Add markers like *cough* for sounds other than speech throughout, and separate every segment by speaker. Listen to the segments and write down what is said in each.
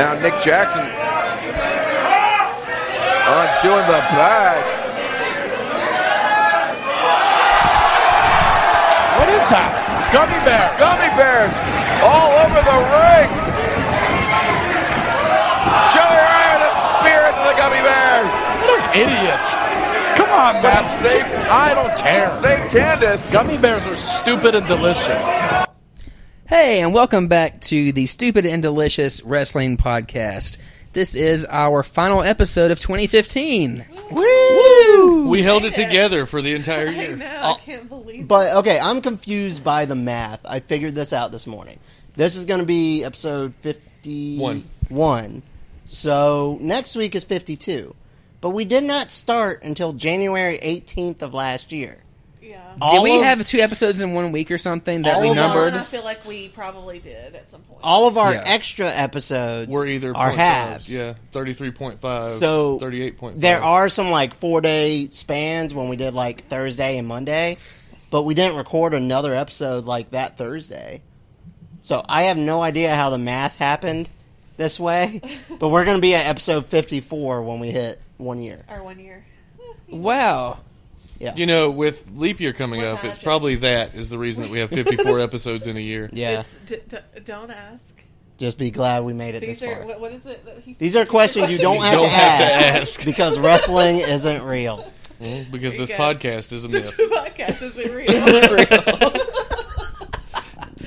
Speaker 1: Now Nick Jackson undoing the bag.
Speaker 2: What is that? Gummy bear.
Speaker 1: Gummy bears all over the ring. Joey Ryan is spirit to the gummy bears.
Speaker 2: What an idiot. Come on,
Speaker 1: But
Speaker 2: man.
Speaker 1: it's safe.
Speaker 2: I don't care.
Speaker 1: Save Candace.
Speaker 2: Gummy bears are stupid and delicious.
Speaker 3: Hey, and welcome back to the Stupid and Delicious Wrestling Podcast. This is our final episode of 2015.
Speaker 4: We held it together for the entire year.
Speaker 5: I can't believe
Speaker 6: But okay, I'm confused by the math. I figured this out this morning. This is going to be episode 51. So next week is 52. But we did not start until January 18th of last year.
Speaker 5: Yeah.
Speaker 3: Did
Speaker 4: All
Speaker 3: we
Speaker 4: of-
Speaker 3: have two episodes in one week or something that
Speaker 4: All
Speaker 3: we
Speaker 4: of our-
Speaker 3: numbered?
Speaker 5: I feel like we probably did at some point.
Speaker 6: All of our
Speaker 3: Yeah.
Speaker 6: extra episodes
Speaker 4: We're either
Speaker 6: are
Speaker 4: point
Speaker 6: halves.
Speaker 4: fives, Yeah, thirty-three point five.
Speaker 6: So
Speaker 4: thirty-eight point five.
Speaker 6: There are some like four day spans when we did like Thursday and Monday, but we didn't record another episode like that Thursday. So I have no idea how the math happened this way, but we're going to be at episode 54 when we hit one year.
Speaker 5: Or one year.
Speaker 3: Wow.
Speaker 6: Yeah.
Speaker 4: You know, with leap year coming
Speaker 5: We're
Speaker 4: up, it's
Speaker 5: magic.
Speaker 4: probably that is the reason that we have fifty-four episodes in a year.
Speaker 6: yeah.
Speaker 5: It's, d- d- don't ask.
Speaker 6: Just be glad we made it
Speaker 5: These
Speaker 6: this
Speaker 5: are
Speaker 6: far.
Speaker 5: what, what is it? That he said?
Speaker 6: These are questions you don't, have,
Speaker 4: don't
Speaker 6: to
Speaker 4: have to
Speaker 6: ask because wrestling isn't real.
Speaker 4: Mm, because this
Speaker 5: Okay.
Speaker 4: podcast is a
Speaker 5: This *laughs*
Speaker 4: myth.
Speaker 5: podcast isn't real.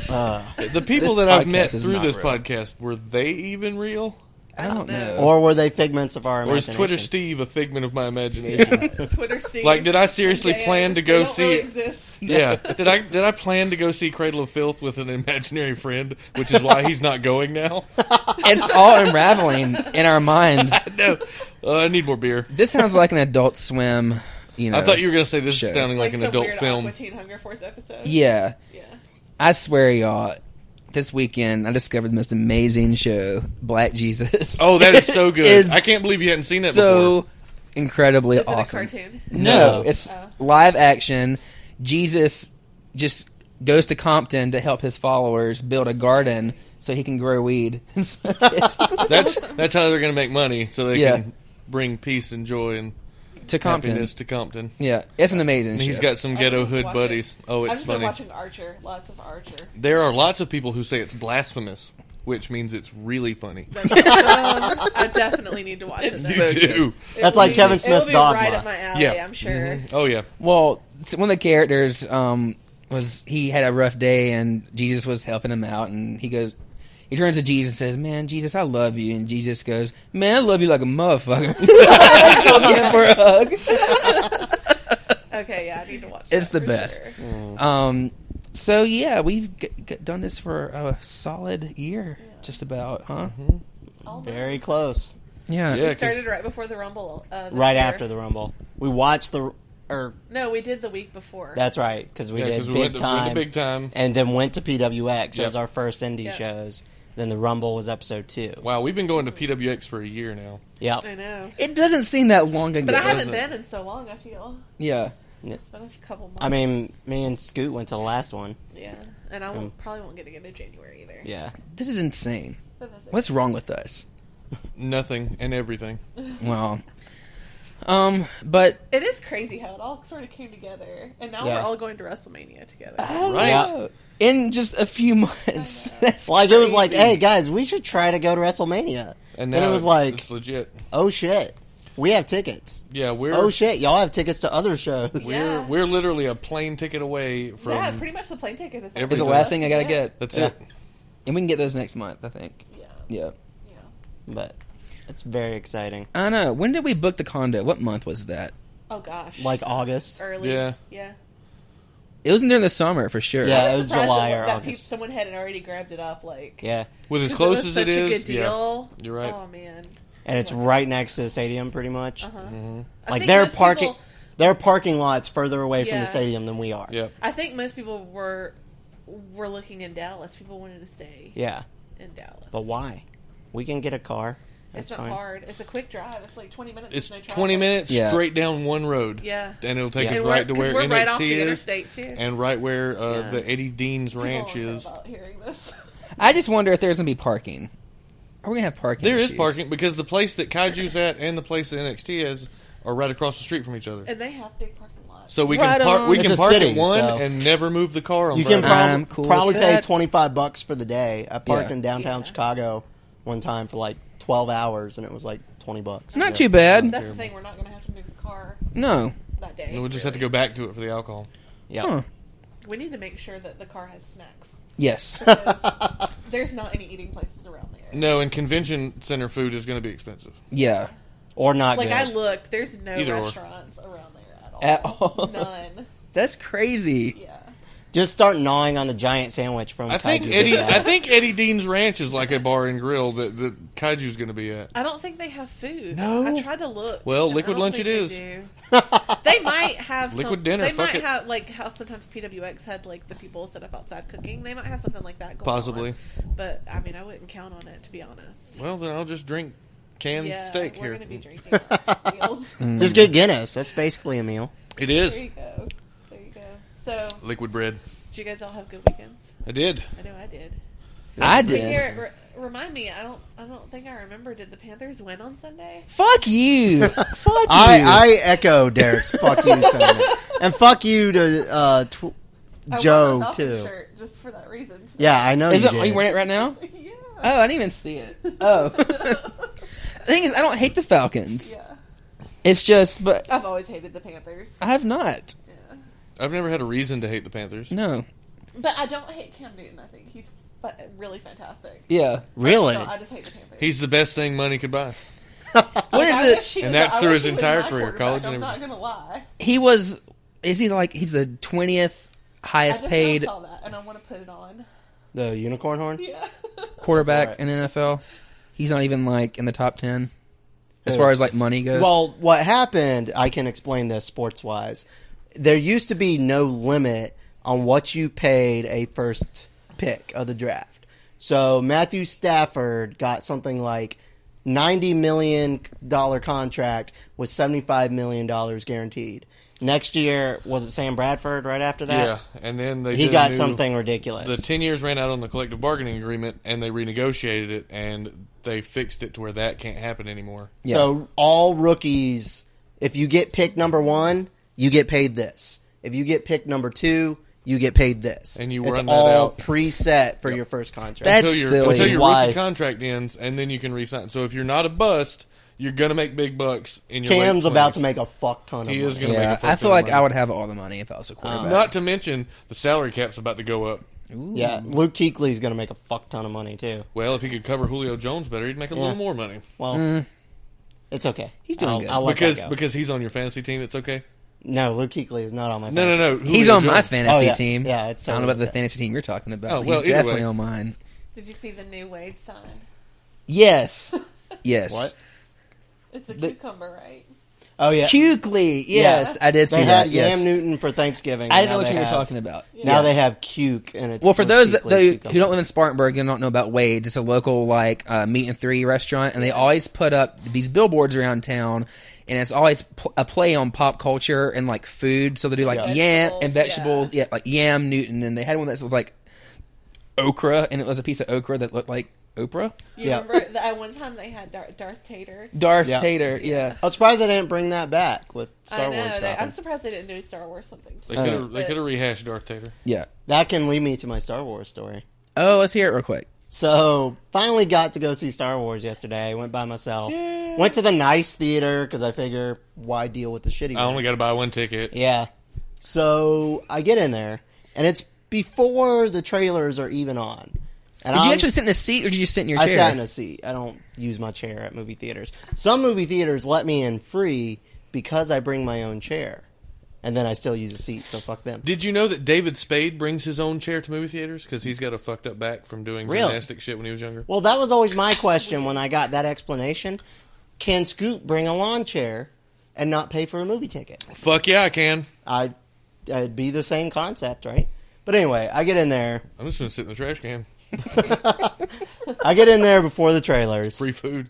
Speaker 4: The people
Speaker 3: This
Speaker 4: that I've
Speaker 3: podcast
Speaker 4: met
Speaker 3: is
Speaker 4: through
Speaker 3: not
Speaker 4: this
Speaker 3: real.
Speaker 4: podcast were they even real,
Speaker 3: I don't know.
Speaker 6: Or were they figments of our
Speaker 4: or is
Speaker 6: imagination?
Speaker 4: Twitter Steve a figment of
Speaker 6: *laughs*
Speaker 4: my imagination? *laughs*
Speaker 5: Twitter Steve.
Speaker 4: like, did I seriously
Speaker 5: Dan,
Speaker 4: plan to
Speaker 5: they
Speaker 4: go
Speaker 5: don't
Speaker 4: see?
Speaker 5: Really exist.
Speaker 4: Yeah, did I did I plan to go see Cradle of Filth with an imaginary friend, which is why he's not going now?
Speaker 3: It's all unraveling in our minds.
Speaker 4: no, uh, I need more beer.
Speaker 3: This sounds like an adult swim, you know.
Speaker 4: I thought you were going to say this
Speaker 3: Sure.
Speaker 4: is sounding *laughs* like, an
Speaker 5: some
Speaker 4: adult
Speaker 5: weird
Speaker 4: film.
Speaker 5: Aqua Teen Hunger Force episode.
Speaker 3: Yeah.
Speaker 5: Yeah.
Speaker 3: I swear, y'all, this weekend I discovered the most amazing show, Black Jesus.
Speaker 4: Oh, that
Speaker 3: *laughs*
Speaker 4: is so good!
Speaker 3: Is
Speaker 4: I can't believe you hadn't seen that
Speaker 3: so
Speaker 4: before.
Speaker 3: incredibly
Speaker 5: Is
Speaker 3: awesome.
Speaker 5: it a cartoon?
Speaker 3: No,
Speaker 6: No.
Speaker 3: it's
Speaker 5: Oh.
Speaker 3: live action. Jesus just goes to Compton to help his followers build a garden so he can grow weed. *laughs* and smoke it.
Speaker 5: *laughs*
Speaker 4: That's that's how they're going to make money, so they
Speaker 3: Yeah.
Speaker 4: can bring peace and joy and
Speaker 3: to Compton.
Speaker 4: happiness to Compton.
Speaker 3: Yeah, it's an amazing
Speaker 4: And
Speaker 3: show.
Speaker 4: he's got some ghetto hood
Speaker 5: Watch it.
Speaker 4: buddies. Oh,
Speaker 5: I've
Speaker 4: it's
Speaker 5: just been
Speaker 4: funny.
Speaker 5: watching Archer. Lots of Archer.
Speaker 4: *laughs* There are lots of people who say it's blasphemous, which means it's really funny.
Speaker 5: um, I definitely need to watch it.
Speaker 4: *laughs* You
Speaker 5: though.
Speaker 4: do.
Speaker 6: That's
Speaker 5: It'll
Speaker 6: like
Speaker 5: be-
Speaker 6: Kevin
Speaker 5: it'll
Speaker 6: Smith's
Speaker 5: be
Speaker 6: Dogma. Mm-hmm.
Speaker 5: Right up my alley,
Speaker 4: Yeah.
Speaker 5: I'm sure.
Speaker 4: Oh yeah.
Speaker 3: Well, it's one of the characters um, was he had a rough day, and Jesus was helping him out, and he goes, he turns to Jesus and says, "Man, Jesus, I love you," and Jesus goes, "Man, I love you like a motherfucker." *laughs* Gives him for a hug.
Speaker 5: Okay, yeah, I need to watch.
Speaker 3: It's
Speaker 5: that
Speaker 3: the
Speaker 5: for
Speaker 3: best.
Speaker 5: sure.
Speaker 6: Mm.
Speaker 3: Um, so yeah, we've g- g- done this for a solid year, just about, huh?
Speaker 5: All
Speaker 6: Very
Speaker 5: nice.
Speaker 6: close.
Speaker 3: Yeah.
Speaker 4: Mm-hmm. Yeah.
Speaker 5: We started right before the Rumble. Uh, this
Speaker 6: Right
Speaker 5: year.
Speaker 6: after the Rumble. We watched the. Or
Speaker 5: No, we did the week before.
Speaker 6: That's right, because we
Speaker 4: Yeah,
Speaker 6: did
Speaker 4: 'cause
Speaker 6: big
Speaker 4: we went to- we went
Speaker 6: time,
Speaker 4: to Big Time.
Speaker 6: and then went to PWX
Speaker 4: Yep.
Speaker 6: as our first indie
Speaker 5: Yep.
Speaker 6: shows. Then the Rumble was episode two.
Speaker 4: Wow, we've been going to PWX for a year now.
Speaker 6: Yep.
Speaker 5: I know,
Speaker 3: It doesn't seem that long ago.
Speaker 5: but I haven't
Speaker 4: wasn't-
Speaker 5: been in so long. I feel
Speaker 3: yeah.
Speaker 5: it's been a couple months.
Speaker 6: I mean, me and Scoot went to the last one.
Speaker 5: yeah, and I won't, probably won't get to get in January either.
Speaker 6: Yeah.
Speaker 3: This is insane.
Speaker 5: But that's it.
Speaker 3: What's wrong with us?
Speaker 4: Nothing and everything.
Speaker 3: Well, um, but
Speaker 5: It is crazy how it all sort of came together, and now
Speaker 6: Yeah.
Speaker 5: we're all going to WrestleMania together.
Speaker 4: Right.
Speaker 6: Yeah.
Speaker 3: in just a few *laughs* months. That's
Speaker 6: Like it was like, hey guys, we should try to go to WrestleMania,
Speaker 4: And
Speaker 6: and,
Speaker 4: now
Speaker 6: it was
Speaker 4: it's-
Speaker 6: like,
Speaker 4: it's legit.
Speaker 6: oh shit, we have tickets.
Speaker 4: Yeah, we're
Speaker 6: Oh shit, y'all have tickets to other shows.
Speaker 4: we're
Speaker 5: Yeah.
Speaker 4: we're literally a plane ticket away from
Speaker 5: yeah, pretty much the plane ticket is
Speaker 4: Everything.
Speaker 3: is the last thing I gotta get,
Speaker 4: That's
Speaker 6: Yeah.
Speaker 4: it.
Speaker 3: and we can get those next month, I think.
Speaker 5: Yeah,
Speaker 3: Yeah,
Speaker 5: yeah.
Speaker 6: But it's very exciting.
Speaker 3: I know. When did we book the condo? What month was that?
Speaker 5: Oh gosh,
Speaker 6: Like August.
Speaker 5: early.
Speaker 4: Yeah.
Speaker 5: yeah.
Speaker 3: It wasn't during the summer for sure.
Speaker 6: Yeah.
Speaker 5: I
Speaker 6: it was
Speaker 5: surprised
Speaker 6: July
Speaker 5: that-
Speaker 6: or
Speaker 5: that pe-
Speaker 6: August.
Speaker 5: someone hadn't already grabbed it up. Like,
Speaker 6: Yeah,
Speaker 4: With as
Speaker 5: 'Cause
Speaker 4: close
Speaker 5: was
Speaker 4: as
Speaker 5: such
Speaker 4: it is,
Speaker 5: a good deal.
Speaker 4: yeah, you're right.
Speaker 5: Oh man,
Speaker 6: and it's right next to the stadium, pretty much.
Speaker 5: uh-huh. I
Speaker 6: Like
Speaker 5: think
Speaker 6: their
Speaker 5: most
Speaker 6: parking,
Speaker 5: people-
Speaker 6: their parking lot's further away from
Speaker 5: Yeah.
Speaker 6: the stadium than we are.
Speaker 4: yeah.
Speaker 5: I think most people were were looking in Dallas. People wanted to stay
Speaker 6: Yeah.
Speaker 5: in Dallas.
Speaker 6: But why? We can get a car. That's
Speaker 5: It's not
Speaker 6: fine.
Speaker 5: hard. It's a quick drive. It's like twenty minutes.
Speaker 4: It's
Speaker 5: There's no traffic.
Speaker 4: 20 minutes
Speaker 3: Yeah.
Speaker 4: straight down one road.
Speaker 5: Yeah.
Speaker 4: And it'll take
Speaker 6: Yeah.
Speaker 4: us
Speaker 5: And
Speaker 4: right to
Speaker 5: we're-
Speaker 4: where
Speaker 5: 'cause we're right
Speaker 4: NXT
Speaker 5: off the
Speaker 4: is
Speaker 5: interstate, too.
Speaker 4: and right where uh,
Speaker 6: Yeah.
Speaker 4: the Eddie Dean's
Speaker 5: People
Speaker 4: ranch
Speaker 5: won't care
Speaker 4: is.
Speaker 5: About hearing this. *laughs*
Speaker 3: I just wonder if there's gonna be parking. Are we gonna have parking?
Speaker 4: There is
Speaker 3: issues?
Speaker 4: parking because the place that Kaiju's at and the place that NXT is are right across the street from each other.
Speaker 5: And they have big parking lots.
Speaker 4: So we
Speaker 3: Right
Speaker 4: can park. We
Speaker 6: on.
Speaker 4: can
Speaker 6: It's a
Speaker 4: park
Speaker 6: city,
Speaker 4: at one
Speaker 6: so-
Speaker 4: and never move the car on.
Speaker 6: You can
Speaker 4: Friday.
Speaker 3: Right.
Speaker 6: prob-
Speaker 3: I'm cool
Speaker 6: probably
Speaker 3: with
Speaker 6: pay
Speaker 3: that.
Speaker 6: twenty five bucks for the day. I parked
Speaker 3: Yeah.
Speaker 6: in downtown Chicago one time for like twelve hours, and it was like twenty bucks.
Speaker 3: Not too bad.
Speaker 5: That's the thing. We're not going to have to move the car
Speaker 3: No.
Speaker 5: that day.
Speaker 4: We'll just have to go back to it for the alcohol.
Speaker 6: Yeah.
Speaker 3: Huh.
Speaker 5: We need to make sure that the car has
Speaker 4: *laughs*
Speaker 5: snacks.
Speaker 3: Yes.
Speaker 5: 'Cause there's not any eating places around there.
Speaker 4: No, and convention center food is going to be expensive.
Speaker 3: Yeah.
Speaker 6: Or not
Speaker 5: Like
Speaker 6: good. *laughs*
Speaker 5: I looked, there's no
Speaker 4: Either or.
Speaker 5: restaurants around there at all.
Speaker 3: At all.
Speaker 5: None.
Speaker 3: That's crazy.
Speaker 5: Yeah.
Speaker 6: Just start gnawing on the giant sandwich from.
Speaker 4: I think
Speaker 6: Kaiju
Speaker 4: Eddie.
Speaker 6: Big Bad.
Speaker 4: I think Eddie Dean's Ranch is like a bar and grill that that Kaiju's going to be at.
Speaker 5: I don't think they have food.
Speaker 4: No?
Speaker 5: I tried to look.
Speaker 4: Well,
Speaker 5: and I
Speaker 4: liquid
Speaker 5: don't
Speaker 4: lunch
Speaker 5: think
Speaker 4: it
Speaker 5: they
Speaker 4: is.
Speaker 5: do.
Speaker 4: *laughs*
Speaker 5: they might have
Speaker 4: Liquid
Speaker 5: some,
Speaker 4: dinner,
Speaker 5: They
Speaker 4: fuck
Speaker 5: might
Speaker 4: it.
Speaker 5: have like how sometimes PWX had like the people set up outside cooking. They might have something like that. going
Speaker 4: Possibly.
Speaker 5: on. but I mean, I wouldn't count on it to be honest.
Speaker 4: Well, then I'll just drink canned
Speaker 5: yeah,
Speaker 4: steak
Speaker 5: we're
Speaker 4: here. *laughs* Mm.
Speaker 5: gonna be drinking our meals.
Speaker 6: Just get Guinness. That's basically a meal.
Speaker 4: It
Speaker 5: There
Speaker 4: is
Speaker 5: you go. There you go. So,
Speaker 4: liquid bread.
Speaker 5: did you guys all have good weekends?
Speaker 4: I did.
Speaker 5: I know I did.
Speaker 3: I
Speaker 5: But
Speaker 3: did.
Speaker 5: Garrett, re- remind me. I don't. I don't think I remember. Did the Panthers win on Sunday?
Speaker 3: Fuck *laughs* you. Fuck you.
Speaker 6: I, I echo Derek's "fuck you" sentiment,
Speaker 3: *laughs*
Speaker 6: and "fuck you" to uh, tw-
Speaker 5: I wore my
Speaker 6: Joe
Speaker 5: Falcons
Speaker 6: too.
Speaker 5: Shirt just for that reason. *laughs*
Speaker 6: Yeah, I know.
Speaker 3: Is
Speaker 6: you
Speaker 3: it?
Speaker 6: did.
Speaker 3: Are you wearing it right now?
Speaker 5: Yeah. *laughs*
Speaker 3: Oh, I didn't even see it. *laughs* Oh. the thing is, I don't hate the Falcons.
Speaker 5: yeah.
Speaker 3: It's just, but
Speaker 5: I've always hated the Panthers.
Speaker 3: I have not.
Speaker 4: I've never had a reason to hate the Panthers.
Speaker 3: No.
Speaker 5: But I don't hate Cam Newton. I think he's fa- really fantastic.
Speaker 3: Yeah.
Speaker 6: Really?
Speaker 5: No, I just hate the Panthers.
Speaker 4: He's the best thing money could buy.
Speaker 3: What
Speaker 5: I
Speaker 3: is it?
Speaker 5: wish he
Speaker 4: And
Speaker 5: was-
Speaker 4: that's
Speaker 5: I
Speaker 4: through
Speaker 5: wish
Speaker 4: his
Speaker 5: he was
Speaker 4: entire
Speaker 5: my
Speaker 4: career,
Speaker 5: quarterback,
Speaker 4: college
Speaker 5: I'm
Speaker 4: and
Speaker 5: not
Speaker 4: everything.
Speaker 5: gonna lie.
Speaker 3: He was. Is he like? He's the twentieth
Speaker 5: I
Speaker 3: highest
Speaker 5: just
Speaker 3: paid
Speaker 5: saw that, and I want to put it on.
Speaker 6: the unicorn horn.
Speaker 5: Yeah.
Speaker 3: quarterback
Speaker 6: Right.
Speaker 3: in NFL. He's not even like in the top ten as
Speaker 6: Who?
Speaker 3: far as like money goes.
Speaker 6: Well, what happened? I can explain this sports wise. There used to be no limit on what you paid a first pick of the draft. So Matthew Stafford got something like ninety million dollar contract with seventy five million dollars guaranteed. Next year was it Sam Bradford? Right after that,
Speaker 4: Yeah, and then they
Speaker 6: he
Speaker 4: did a
Speaker 6: got
Speaker 4: new-
Speaker 6: something ridiculous.
Speaker 4: The ten years ran out on the collective bargaining agreement, and they renegotiated it, and they fixed it to where that can't happen anymore.
Speaker 3: Yeah.
Speaker 6: So all rookies, if you get pick number one, you get paid this. If you get pick number two, you get paid this.
Speaker 4: And you
Speaker 6: it's
Speaker 4: run that
Speaker 6: all
Speaker 4: out.
Speaker 6: preset for your first contract.
Speaker 3: That's
Speaker 4: until your
Speaker 3: silly.
Speaker 4: until your
Speaker 6: Why?
Speaker 4: rookie contract ends, and then you can resign. So if you're not a bust, you're gonna make big bucks. In your
Speaker 6: Cam's
Speaker 4: late
Speaker 6: about
Speaker 4: 20s.
Speaker 6: to make a fuck ton of
Speaker 4: He
Speaker 6: money.
Speaker 4: is gonna make.
Speaker 3: yeah,
Speaker 4: A fuck
Speaker 3: I feel
Speaker 4: ton of
Speaker 3: like I
Speaker 4: money.
Speaker 3: would have all the money if I was a quarterback.
Speaker 4: Not to mention the salary cap's about to go up.
Speaker 6: yeah, Luke Kuechly's going to make a fuck ton of money too.
Speaker 4: Well, if he could cover Julio Jones better, he'd make a little more money
Speaker 6: Well, it's okay.
Speaker 3: Mm. He's doing
Speaker 6: I'll,
Speaker 3: good.
Speaker 6: I'll let that
Speaker 4: because
Speaker 6: go.
Speaker 4: because he's on your fantasy team. It's okay.
Speaker 6: no, Luke Kuechly is not on my.
Speaker 4: No, no,
Speaker 6: fantasy.
Speaker 4: no.
Speaker 3: he's
Speaker 4: Julio
Speaker 3: on my
Speaker 4: Jones.
Speaker 3: fantasy
Speaker 6: Oh, yeah.
Speaker 3: team.
Speaker 6: Yeah, it's
Speaker 3: I don't know
Speaker 6: totally
Speaker 3: about the
Speaker 6: okay.
Speaker 3: fantasy team you're talking about.
Speaker 4: Oh,
Speaker 3: but
Speaker 4: well,
Speaker 3: he's
Speaker 4: either
Speaker 3: definitely
Speaker 4: way.
Speaker 3: on mine.
Speaker 5: Did you see the new Wade sign?
Speaker 3: Yes. Yes.
Speaker 6: What?
Speaker 5: It's a
Speaker 3: The-
Speaker 5: cucumber, right?
Speaker 6: Oh yeah,
Speaker 3: Cukely. Yes,
Speaker 6: Yeah.
Speaker 3: I did see
Speaker 6: they
Speaker 3: that.
Speaker 6: had
Speaker 3: yes.
Speaker 6: Yam Newton for Thanksgiving.
Speaker 3: I didn't
Speaker 6: and
Speaker 3: know
Speaker 6: now
Speaker 3: what
Speaker 6: they
Speaker 3: you were
Speaker 6: have-
Speaker 3: talking about.
Speaker 6: Now
Speaker 3: Yeah.
Speaker 6: they have Cuke, and it's
Speaker 3: Well, for
Speaker 6: Luke
Speaker 3: those that,
Speaker 6: Kuechly
Speaker 3: though,
Speaker 6: cucumber.
Speaker 3: who don't live in Spartanburg and don't know about Wade's, it's a local like uh, meet and three restaurant, and they always put up these billboards around town, and it's always pl- a play on pop culture and like food. So they do like
Speaker 6: Yeah.
Speaker 3: yam and
Speaker 5: Vegetables,
Speaker 3: vegetables, yeah. like yam Newton, and they had one that was like okra, and it was a piece of okra that looked like Oprah,
Speaker 5: You
Speaker 6: Yeah.
Speaker 5: remember that one time they had Darth, Darth Tater?
Speaker 3: Darth
Speaker 6: Yeah.
Speaker 3: Tater, yeah.
Speaker 6: I was surprised they didn't bring that back with Star
Speaker 5: I know.
Speaker 6: Wars.
Speaker 5: they,
Speaker 6: dropping.
Speaker 5: I'm surprised they didn't do Star Wars something.
Speaker 4: They
Speaker 5: Too.
Speaker 4: could
Speaker 3: Uh,
Speaker 4: have they could have rehashed Darth Tater.
Speaker 3: yeah,
Speaker 6: that can lead me to my Star Wars story.
Speaker 3: Oh, let's hear it real quick.
Speaker 6: So finally got to go see Star Wars yesterday. Went by myself. Went to the nice theater because I figure why deal with the shitty.
Speaker 4: I
Speaker 6: one?
Speaker 4: only got to buy one ticket.
Speaker 6: Yeah. So I get in there and it's before the trailers are even on. And
Speaker 3: Did
Speaker 6: I'm-
Speaker 3: you actually sit in a seat or did you sit Um, in your
Speaker 6: I
Speaker 3: chair?
Speaker 6: sat in a seat. I don't use my chair at movie theaters. Some movie theaters let me in free because I bring my own chair, and then I still use a seat. So fuck them.
Speaker 4: Did you know that David Spade brings his own chair to movie theaters because he's got a fucked up back from doing
Speaker 6: Really?
Speaker 4: gymnastic shit when he was younger?
Speaker 6: Well, that was always my question when I got that explanation. Can Scoot bring a lawn chair and not pay for a movie ticket?
Speaker 4: Fuck yeah, I can.
Speaker 6: I, it'd be the same concept, right? But anyway, I get in there.
Speaker 4: I'm just gonna sit in the trash can.
Speaker 6: I get in there before the trailers.
Speaker 4: Free food.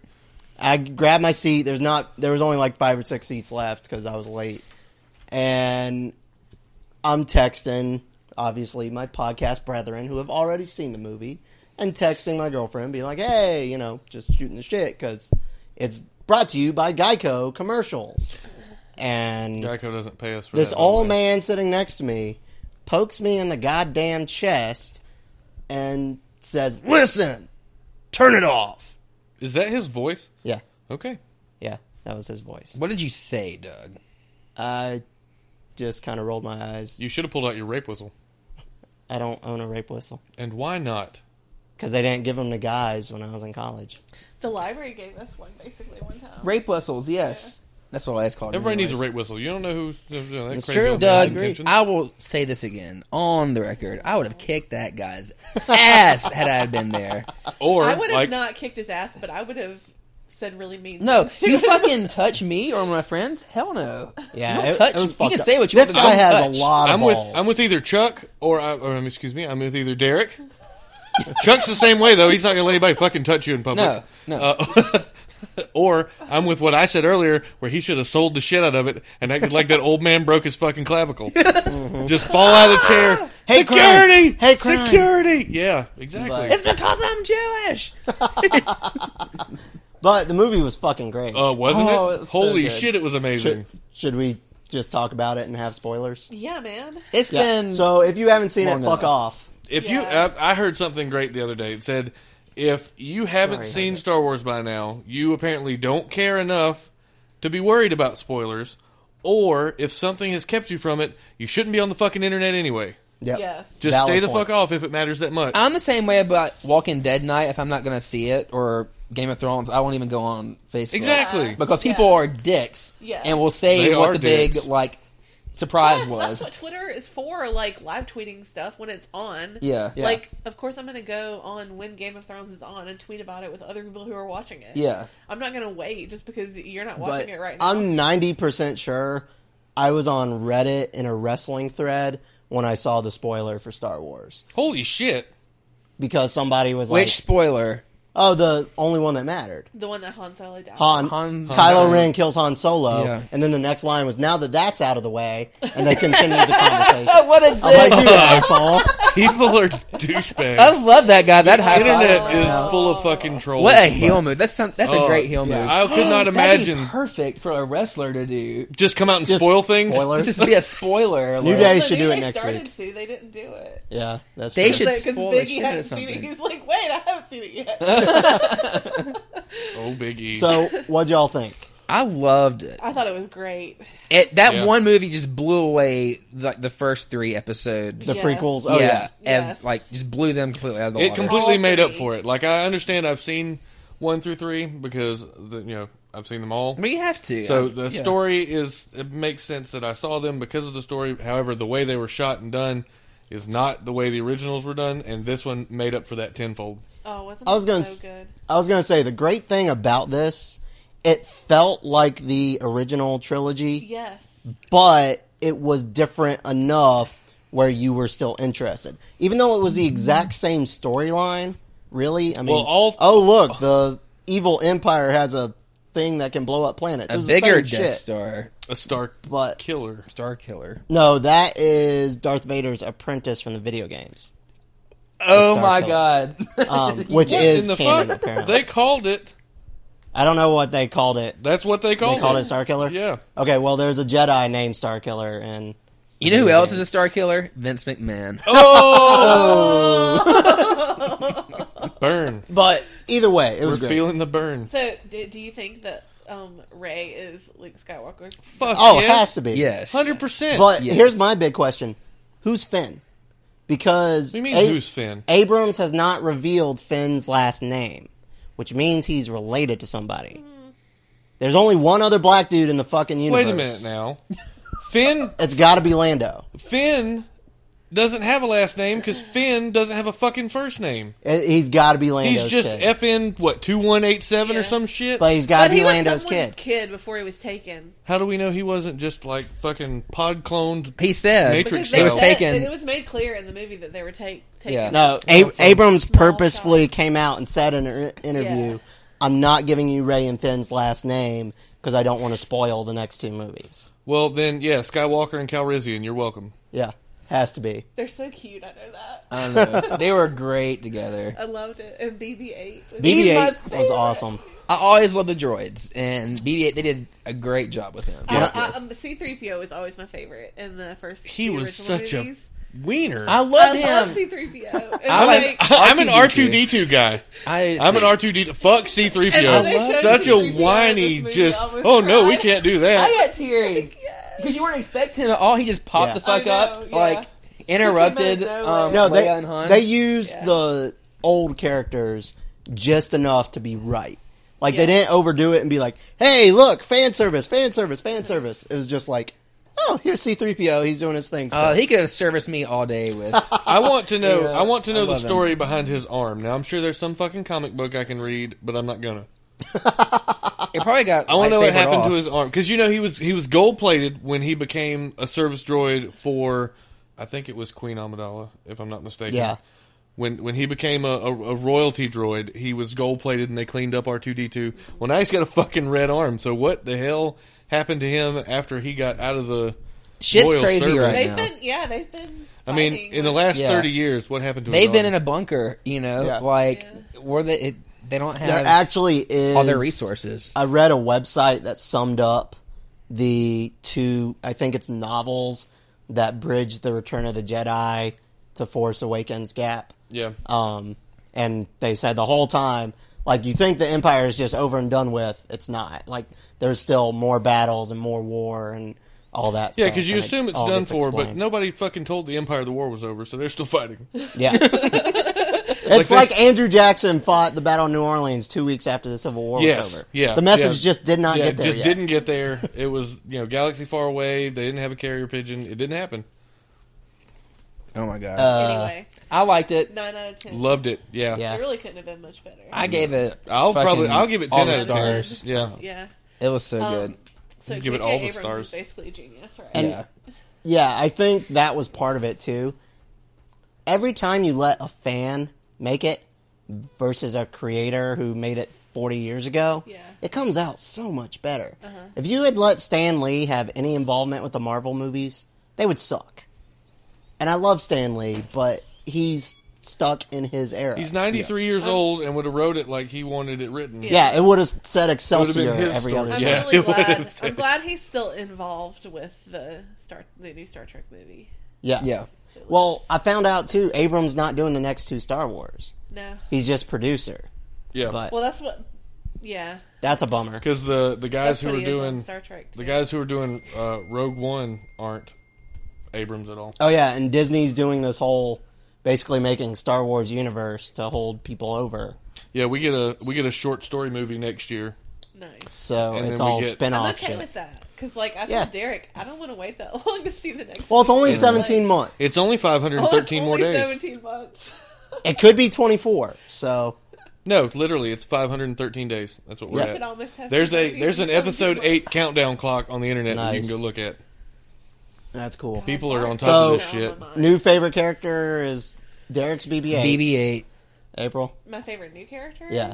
Speaker 6: I grab my seat. There's not. There was only like five or six seats left because I was late, and I'm texting obviously my podcast brethren who have already seen the movie and texting my girlfriend, being like, "Hey, you know, just shooting the shit because it's brought to you by Geico commercials." And
Speaker 4: Geico doesn't pay us for
Speaker 6: this
Speaker 4: that, by the
Speaker 6: old
Speaker 4: way.
Speaker 6: man sitting next to me pokes me in the goddamn chest and says, "Listen, turn it off."
Speaker 4: Is that his voice?
Speaker 6: Yeah,
Speaker 4: Okay.
Speaker 6: yeah, that was his voice.
Speaker 3: What did you say, Doug?
Speaker 6: I just kind of rolled my eyes.
Speaker 4: You should have pulled out your rape whistle.
Speaker 6: I don't own a rape whistle
Speaker 4: And why not?
Speaker 6: because they didn't give them to guys when I was in college.
Speaker 5: The library gave us one basically one time.
Speaker 3: Rape whistles, yes. That's what I always called. it
Speaker 4: Everybody needs a
Speaker 3: anyways.
Speaker 4: rape whistle. You don't know who's who's doing that
Speaker 6: It's
Speaker 4: crazy
Speaker 6: true.
Speaker 4: old man in
Speaker 3: Doug,
Speaker 4: the kitchen.
Speaker 3: I will say this again on the record. I would have kicked that guy's ass had I had been there.
Speaker 4: Or
Speaker 5: I would have
Speaker 4: like,
Speaker 5: not kicked his ass, but I would have said really mean.
Speaker 3: No,
Speaker 5: things to
Speaker 3: you
Speaker 5: him.
Speaker 3: fucking touch me or my friends? Hell no.
Speaker 6: Yeah,
Speaker 3: you don't
Speaker 6: it-
Speaker 3: touch.
Speaker 6: it was
Speaker 3: you
Speaker 6: fucked
Speaker 3: can
Speaker 6: up.
Speaker 3: say what you
Speaker 6: This
Speaker 3: want.
Speaker 6: guy
Speaker 3: don't
Speaker 6: has
Speaker 3: touch.
Speaker 6: a lot of
Speaker 4: I'm with
Speaker 6: balls.
Speaker 4: I'm with either Chuck or, I, or um, excuse me, I'm with either Derek. *laughs* Chuck's the same way though. He's not gonna let anybody fucking touch you in public.
Speaker 3: No, no.
Speaker 4: Uh, *laughs* or I'm with what I said earlier, where he should have sold the shit out of it and acted like that old man broke his fucking clavicle. Just fall out of the chair.
Speaker 6: Hey,
Speaker 4: security!
Speaker 6: crime. Hey, crime.
Speaker 4: security! Yeah, exactly.
Speaker 3: It's because I'm Jewish.
Speaker 6: But the movie was fucking great.
Speaker 4: uh, wasn't
Speaker 3: Oh,
Speaker 4: it?
Speaker 3: it's so
Speaker 4: Holy
Speaker 3: good.
Speaker 4: shit! It was amazing.
Speaker 6: should, should we just talk about it and have spoilers?
Speaker 5: *laughs* Yeah, man.
Speaker 3: It's
Speaker 6: Yeah.
Speaker 3: been
Speaker 6: so if you haven't seen it,
Speaker 3: long
Speaker 6: fuck
Speaker 3: enough.
Speaker 6: off.
Speaker 4: If
Speaker 5: Yeah.
Speaker 4: you, I, I heard something great the other day. It said, if you haven't
Speaker 6: Sorry,
Speaker 4: seen
Speaker 6: Herbert.
Speaker 4: Star Wars by now, you apparently don't care enough to be worried about spoilers, or if something has kept you from it, you shouldn't be on the fucking internet anyway.
Speaker 6: Yep.
Speaker 5: Yes.
Speaker 4: Just
Speaker 6: Valid
Speaker 4: stay the
Speaker 6: point.
Speaker 4: fuck off if it matters that much.
Speaker 3: I'm the same way about Walking Dead night. If I'm not going to see it or Game of Thrones, I won't even go on Facebook.
Speaker 4: exactly.
Speaker 3: because people
Speaker 5: Yeah.
Speaker 3: are dicks
Speaker 5: Yeah.
Speaker 3: and will say
Speaker 4: They
Speaker 3: what
Speaker 4: are
Speaker 3: the
Speaker 4: dicks.
Speaker 3: big like surprise
Speaker 5: Yes,
Speaker 3: was.
Speaker 5: that's what Twitter is for, like live tweeting stuff when it's on.
Speaker 3: yeah.
Speaker 6: Yeah.
Speaker 5: Like, of course, I'm going to go on when Game of Thrones is on and tweet about it with other people who are watching it.
Speaker 3: Yeah.
Speaker 5: I'm not going to wait just because you're not watching
Speaker 6: But
Speaker 5: it right now.
Speaker 6: I'm 90% sure I was on Reddit in a wrestling thread when I saw the spoiler for Star Wars
Speaker 4: Holy shit.
Speaker 6: because somebody was
Speaker 3: Which
Speaker 6: like,
Speaker 3: spoiler?
Speaker 6: "Oh, the only one that mattered."
Speaker 5: the one that Han Solo died.
Speaker 6: Han,
Speaker 3: Han-
Speaker 6: Kylo
Speaker 3: Han-
Speaker 6: Ren kills Han Solo,
Speaker 3: Yeah.
Speaker 6: and then the next line was, "Now that that's out of the way," and they
Speaker 3: *laughs*
Speaker 6: continued the conversation.
Speaker 3: what a
Speaker 6: I'm
Speaker 3: dick!
Speaker 6: like, you asshole.
Speaker 4: People are *laughs* douchebags.
Speaker 3: I love that guy. That high
Speaker 4: internet
Speaker 3: five.
Speaker 4: is full of fucking trolls.
Speaker 3: What a heel move. That's some, that's
Speaker 4: Oh,
Speaker 3: a great heel *laughs*
Speaker 4: yeah.
Speaker 3: move.
Speaker 4: I could
Speaker 3: That'd
Speaker 4: not
Speaker 3: be
Speaker 4: imagine.
Speaker 3: perfect for a wrestler to do.
Speaker 4: Just come out and
Speaker 6: Just
Speaker 4: spoil things.
Speaker 6: spoiler.
Speaker 3: Just to be a spoiler. alert.
Speaker 6: New Day
Speaker 5: But
Speaker 6: should
Speaker 5: then
Speaker 6: do it
Speaker 5: they
Speaker 6: next
Speaker 5: started
Speaker 6: week.
Speaker 5: to, they didn't do it.
Speaker 6: Yeah, that's
Speaker 3: They
Speaker 6: true.
Speaker 3: should
Speaker 5: Because
Speaker 3: spoil the
Speaker 5: Biggie
Speaker 3: shit out
Speaker 5: hadn't
Speaker 3: of
Speaker 5: seen it.
Speaker 3: something.
Speaker 5: He's like, wait, I haven't seen it yet.
Speaker 4: *laughs* Oh, Big E.
Speaker 6: So, what'd y'all think?
Speaker 3: I loved it.
Speaker 5: I thought it was great.
Speaker 3: it that
Speaker 4: Yeah.
Speaker 3: one movie just blew away the, the first three episodes.
Speaker 6: The
Speaker 5: Yes.
Speaker 6: prequels. Oh yeah.
Speaker 3: and
Speaker 5: Yes.
Speaker 3: like just blew them completely out of the
Speaker 4: it
Speaker 3: water.
Speaker 4: completely
Speaker 5: All
Speaker 4: made up
Speaker 5: three.
Speaker 4: for it. Like I understand, I've seen one through three because the, you know I've seen them all.
Speaker 3: but you have to.
Speaker 4: So
Speaker 3: I-
Speaker 4: the
Speaker 3: yeah.
Speaker 4: story is it makes sense that I saw them because of the story. However, the way they were shot and done is not the way the originals were done, and this one made up for that tenfold.
Speaker 5: Oh, wasn't
Speaker 6: I was
Speaker 5: it
Speaker 6: gonna.
Speaker 5: so
Speaker 6: s-
Speaker 5: good?
Speaker 6: I was gonna say the great thing about this, it felt like the original trilogy,
Speaker 5: Yes.
Speaker 6: but it was different enough where you were still interested, even though it was the exact same storyline. Really, I mean,
Speaker 4: Well, all-
Speaker 6: oh look, the evil empire has a thing that can blow up planets. It
Speaker 3: a
Speaker 6: was
Speaker 3: bigger
Speaker 6: the same
Speaker 3: Death
Speaker 6: shit.
Speaker 3: Star,
Speaker 4: A Stark
Speaker 6: But
Speaker 4: killer.
Speaker 3: Star Killer.
Speaker 6: no, that is Darth Vader's apprentice from the video
Speaker 4: *laughs*
Speaker 6: games,
Speaker 3: Oh
Speaker 6: Star
Speaker 3: my
Speaker 6: Killer.
Speaker 3: *laughs* god!
Speaker 6: *laughs* um, which
Speaker 4: What
Speaker 6: is
Speaker 4: in the
Speaker 6: canon.
Speaker 4: fuck?
Speaker 6: Apparently,
Speaker 4: *laughs* They called it.
Speaker 6: I don't know what they called it.
Speaker 4: That's what they called
Speaker 6: They called
Speaker 4: it.
Speaker 6: it Star Killer.
Speaker 4: Yeah.
Speaker 6: Okay. Well, there's a Jedi named Star Killer, and
Speaker 3: you know who else is a Star Killer? Vince McMahon.
Speaker 4: Oh,
Speaker 6: Oh!
Speaker 4: Burn.
Speaker 6: but either way, it was
Speaker 4: We're
Speaker 6: great.
Speaker 4: feeling the burn.
Speaker 5: So, do, do you think that um, Ray is Luke Skywalker's
Speaker 4: Fuck
Speaker 6: oh, it has to be.
Speaker 3: Yes,
Speaker 4: Hundred *laughs* percent.
Speaker 6: But
Speaker 3: Yes.
Speaker 6: here's my big question: Who's Finn? Because
Speaker 4: What do you mean
Speaker 6: A-
Speaker 4: who's Finn?
Speaker 6: Abrams has not revealed Finn's last name, which means he's related to somebody. There's only one other black dude in the fucking universe.
Speaker 4: Wait a minute now. Finn
Speaker 6: It's got to be Lando.
Speaker 4: Finn doesn't have a last name because Finn doesn't have a fucking first name.
Speaker 6: It- He's got to be Lando's
Speaker 4: He's just
Speaker 6: kid.
Speaker 4: FN what two one eight seven
Speaker 5: Yeah.
Speaker 4: or some shit.
Speaker 6: but he's got
Speaker 5: But
Speaker 6: to
Speaker 5: he
Speaker 6: be
Speaker 5: was
Speaker 6: Lando's
Speaker 5: someone's
Speaker 6: kid.
Speaker 5: kid before he was taken.
Speaker 4: How do we know he wasn't just like fucking pod cloned?
Speaker 3: he said.
Speaker 5: Because
Speaker 4: Matrix It
Speaker 5: they
Speaker 4: was
Speaker 5: said-
Speaker 3: taken-
Speaker 5: and It was made clear in the movie that they were take, taken.
Speaker 3: Yeah.
Speaker 6: No,
Speaker 5: as-
Speaker 6: A- Abrams
Speaker 5: Small
Speaker 6: purposefully came out and said in an interview,
Speaker 5: Yeah.
Speaker 6: "I'm not giving you Ray and Finn's last name because I don't want to spoil the next two movies."
Speaker 4: Well, then yeah, Skywalker and Calrissian. You're welcome.
Speaker 6: Yeah, Has to be.
Speaker 5: They're so cute. I know that.
Speaker 3: I don't know. they were great together.
Speaker 5: I loved it. And BB-8. was-
Speaker 3: BB-8
Speaker 5: He's my
Speaker 6: BB-8 was
Speaker 5: favorite.
Speaker 6: awesome.
Speaker 3: I always loved the droids, and BB-8. They did a great job with him.
Speaker 5: I- I- um, C-3PO is always my favorite in the first.
Speaker 4: He
Speaker 5: few
Speaker 4: was
Speaker 5: original
Speaker 4: such
Speaker 5: movies.
Speaker 4: a wiener.
Speaker 3: I
Speaker 5: I
Speaker 3: love him.
Speaker 5: love C-3PO. And
Speaker 3: I like-
Speaker 5: like,
Speaker 4: *laughs* I'm an
Speaker 3: R2D2.
Speaker 4: R2D2 guy.
Speaker 3: I,
Speaker 4: I'm an R2D2. Fuck
Speaker 5: And when they
Speaker 4: C3PO.
Speaker 5: showed
Speaker 4: Such
Speaker 5: C-3PO
Speaker 4: a
Speaker 5: in
Speaker 4: whiny,
Speaker 5: this movie,
Speaker 4: just,
Speaker 5: I almost
Speaker 4: oh no, we
Speaker 5: cried.
Speaker 4: can't do that.
Speaker 3: I got teary
Speaker 5: yes.
Speaker 3: because you weren't expecting him at all. He just popped
Speaker 6: Yeah.
Speaker 3: the fuck
Speaker 5: I know,
Speaker 3: up,
Speaker 5: yeah.
Speaker 3: like interrupted.
Speaker 5: He came out of nowhere.
Speaker 3: Um,
Speaker 6: No, they
Speaker 3: Leia and Han.
Speaker 6: they used
Speaker 5: Yeah.
Speaker 6: the old characters just enough to be right. Like they
Speaker 5: Yes.
Speaker 6: didn't overdo it and be like, "Hey, look, fan service, fan service, fan service." It was just like, "Oh, here's C-3PO. He's doing his thing."
Speaker 3: uh,
Speaker 6: still."
Speaker 3: he could have serviced me all day
Speaker 4: *laughs*
Speaker 3: with.
Speaker 4: I want to know.
Speaker 3: Yeah,
Speaker 4: I want to
Speaker 3: I
Speaker 4: know the
Speaker 3: love him.
Speaker 4: story behind his arm. Now I'm sure there's some fucking comic book I can read, but I'm not gonna.
Speaker 3: It probably got.
Speaker 4: I want to know what
Speaker 3: lightsabered
Speaker 4: happened
Speaker 3: off.
Speaker 4: to his arm because you know he was he was gold plated when he became a service droid for, I think it was Queen Amidala, if I'm not mistaken.
Speaker 6: Yeah.
Speaker 4: When when he became a, a, a royalty droid, he was gold plated and they cleaned up R2D2. Well, now he's got a fucking red arm. So what the hell happened to him after he got out of the?
Speaker 3: Shit's
Speaker 4: Royal
Speaker 3: crazy
Speaker 4: service.
Speaker 3: right
Speaker 5: They've
Speaker 3: now.
Speaker 5: been, yeah, they've been.
Speaker 4: I mean,
Speaker 5: fighting,
Speaker 4: in the
Speaker 5: like-
Speaker 4: last
Speaker 3: Yeah.
Speaker 4: thirty years, what happened to? his
Speaker 3: They've been
Speaker 4: arm?
Speaker 3: in a bunker, you know,
Speaker 6: Yeah.
Speaker 3: like
Speaker 5: Yeah.
Speaker 3: where they it, they don't
Speaker 6: there
Speaker 3: have
Speaker 6: actually is
Speaker 3: all their resources.
Speaker 6: I read a website that summed up the two, I think it's novels that bridge the Return of the Jedi to Force Awakens gap.
Speaker 4: yeah.
Speaker 3: Oh,
Speaker 6: Um, and they said the whole time, like, you think the Empire is just over and done with. It's not. Like, there's still more battles and more war and all that stuff,
Speaker 4: Yeah, because you
Speaker 6: and it
Speaker 4: assume it's
Speaker 6: all
Speaker 4: done
Speaker 6: gets
Speaker 4: for, but
Speaker 6: explained.
Speaker 4: nobody fucking told the Empire the war was over, so they're still fighting. *laughs*
Speaker 6: Yeah. it's like, Andrew Jackson fought the Battle of New Orleans two weeks after the Civil War
Speaker 4: Yes,
Speaker 6: was over.
Speaker 4: yeah,
Speaker 6: The message
Speaker 4: yeah.
Speaker 6: just did not
Speaker 4: yeah,
Speaker 6: get there.
Speaker 4: just
Speaker 6: yet.
Speaker 4: didn't get there. It was you know galaxy far away. They didn't have a carrier pigeon. It didn't happen.
Speaker 3: Oh my
Speaker 2: Uh,
Speaker 3: god!
Speaker 5: anyway,
Speaker 3: I liked it.
Speaker 5: nine out of ten.
Speaker 4: Loved it. Yeah.
Speaker 6: Yeah.
Speaker 5: It really couldn't have been much better.
Speaker 3: I gave it.
Speaker 4: I'll
Speaker 3: fucking
Speaker 4: probably I'll give it
Speaker 3: all
Speaker 4: ten
Speaker 3: the
Speaker 4: out of ten.
Speaker 3: stars.
Speaker 4: Yeah.
Speaker 5: yeah.
Speaker 3: It was so
Speaker 5: Um,
Speaker 3: good.
Speaker 5: So
Speaker 4: Give
Speaker 5: J.J.
Speaker 4: it all the
Speaker 5: Abrams
Speaker 4: stars.
Speaker 5: is basically a genius, right?
Speaker 6: And-
Speaker 3: yeah,
Speaker 6: Yeah, I think that was part of it too. Every time you let a fan make it versus a creator who made it 40 years ago,
Speaker 5: Yeah. Uh-huh.
Speaker 6: it comes out so much better. If you had let Stan Lee have any involvement with the Marvel movies, they would suck. And I love Stan Lee, but he's stuck in his era.
Speaker 4: He's ninety three years old and would have wrote it like he wanted it written.
Speaker 6: yeah, it would have said Excelsior
Speaker 4: his
Speaker 6: every
Speaker 4: story.
Speaker 6: other
Speaker 5: I'm
Speaker 6: time.
Speaker 4: Yeah,
Speaker 5: really
Speaker 4: *laughs* it would've
Speaker 5: glad.
Speaker 4: said
Speaker 5: I'm glad he's still involved with the Star, the new Star Trek movie.
Speaker 6: Yeah.
Speaker 3: yeah.
Speaker 5: It was-
Speaker 6: Well, I found out too, Abrams not doing the next two Star Wars.
Speaker 5: no.
Speaker 6: He's just producer.
Speaker 4: Yeah.
Speaker 6: But
Speaker 5: Well, that's what. Yeah.
Speaker 6: that's a bummer.
Speaker 4: Because the the
Speaker 5: That's
Speaker 4: guys who
Speaker 5: what
Speaker 4: were
Speaker 5: he is on
Speaker 4: doing
Speaker 5: Star Trek.
Speaker 4: the
Speaker 5: too.
Speaker 4: guys who were doing uh, Rogue One aren't Abrams at all.
Speaker 6: Oh yeah, and Disney's doing this whole basically making Star Wars universe to hold people over.
Speaker 4: Yeah, we get a we get a short story movie next year.
Speaker 5: Nice.
Speaker 6: So
Speaker 4: And
Speaker 6: it's
Speaker 4: then we
Speaker 6: all
Speaker 4: get-
Speaker 6: spin
Speaker 5: I'm
Speaker 6: off
Speaker 5: okay
Speaker 6: shit.
Speaker 5: with that because, like, I told
Speaker 6: Yeah.
Speaker 5: Derek, I don't want to wait that *laughs* long to see the next.
Speaker 6: well, it's only
Speaker 5: movie. Like,
Speaker 6: 17 months.
Speaker 4: It's only five hundred
Speaker 5: *laughs*
Speaker 4: and
Speaker 5: oh, it's
Speaker 4: thirteen more
Speaker 5: only
Speaker 4: days.
Speaker 5: 17 months. *laughs*
Speaker 6: It could be 24. So
Speaker 4: No, literally, it's 513 days. That's what we're
Speaker 6: Yeah.
Speaker 5: We
Speaker 4: at.
Speaker 5: could almost have
Speaker 4: There's
Speaker 5: two
Speaker 4: a
Speaker 5: movies
Speaker 4: there's
Speaker 5: in
Speaker 4: an episode
Speaker 5: 17
Speaker 4: eight
Speaker 5: months.
Speaker 4: countdown clock on the internet that you
Speaker 6: Nice.
Speaker 4: can go look at.
Speaker 6: that's cool.
Speaker 4: People are on top
Speaker 6: So-
Speaker 4: of this shit.
Speaker 6: New favorite character is Derek's BB-8.
Speaker 3: BB-8.
Speaker 6: April.
Speaker 5: My favorite new character?
Speaker 6: Yeah.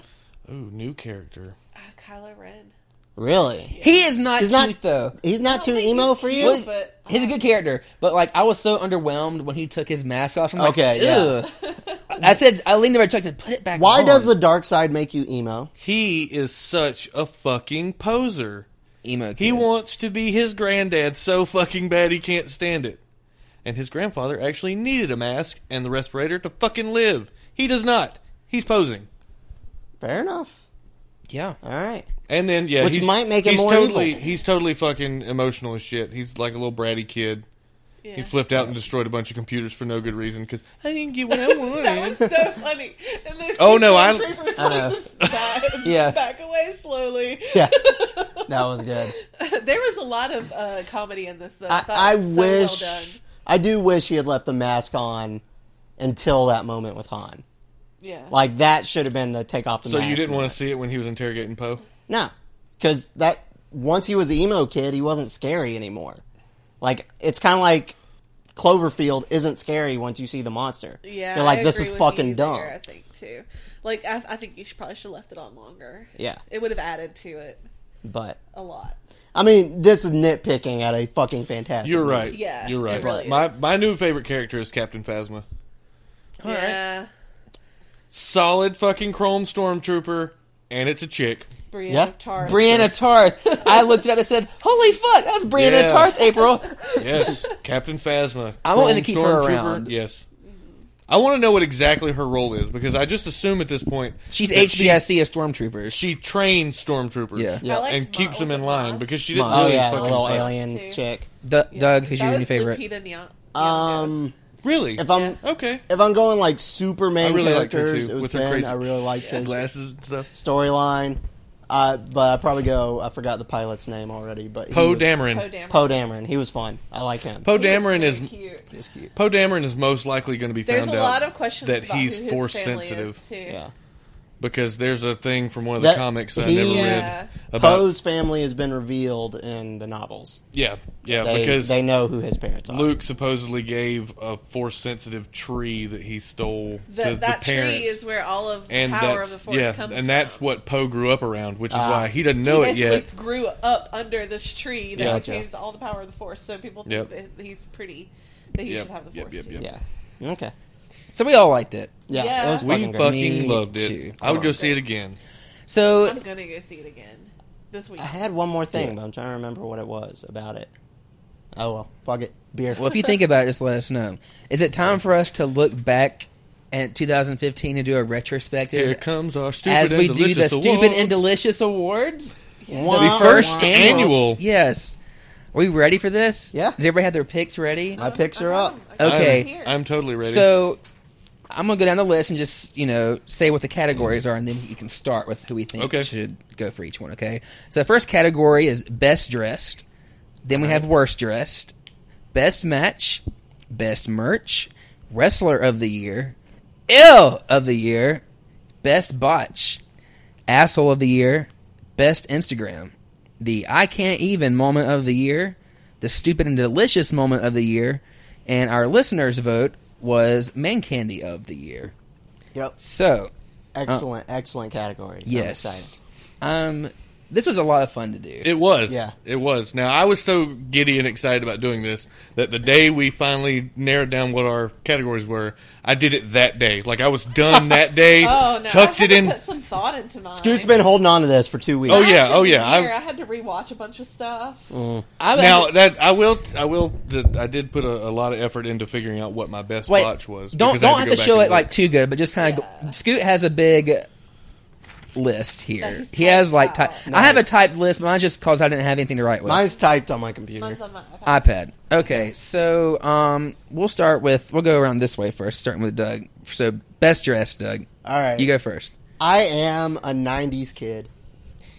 Speaker 4: Ooh, new character.
Speaker 5: Uh, Kylo Ren.
Speaker 6: Really?
Speaker 3: He is not
Speaker 6: He's
Speaker 3: cute
Speaker 6: not-
Speaker 3: though.
Speaker 6: He's not too emo for you?
Speaker 3: Well,
Speaker 5: but- um,
Speaker 3: he's a good character, but like I was so underwhelmed when he took his mask off. I'm like,
Speaker 6: Okay, yeah.
Speaker 3: "Ugh." I said, I leaned over to Chuck and said, "Put it back."
Speaker 6: Why
Speaker 3: on."
Speaker 6: does the dark side make you emo?
Speaker 4: He is such a fucking poser.
Speaker 3: emo? Kid.
Speaker 4: He wants to be his granddad so fucking bad he can't stand it. And his grandfather actually needed a mask and the respirator to fucking live. He does not. He's posing.
Speaker 6: Fair enough.
Speaker 3: Yeah,
Speaker 6: All right.
Speaker 4: And then yeah,
Speaker 6: Which
Speaker 4: he's,
Speaker 6: might make him
Speaker 4: he's
Speaker 6: more
Speaker 4: totally
Speaker 6: evil.
Speaker 4: he's totally fucking emotional as shit. He's like a little bratty kid.
Speaker 5: Yeah.
Speaker 4: He flipped out and destroyed a bunch of computers for no good reason because I didn't get what
Speaker 5: *laughs* *laughs*
Speaker 4: I
Speaker 5: that was
Speaker 4: wanted.
Speaker 5: so funny. And those
Speaker 4: Oh,
Speaker 5: two
Speaker 4: no, I-
Speaker 5: stormtroopers,
Speaker 6: I know.
Speaker 5: like, just
Speaker 6: *laughs*
Speaker 5: back,
Speaker 3: Yeah.
Speaker 5: back away slowly. *laughs*
Speaker 6: Yeah. That was good.
Speaker 5: there was a lot of uh, comedy in this. Though.
Speaker 6: I,
Speaker 5: thought
Speaker 6: I
Speaker 5: it was so well
Speaker 6: wish
Speaker 5: done.
Speaker 6: I do wish he had left the mask on until that moment with Han.
Speaker 5: Yeah.
Speaker 6: Like that should have been the take off the
Speaker 4: so
Speaker 6: mask.
Speaker 4: you didn't want
Speaker 6: moment.
Speaker 4: to see it when he was interrogating Poe?
Speaker 6: No, because that once he was an emo kid, he wasn't scary anymore. Like it's kind of like Cloverfield isn't scary once you see the monster.
Speaker 5: yeah.
Speaker 6: you're like
Speaker 5: I
Speaker 6: this
Speaker 5: agree
Speaker 6: is
Speaker 5: with
Speaker 6: fucking
Speaker 5: you
Speaker 6: dumb.
Speaker 5: There, I think too. Like I, I think you should probably should have left it on longer.
Speaker 6: Yeah,
Speaker 5: It would have added to it.
Speaker 6: But
Speaker 5: a lot.
Speaker 6: I mean, this is nitpicking at a fucking fantastic.
Speaker 4: You're
Speaker 6: movie.
Speaker 4: right.
Speaker 5: Yeah,
Speaker 4: you're
Speaker 5: it
Speaker 4: right.
Speaker 5: really
Speaker 4: my
Speaker 5: is.
Speaker 4: my new favorite character is Captain Phasma.
Speaker 5: yeah,
Speaker 4: Solid fucking chrome stormtrooper, and it's a chick.
Speaker 5: Brienne
Speaker 6: Yeah.
Speaker 5: of Tarth.
Speaker 3: Brianna Tarth. *laughs* I looked it up and said, "Holy fuck, that's Brianna
Speaker 4: Yeah.
Speaker 3: Tarth."
Speaker 5: *laughs*
Speaker 3: April,
Speaker 4: Yes, Captain Phasma.
Speaker 3: I want them to
Speaker 4: Chrome
Speaker 3: keep her
Speaker 4: Stormtrooper.
Speaker 3: around.
Speaker 4: Yes. I want to know what exactly her role is because I just assume at this point
Speaker 3: she's
Speaker 4: that she-
Speaker 3: HBIC of stormtroopers.
Speaker 4: She trains stormtroopers
Speaker 3: Yeah.
Speaker 6: Yeah. I
Speaker 5: liked
Speaker 4: and keeps
Speaker 5: Miles
Speaker 4: them in
Speaker 5: at
Speaker 4: line
Speaker 5: Moss.
Speaker 4: because she didn't
Speaker 3: Miles.
Speaker 6: Oh
Speaker 4: really
Speaker 6: yeah, the
Speaker 4: fucking
Speaker 6: little
Speaker 4: fight.
Speaker 6: alien chick.
Speaker 3: Du-
Speaker 5: Yeah.
Speaker 3: Doug, who's
Speaker 5: That
Speaker 3: your new
Speaker 5: was
Speaker 3: favorite?
Speaker 5: Lupita Nyong- Nyong'o.
Speaker 6: Um,
Speaker 4: Really?
Speaker 6: if I'm
Speaker 4: okay.
Speaker 6: if I'm going like super
Speaker 4: I
Speaker 6: main
Speaker 4: really liked her,
Speaker 6: characters,
Speaker 4: too,
Speaker 6: it was
Speaker 4: with her
Speaker 6: Ben.
Speaker 4: crazy
Speaker 6: I really liked his
Speaker 4: Glasses and stuff.
Speaker 6: storyline. Uh, but I probably go. I forgot the pilot's name already, but he
Speaker 4: Poe
Speaker 6: was-
Speaker 4: Dameron.
Speaker 5: Poe Dameron.
Speaker 6: Poe Dameron. He was fun. I like him.
Speaker 4: Poe
Speaker 5: He was
Speaker 4: Dameron
Speaker 5: very
Speaker 4: is
Speaker 5: cute.
Speaker 3: That's cute.
Speaker 4: Poe Dameron is most likely going to be
Speaker 5: There's
Speaker 4: found
Speaker 5: a
Speaker 4: out
Speaker 5: lot of questions
Speaker 4: that
Speaker 5: about
Speaker 4: he's
Speaker 5: who his
Speaker 4: force
Speaker 5: family is,
Speaker 4: sensitive
Speaker 5: too.
Speaker 6: yeah.
Speaker 4: because there's a thing from one of the
Speaker 6: That-
Speaker 4: comics that
Speaker 6: he-
Speaker 4: I never
Speaker 5: Yeah.
Speaker 4: read about.
Speaker 6: Poe's family has been revealed in the novels.
Speaker 4: Yeah, yeah,
Speaker 6: They,
Speaker 4: Oh, because
Speaker 6: they know who his parents are.
Speaker 4: Luke supposedly gave a force sensitive tree that he stole
Speaker 5: The,
Speaker 4: to
Speaker 5: that
Speaker 4: the parents.
Speaker 5: tree is where all of the
Speaker 4: and
Speaker 5: power
Speaker 4: that's
Speaker 5: of the force
Speaker 4: yeah,
Speaker 5: comes
Speaker 4: and that's
Speaker 5: from.
Speaker 4: what Poe grew up around, which is
Speaker 6: Ah.
Speaker 4: why he doesn't know
Speaker 5: he
Speaker 4: it yet.
Speaker 5: basically grew up under this tree that
Speaker 4: Yeah.
Speaker 6: Gotcha.
Speaker 5: contains all the power of the force. So people think
Speaker 4: Yep.
Speaker 5: that he's pretty, that he
Speaker 4: Yep,
Speaker 5: should have the
Speaker 4: yep,
Speaker 5: force.
Speaker 4: yep,
Speaker 5: too.
Speaker 4: yep.
Speaker 6: Yeah. Okay.
Speaker 3: So we all liked it.
Speaker 6: Yeah.
Speaker 5: Yeah.
Speaker 6: It was
Speaker 5: We
Speaker 4: we
Speaker 6: fucking
Speaker 4: fucking,
Speaker 6: great.
Speaker 3: Me
Speaker 4: loved it.
Speaker 3: too.
Speaker 4: I would go see it again.
Speaker 3: So
Speaker 5: *laughs* I'm gonna go see it again this week.
Speaker 6: I had one more thing, but I'm trying to remember what it was about it. Oh well, fuck it. Beer.
Speaker 3: Well, if you think about it, just let us know. Is it time for us to look back at 2015 and do a retrospective
Speaker 4: Here comes our stupid
Speaker 3: as we
Speaker 4: and
Speaker 3: do the
Speaker 4: delicious
Speaker 3: Stupid
Speaker 4: awards.
Speaker 3: and Delicious Awards?
Speaker 4: the first annual.
Speaker 3: Yes. Are we ready for this?
Speaker 6: Yeah.
Speaker 3: Does everybody have their picks ready?
Speaker 6: My picks
Speaker 5: *laughs*
Speaker 6: are up.
Speaker 3: Okay.
Speaker 5: Here.
Speaker 4: I'm, I'm totally ready.
Speaker 3: So I'm gonna go down the list and just you know say what the categories are, and then you can start with who we think
Speaker 4: Okay.
Speaker 3: should go for each one. Okay. So the first category is best dressed. Then we have worst dressed, best match, best merch, wrestler of the year, ill of the year, best botch, asshole of the year, best Instagram, the I can't even moment of the year, the stupid and delicious moment of the year, and our listeners' vote was man candy of the year.
Speaker 6: Yep.
Speaker 3: So
Speaker 6: Excellent, excellent categories. I'm
Speaker 3: yes,
Speaker 6: excited.
Speaker 3: um, this was a lot of fun to do.
Speaker 4: It was.
Speaker 6: Yeah.
Speaker 4: It was. Now, I was so giddy and excited about doing this that the day we finally narrowed down what our categories were, I did it that day. Like, I was done that day,
Speaker 5: oh no!
Speaker 4: tucked
Speaker 5: I had
Speaker 4: it
Speaker 5: to
Speaker 4: in.
Speaker 5: Put some thought into mine.
Speaker 6: Scoot's been holding on to this for two weeks.
Speaker 4: Oh, yeah,
Speaker 5: Actually,
Speaker 4: oh, yeah, Oh,
Speaker 5: here,
Speaker 4: I-
Speaker 5: I, had to rewatch a bunch of stuff.
Speaker 3: I,
Speaker 4: Now that I will, I will. I did put a, a lot of effort into figuring out what my best
Speaker 3: Wait,
Speaker 4: watch was.
Speaker 3: Don't
Speaker 4: because I
Speaker 3: don't
Speaker 4: had
Speaker 3: have to
Speaker 4: go back
Speaker 3: show
Speaker 4: and
Speaker 3: it
Speaker 4: look.
Speaker 3: like too good, but just kind of.
Speaker 5: Yeah.
Speaker 3: Scoot has a big list
Speaker 5: That
Speaker 3: here.
Speaker 5: he's
Speaker 3: He has
Speaker 5: typed
Speaker 3: like
Speaker 5: out.
Speaker 3: type. I have a
Speaker 6: Nice.
Speaker 3: typed list, but mine's just because I didn't have anything to write with.
Speaker 6: Mine's typed on my computer.
Speaker 5: Mine's on my
Speaker 3: iPad.
Speaker 5: iPad.
Speaker 3: Okay, so um, we'll start with we'll go around this way first, starting with Doug. So best dressed, Doug.
Speaker 6: All right.
Speaker 3: You go first.
Speaker 6: I am a 90s kid.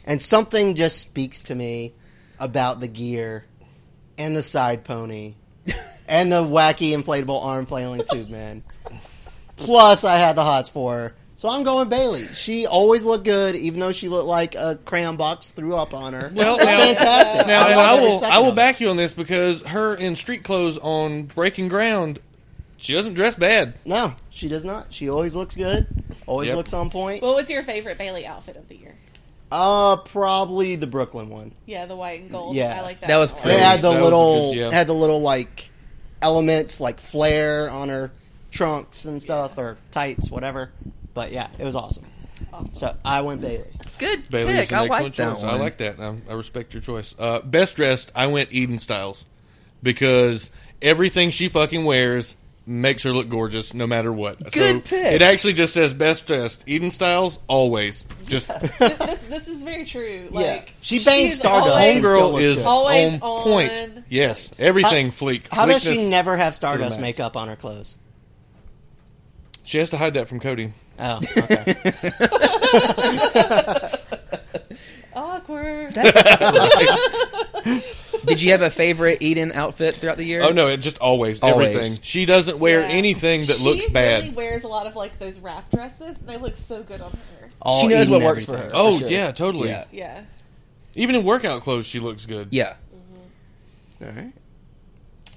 Speaker 6: And something just speaks to me about the gear and the side
Speaker 4: *laughs*
Speaker 6: pony and the wacky inflatable arm flailing tube man. Plus, I had the hots for her. So I'm going Bailey. She always looked good, even though she looked like a crayon box threw up on
Speaker 4: *laughs*
Speaker 6: her.
Speaker 4: Well,
Speaker 6: it's
Speaker 4: now-
Speaker 6: fantastic.
Speaker 4: Now,
Speaker 6: I,
Speaker 4: and
Speaker 6: love
Speaker 4: I
Speaker 6: every
Speaker 4: will,
Speaker 6: second
Speaker 4: I will
Speaker 6: of it.
Speaker 4: back you on this because her in street clothes on Breaking Ground, she doesn't dress bad.
Speaker 6: No, she does not. She always looks good. Always
Speaker 4: Yep.
Speaker 6: looks on point.
Speaker 5: What was your favorite Bailey outfit of the year?
Speaker 6: Uh, probably the Brooklyn one.
Speaker 5: Yeah, the white and gold.
Speaker 6: Yeah.
Speaker 5: I like that.
Speaker 3: That was
Speaker 5: one.
Speaker 3: pretty.
Speaker 6: They had the
Speaker 4: That was a
Speaker 6: little
Speaker 4: good- yeah.
Speaker 6: had the little like elements like flare on her trunks and stuff or tights, whatever. But yeah, it was awesome.
Speaker 5: Awesome.
Speaker 6: So I went Bailey.
Speaker 3: Good
Speaker 4: Bailey is
Speaker 3: pick.
Speaker 4: an
Speaker 3: I
Speaker 4: excellent
Speaker 3: like that
Speaker 4: choice.
Speaker 3: one.
Speaker 4: I like that. I, I respect your choice. Uh, best dressed, I went Eden Styles because everything she fucking wears makes her look gorgeous no matter what.
Speaker 3: Good pick.
Speaker 4: It actually just says best dressed Eden Styles always.
Speaker 3: *laughs*
Speaker 4: Just
Speaker 5: this, this is very true. Like
Speaker 6: She banged
Speaker 5: she's
Speaker 6: Stardust.
Speaker 5: Always,
Speaker 6: Homegirl
Speaker 4: girl
Speaker 6: looks
Speaker 4: is
Speaker 6: good.
Speaker 5: Always
Speaker 4: on
Speaker 5: on
Speaker 4: point. Yes, everything fleek.
Speaker 6: How does she
Speaker 4: Fleekness.
Speaker 6: never have Stardust
Speaker 4: max.
Speaker 6: makeup on her clothes?
Speaker 4: She has to hide that from Cody.
Speaker 6: Oh, okay.
Speaker 4: *laughs*
Speaker 5: awkward.
Speaker 3: Did you have a favorite Eden outfit throughout the year?
Speaker 4: Oh no, it just always,
Speaker 3: Always.
Speaker 4: everything. She doesn't wear
Speaker 5: Yeah.
Speaker 4: anything that
Speaker 5: she
Speaker 4: looks bad.
Speaker 5: really wears a lot of like those wrap dresses, and they look so good on her.
Speaker 6: All
Speaker 3: She knows
Speaker 6: Eden
Speaker 3: what works for
Speaker 6: everything.
Speaker 3: her.
Speaker 4: oh
Speaker 3: sure.
Speaker 4: yeah, totally.
Speaker 3: Yeah.
Speaker 5: Yeah.
Speaker 4: Even in workout clothes, she looks good.
Speaker 3: Yeah.
Speaker 6: All right.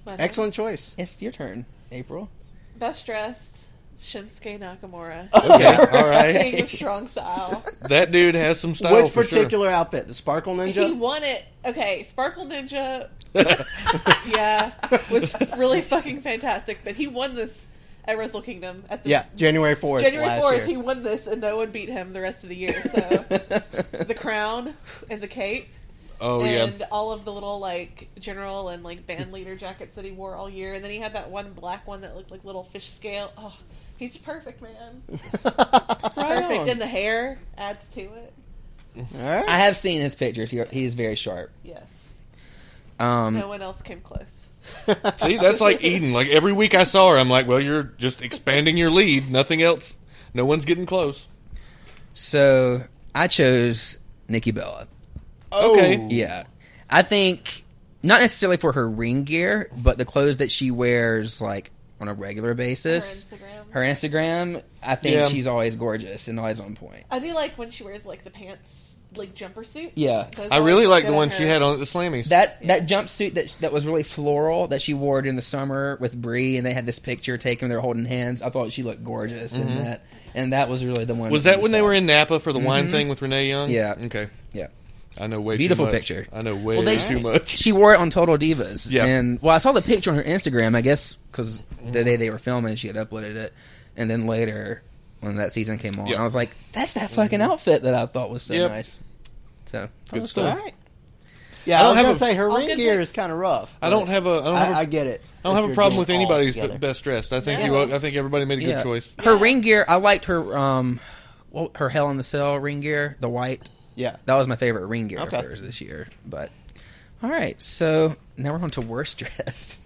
Speaker 5: My
Speaker 6: Excellent choice.
Speaker 3: It's your turn, April.
Speaker 5: Best dressed. Shinsuke Nakamura.
Speaker 4: Okay, *laughs* all
Speaker 5: King
Speaker 4: right.
Speaker 5: of Strong
Speaker 4: *laughs*
Speaker 5: Style.
Speaker 4: That dude has some style.
Speaker 6: Which
Speaker 4: for sure.
Speaker 6: particular outfit? The Sparkle
Speaker 5: He
Speaker 6: Ninja?
Speaker 5: won it. Okay, Sparkle Ninja. yeah, *laughs* was really fucking fantastic. But he won this at Wrestle Kingdom at the
Speaker 6: Yeah, January 4th.
Speaker 5: January
Speaker 6: last
Speaker 5: fourth.
Speaker 6: year.
Speaker 5: He won this, and no one beat him the rest of the year. So the crown and the cape.
Speaker 4: Oh yeah.
Speaker 5: and *laughs* all of the little like general and like band leader jackets that he wore all year, and then he had that one black one that looked like little fish scale. Oh, he's perfect, man. He's perfect,
Speaker 3: on.
Speaker 5: and the hair adds to it.
Speaker 3: I have seen his pictures. He, he is very sharp.
Speaker 5: Yes,
Speaker 3: Um,
Speaker 5: no one else came close.
Speaker 4: See, that's like Eden. Like every week I saw her, I'm like, well, you're just expanding your lead. Nothing else. No one's getting close.
Speaker 3: so I chose Nikki Bella. Oh.
Speaker 4: Okay.
Speaker 3: Yeah. I think not necessarily for her ring gear, but the clothes that she wears like on a regular basis.
Speaker 5: Her Instagram.
Speaker 3: Her Instagram, I think
Speaker 4: Yeah.
Speaker 3: she's always gorgeous and always on point.
Speaker 5: I do like when she wears like the pants, like jumper suits.
Speaker 3: Yeah.
Speaker 5: Those
Speaker 4: I
Speaker 5: always
Speaker 4: really
Speaker 5: look
Speaker 4: like
Speaker 5: good
Speaker 4: the
Speaker 5: on
Speaker 4: one she
Speaker 5: her.
Speaker 4: had on at the Slammies.
Speaker 3: That that jumpsuit that that was really floral that she wore during the summer with Brie and they had this picture taken they're holding hands. I thought she looked gorgeous in that and that was really the one.
Speaker 4: Mm-hmm. was that when they were in Napa for the
Speaker 5: Mm-hmm.
Speaker 4: wine thing with Renee Young?
Speaker 3: Yeah.
Speaker 4: Okay.
Speaker 3: Yeah.
Speaker 4: I know way
Speaker 3: Beautiful
Speaker 4: too much.
Speaker 3: picture.
Speaker 4: I know way
Speaker 3: Well, they-
Speaker 5: *laughs*
Speaker 4: too much.
Speaker 3: She wore it on Total Divas.
Speaker 4: Yeah.
Speaker 3: And well, I saw the picture on her Instagram. I guess because the day they were filming, she had uploaded it, and then later when that season came on,
Speaker 4: Yeah. Mm-hmm.
Speaker 3: I was like, "That's that fucking outfit that I thought was so
Speaker 4: Yep.
Speaker 3: nice." So
Speaker 4: Good
Speaker 3: was
Speaker 4: stuff.
Speaker 3: cool.
Speaker 4: All right.
Speaker 6: Yeah,
Speaker 4: I
Speaker 6: I,
Speaker 4: don't
Speaker 6: was
Speaker 4: have
Speaker 6: gonna
Speaker 4: a-
Speaker 6: say her
Speaker 5: All
Speaker 6: ring
Speaker 5: Oh, good
Speaker 6: gear
Speaker 5: mix.
Speaker 6: is kind of rough.
Speaker 4: I don't have a. I don't
Speaker 6: I,
Speaker 4: have a
Speaker 6: I get it.
Speaker 4: I don't have a problem with anybody's b-
Speaker 6: best.
Speaker 4: best dressed. I think
Speaker 5: Yeah.
Speaker 4: you. I think everybody made a good
Speaker 3: Yeah.
Speaker 4: choice.
Speaker 3: Her uh, ring gear, I liked her. Um, well, her Hell in the Cell ring gear, the white.
Speaker 6: Yeah.
Speaker 3: That was my favorite ring gear
Speaker 6: Okay.
Speaker 3: of hers this year. But all right, so now we're on to worst *laughs* dressed.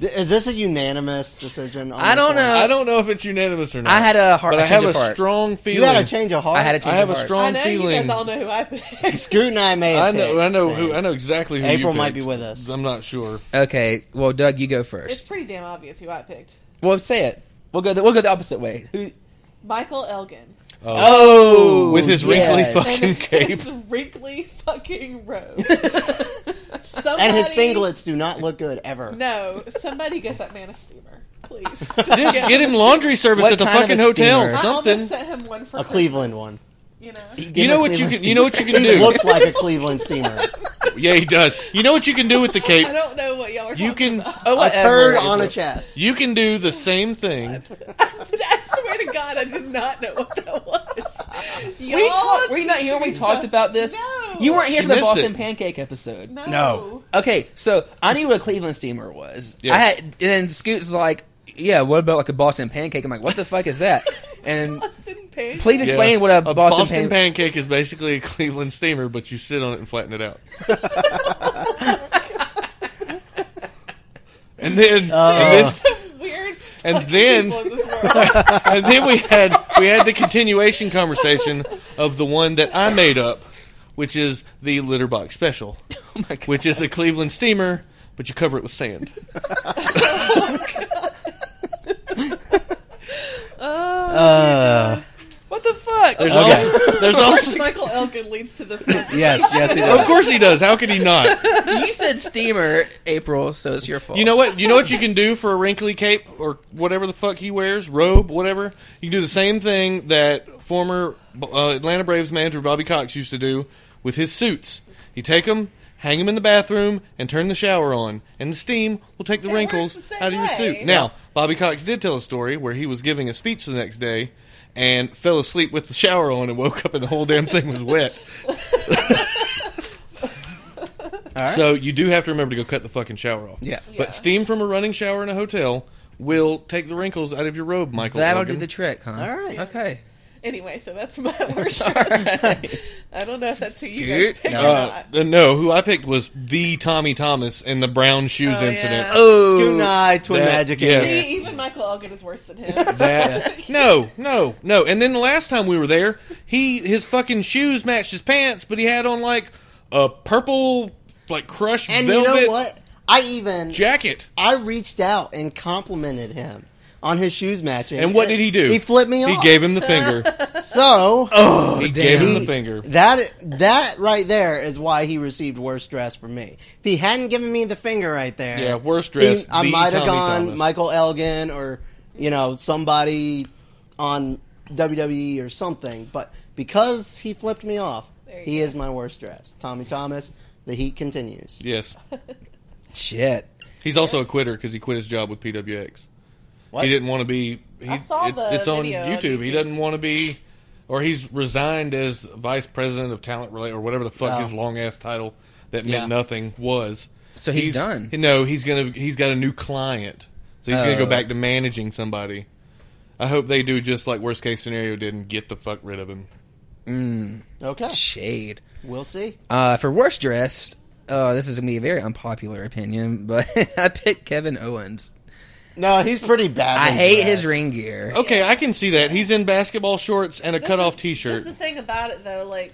Speaker 6: Th- Is this a unanimous decision? On
Speaker 3: I
Speaker 6: this
Speaker 3: don't
Speaker 6: one?
Speaker 3: know.
Speaker 4: I don't know if it's unanimous or not.
Speaker 3: I had a hard.
Speaker 4: but
Speaker 3: I
Speaker 4: I have a
Speaker 3: heart.
Speaker 4: strong feeling.
Speaker 6: You had a change of heart.
Speaker 3: I had a
Speaker 4: I
Speaker 3: change
Speaker 4: have
Speaker 3: of
Speaker 4: a
Speaker 3: heart.
Speaker 5: I
Speaker 4: strong
Speaker 5: know
Speaker 4: feeling.
Speaker 5: you guys all know who I
Speaker 4: *laughs*
Speaker 5: picked.
Speaker 6: Scoot and I may. Have
Speaker 4: I know.
Speaker 6: picked
Speaker 4: I know
Speaker 6: the
Speaker 4: who.
Speaker 6: same.
Speaker 4: I know exactly who.
Speaker 6: April
Speaker 4: you
Speaker 6: might be
Speaker 4: picked.
Speaker 6: with us.
Speaker 4: I'm not sure.
Speaker 3: Okay, well, Doug, you go
Speaker 5: it's
Speaker 3: first.
Speaker 5: pretty damn obvious who I picked.
Speaker 3: Well, say it. We'll go. The, we'll go the opposite way. Who?
Speaker 5: Michael
Speaker 4: *laughs*
Speaker 5: Elgin
Speaker 3: Oh,
Speaker 4: Uh, With his wrinkly
Speaker 3: yes.
Speaker 4: fucking
Speaker 5: and
Speaker 3: *laughs*
Speaker 4: cape.
Speaker 5: his wrinkly fucking robe.
Speaker 4: *laughs*
Speaker 5: Somebody-
Speaker 6: And his singlets do not look good ever.
Speaker 5: No, somebody get that man a steamer, please. Just
Speaker 4: *laughs* Just get him laundry service
Speaker 3: What
Speaker 4: at the
Speaker 3: kind of
Speaker 4: fucking
Speaker 3: a
Speaker 4: hotel.
Speaker 3: steamer?
Speaker 5: I
Speaker 4: Something.
Speaker 5: almost sent him one for
Speaker 6: A
Speaker 5: Christmas,
Speaker 6: Cleveland one.
Speaker 5: You know,
Speaker 4: You know what you can. You know what you can
Speaker 6: It
Speaker 4: do.
Speaker 6: looks like a Cleveland
Speaker 4: *laughs*
Speaker 6: steamer.
Speaker 4: Yeah, he does. You know what you can do with the
Speaker 5: *laughs*
Speaker 4: cape.
Speaker 5: I don't know what y'all are.
Speaker 4: You
Speaker 5: talking
Speaker 4: can.
Speaker 5: About.
Speaker 6: a turd on a
Speaker 3: April.
Speaker 6: chest.
Speaker 4: You can do the same thing.
Speaker 5: *laughs* I swear to God, I did not know what that was. Y'all
Speaker 3: We talked. Were you not
Speaker 5: teach
Speaker 3: here when we
Speaker 5: me
Speaker 3: talked
Speaker 5: stuff.
Speaker 3: about this?
Speaker 5: No.
Speaker 3: You weren't here
Speaker 4: She
Speaker 3: for the
Speaker 4: missed
Speaker 3: Boston
Speaker 4: it.
Speaker 3: pancake episode.
Speaker 5: No.
Speaker 2: No.
Speaker 3: Okay, so I knew what a Cleveland steamer was.
Speaker 4: Yeah.
Speaker 3: I had, and then Scoot's like, "Yeah, what about like a Boston pancake?" I'm like, "What the fuck is
Speaker 5: *laughs*
Speaker 3: that?" And
Speaker 5: Boston Page. *laughs*
Speaker 3: please explain what a,
Speaker 4: A
Speaker 3: Boston,
Speaker 4: Boston
Speaker 3: pancake.
Speaker 4: pancake is basically a *laughs* Cleveland steamer, but you sit on it and flatten it
Speaker 5: *laughs*
Speaker 4: out. and then,
Speaker 3: Oh.
Speaker 4: and then,
Speaker 5: Weird.
Speaker 4: And
Speaker 5: fucking
Speaker 4: then-
Speaker 5: people in this
Speaker 4: *laughs*
Speaker 5: world.
Speaker 4: and then we had we had the continuation conversation of the one that I made up, which is the litter box special,
Speaker 3: *laughs* Oh my God.
Speaker 4: which is a Cleveland steamer, but you cover it with sand.
Speaker 6: Uh,
Speaker 3: Oh, what the fuck?
Speaker 4: There's
Speaker 6: Okay.
Speaker 4: also,
Speaker 3: *laughs*
Speaker 4: there's also
Speaker 5: Michael Elgin leads to this. One.
Speaker 6: yes, yes, he
Speaker 4: of
Speaker 6: does.
Speaker 4: course he does. How could he not?
Speaker 3: you said steamer, April, so it's your fault.
Speaker 4: You know what? You know what you can do for a wrinkly cape or whatever the fuck he wears, robe, whatever. You can do the same thing that former uh, Atlanta Braves manager Bobby Cox used to do with his suits. You take them, hang them in the bathroom, and turn the shower on, and the steam will take the
Speaker 5: It
Speaker 4: wrinkles
Speaker 5: works the same
Speaker 4: out of your
Speaker 5: way.
Speaker 4: suit. Now, Bobby Cox did tell a story where he was giving a speech the next day. And fell asleep with the shower on and woke up and the whole damn thing was wet. So you do have to remember to go cut the fucking shower off.
Speaker 3: Yes.
Speaker 4: But steam from a running shower in a hotel will take the wrinkles out of your robe, Michael.
Speaker 3: That'll
Speaker 4: Elgin.
Speaker 3: do the trick, huh? All
Speaker 6: right.
Speaker 3: Okay.
Speaker 5: Anyway, so that's my worst. *laughs* I don't know if that's who you guys
Speaker 3: Scoot.
Speaker 5: picked or
Speaker 4: Uh,
Speaker 5: not.
Speaker 4: uh, no, who I picked was the Tommy Thomas in the brown shoes
Speaker 5: Oh,
Speaker 4: incident.
Speaker 5: yeah.
Speaker 3: Oh.
Speaker 6: Scoot and I, twin
Speaker 4: That-
Speaker 6: magic.
Speaker 4: yeah.
Speaker 6: in here.
Speaker 5: See, even Michael Elgin is worse than him. *laughs*
Speaker 4: That no, no, no. And then the last time we were there, he his fucking shoes matched his pants, but he had on like a purple like crushed
Speaker 6: And you
Speaker 4: velvet
Speaker 6: know what? I even
Speaker 4: jacket.
Speaker 6: I reached out and complimented him on his shoes matching.
Speaker 4: And what did he do?
Speaker 6: He flipped me
Speaker 4: He
Speaker 6: off. Oh,
Speaker 4: gave Oh, him
Speaker 6: *laughs*
Speaker 4: the finger.
Speaker 6: so
Speaker 4: he gave him
Speaker 3: damn.
Speaker 4: the finger.
Speaker 6: that that right there is why he received worst dress from me. If he hadn't given me the finger right there,
Speaker 4: Yeah, worst
Speaker 6: he-
Speaker 4: dress.
Speaker 6: I
Speaker 4: the
Speaker 6: might have
Speaker 4: Tommy
Speaker 6: gone
Speaker 4: Thomas.
Speaker 6: Michael Elgin or you know somebody on WWE or something, but because he flipped me off,
Speaker 5: There you
Speaker 6: he
Speaker 5: go.
Speaker 6: is my worst dress. Tommy Thomas, the heat continues.
Speaker 4: Yes.
Speaker 3: Shit.
Speaker 4: He's also a quitter because he quit his job with PWX.
Speaker 6: What?
Speaker 4: He didn't want to be. He,
Speaker 5: I saw
Speaker 4: it-
Speaker 5: the
Speaker 4: it's on
Speaker 5: video
Speaker 4: YouTube.
Speaker 5: on
Speaker 4: He
Speaker 5: YouTube.
Speaker 4: doesn't want to be, or he's resigned as vice president of talent relate or whatever the fuck
Speaker 6: Oh.
Speaker 4: his long ass title that meant
Speaker 6: Yeah.
Speaker 4: nothing was.
Speaker 3: So he's done.
Speaker 4: No, he's gonna. He's got a new client, so he's gonna
Speaker 3: Oh.
Speaker 4: go back to managing somebody. I hope they do just like worst case scenario did and get the fuck rid of him.
Speaker 6: Okay,
Speaker 3: Shade.
Speaker 6: we'll see.
Speaker 3: Uh, for worst dressed, uh, this is gonna be a very unpopular opinion, but *laughs* I picked Kevin Owens.
Speaker 6: No, he's pretty bad.
Speaker 3: I hate his ring gear.
Speaker 4: Okay, I can see that. He's in basketball shorts and a
Speaker 5: This
Speaker 4: cut off
Speaker 5: is-
Speaker 4: t
Speaker 5: That's
Speaker 4: shirt.
Speaker 5: the thing about it, though. Like,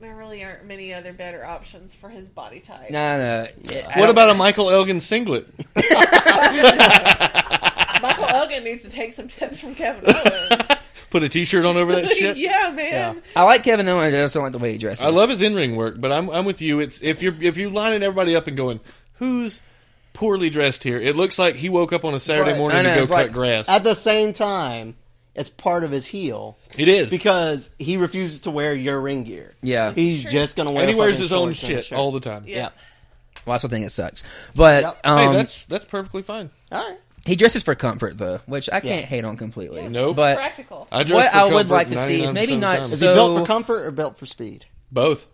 Speaker 5: there really aren't many other better options for his body type.
Speaker 3: No, no. it- I
Speaker 4: What
Speaker 3: don't-
Speaker 4: about a Michael Elgin singlet?
Speaker 5: Michael Elgin needs to take some tips from Kevin Owens.
Speaker 4: *laughs* Put a t shirt on over that shit.
Speaker 5: *laughs* yeah, man.
Speaker 3: I like Kevin Owens. I just don't like the way he dresses.
Speaker 4: I love his in ring work, but I'm I'm with you. It's if you're if you're lining everybody up and going, who's poorly dressed here? It looks like he woke up on a Saturday
Speaker 6: Right.
Speaker 4: morning
Speaker 3: I know,
Speaker 4: to go
Speaker 3: it's
Speaker 4: cut
Speaker 3: like-
Speaker 4: grass.
Speaker 6: At the same time, it's part of his heel
Speaker 4: it is
Speaker 6: because he refuses to wear your ring gear.
Speaker 3: Yeah.
Speaker 6: he's just gonna wear.
Speaker 4: and he wears
Speaker 6: fucking
Speaker 4: his own
Speaker 6: shorts and a
Speaker 4: shit
Speaker 6: shirt.
Speaker 4: all the time.
Speaker 5: Yeah.
Speaker 6: Yeah.
Speaker 3: Well, that's the thing that sucks. But
Speaker 6: Yep. Hey,
Speaker 4: Hey,
Speaker 3: um,
Speaker 4: that's that's perfectly fine.
Speaker 6: All right.
Speaker 3: he dresses for comfort though, which I can't
Speaker 6: Yeah.
Speaker 3: hate on completely.
Speaker 4: Nope.
Speaker 3: But
Speaker 5: Practical.
Speaker 4: I dress
Speaker 3: what
Speaker 4: for
Speaker 3: I would
Speaker 4: comfort
Speaker 3: like to see is
Speaker 4: 99%
Speaker 3: maybe
Speaker 4: of the
Speaker 3: not
Speaker 4: time.
Speaker 6: Is
Speaker 3: so-
Speaker 6: he built for comfort or built for speed?
Speaker 4: both.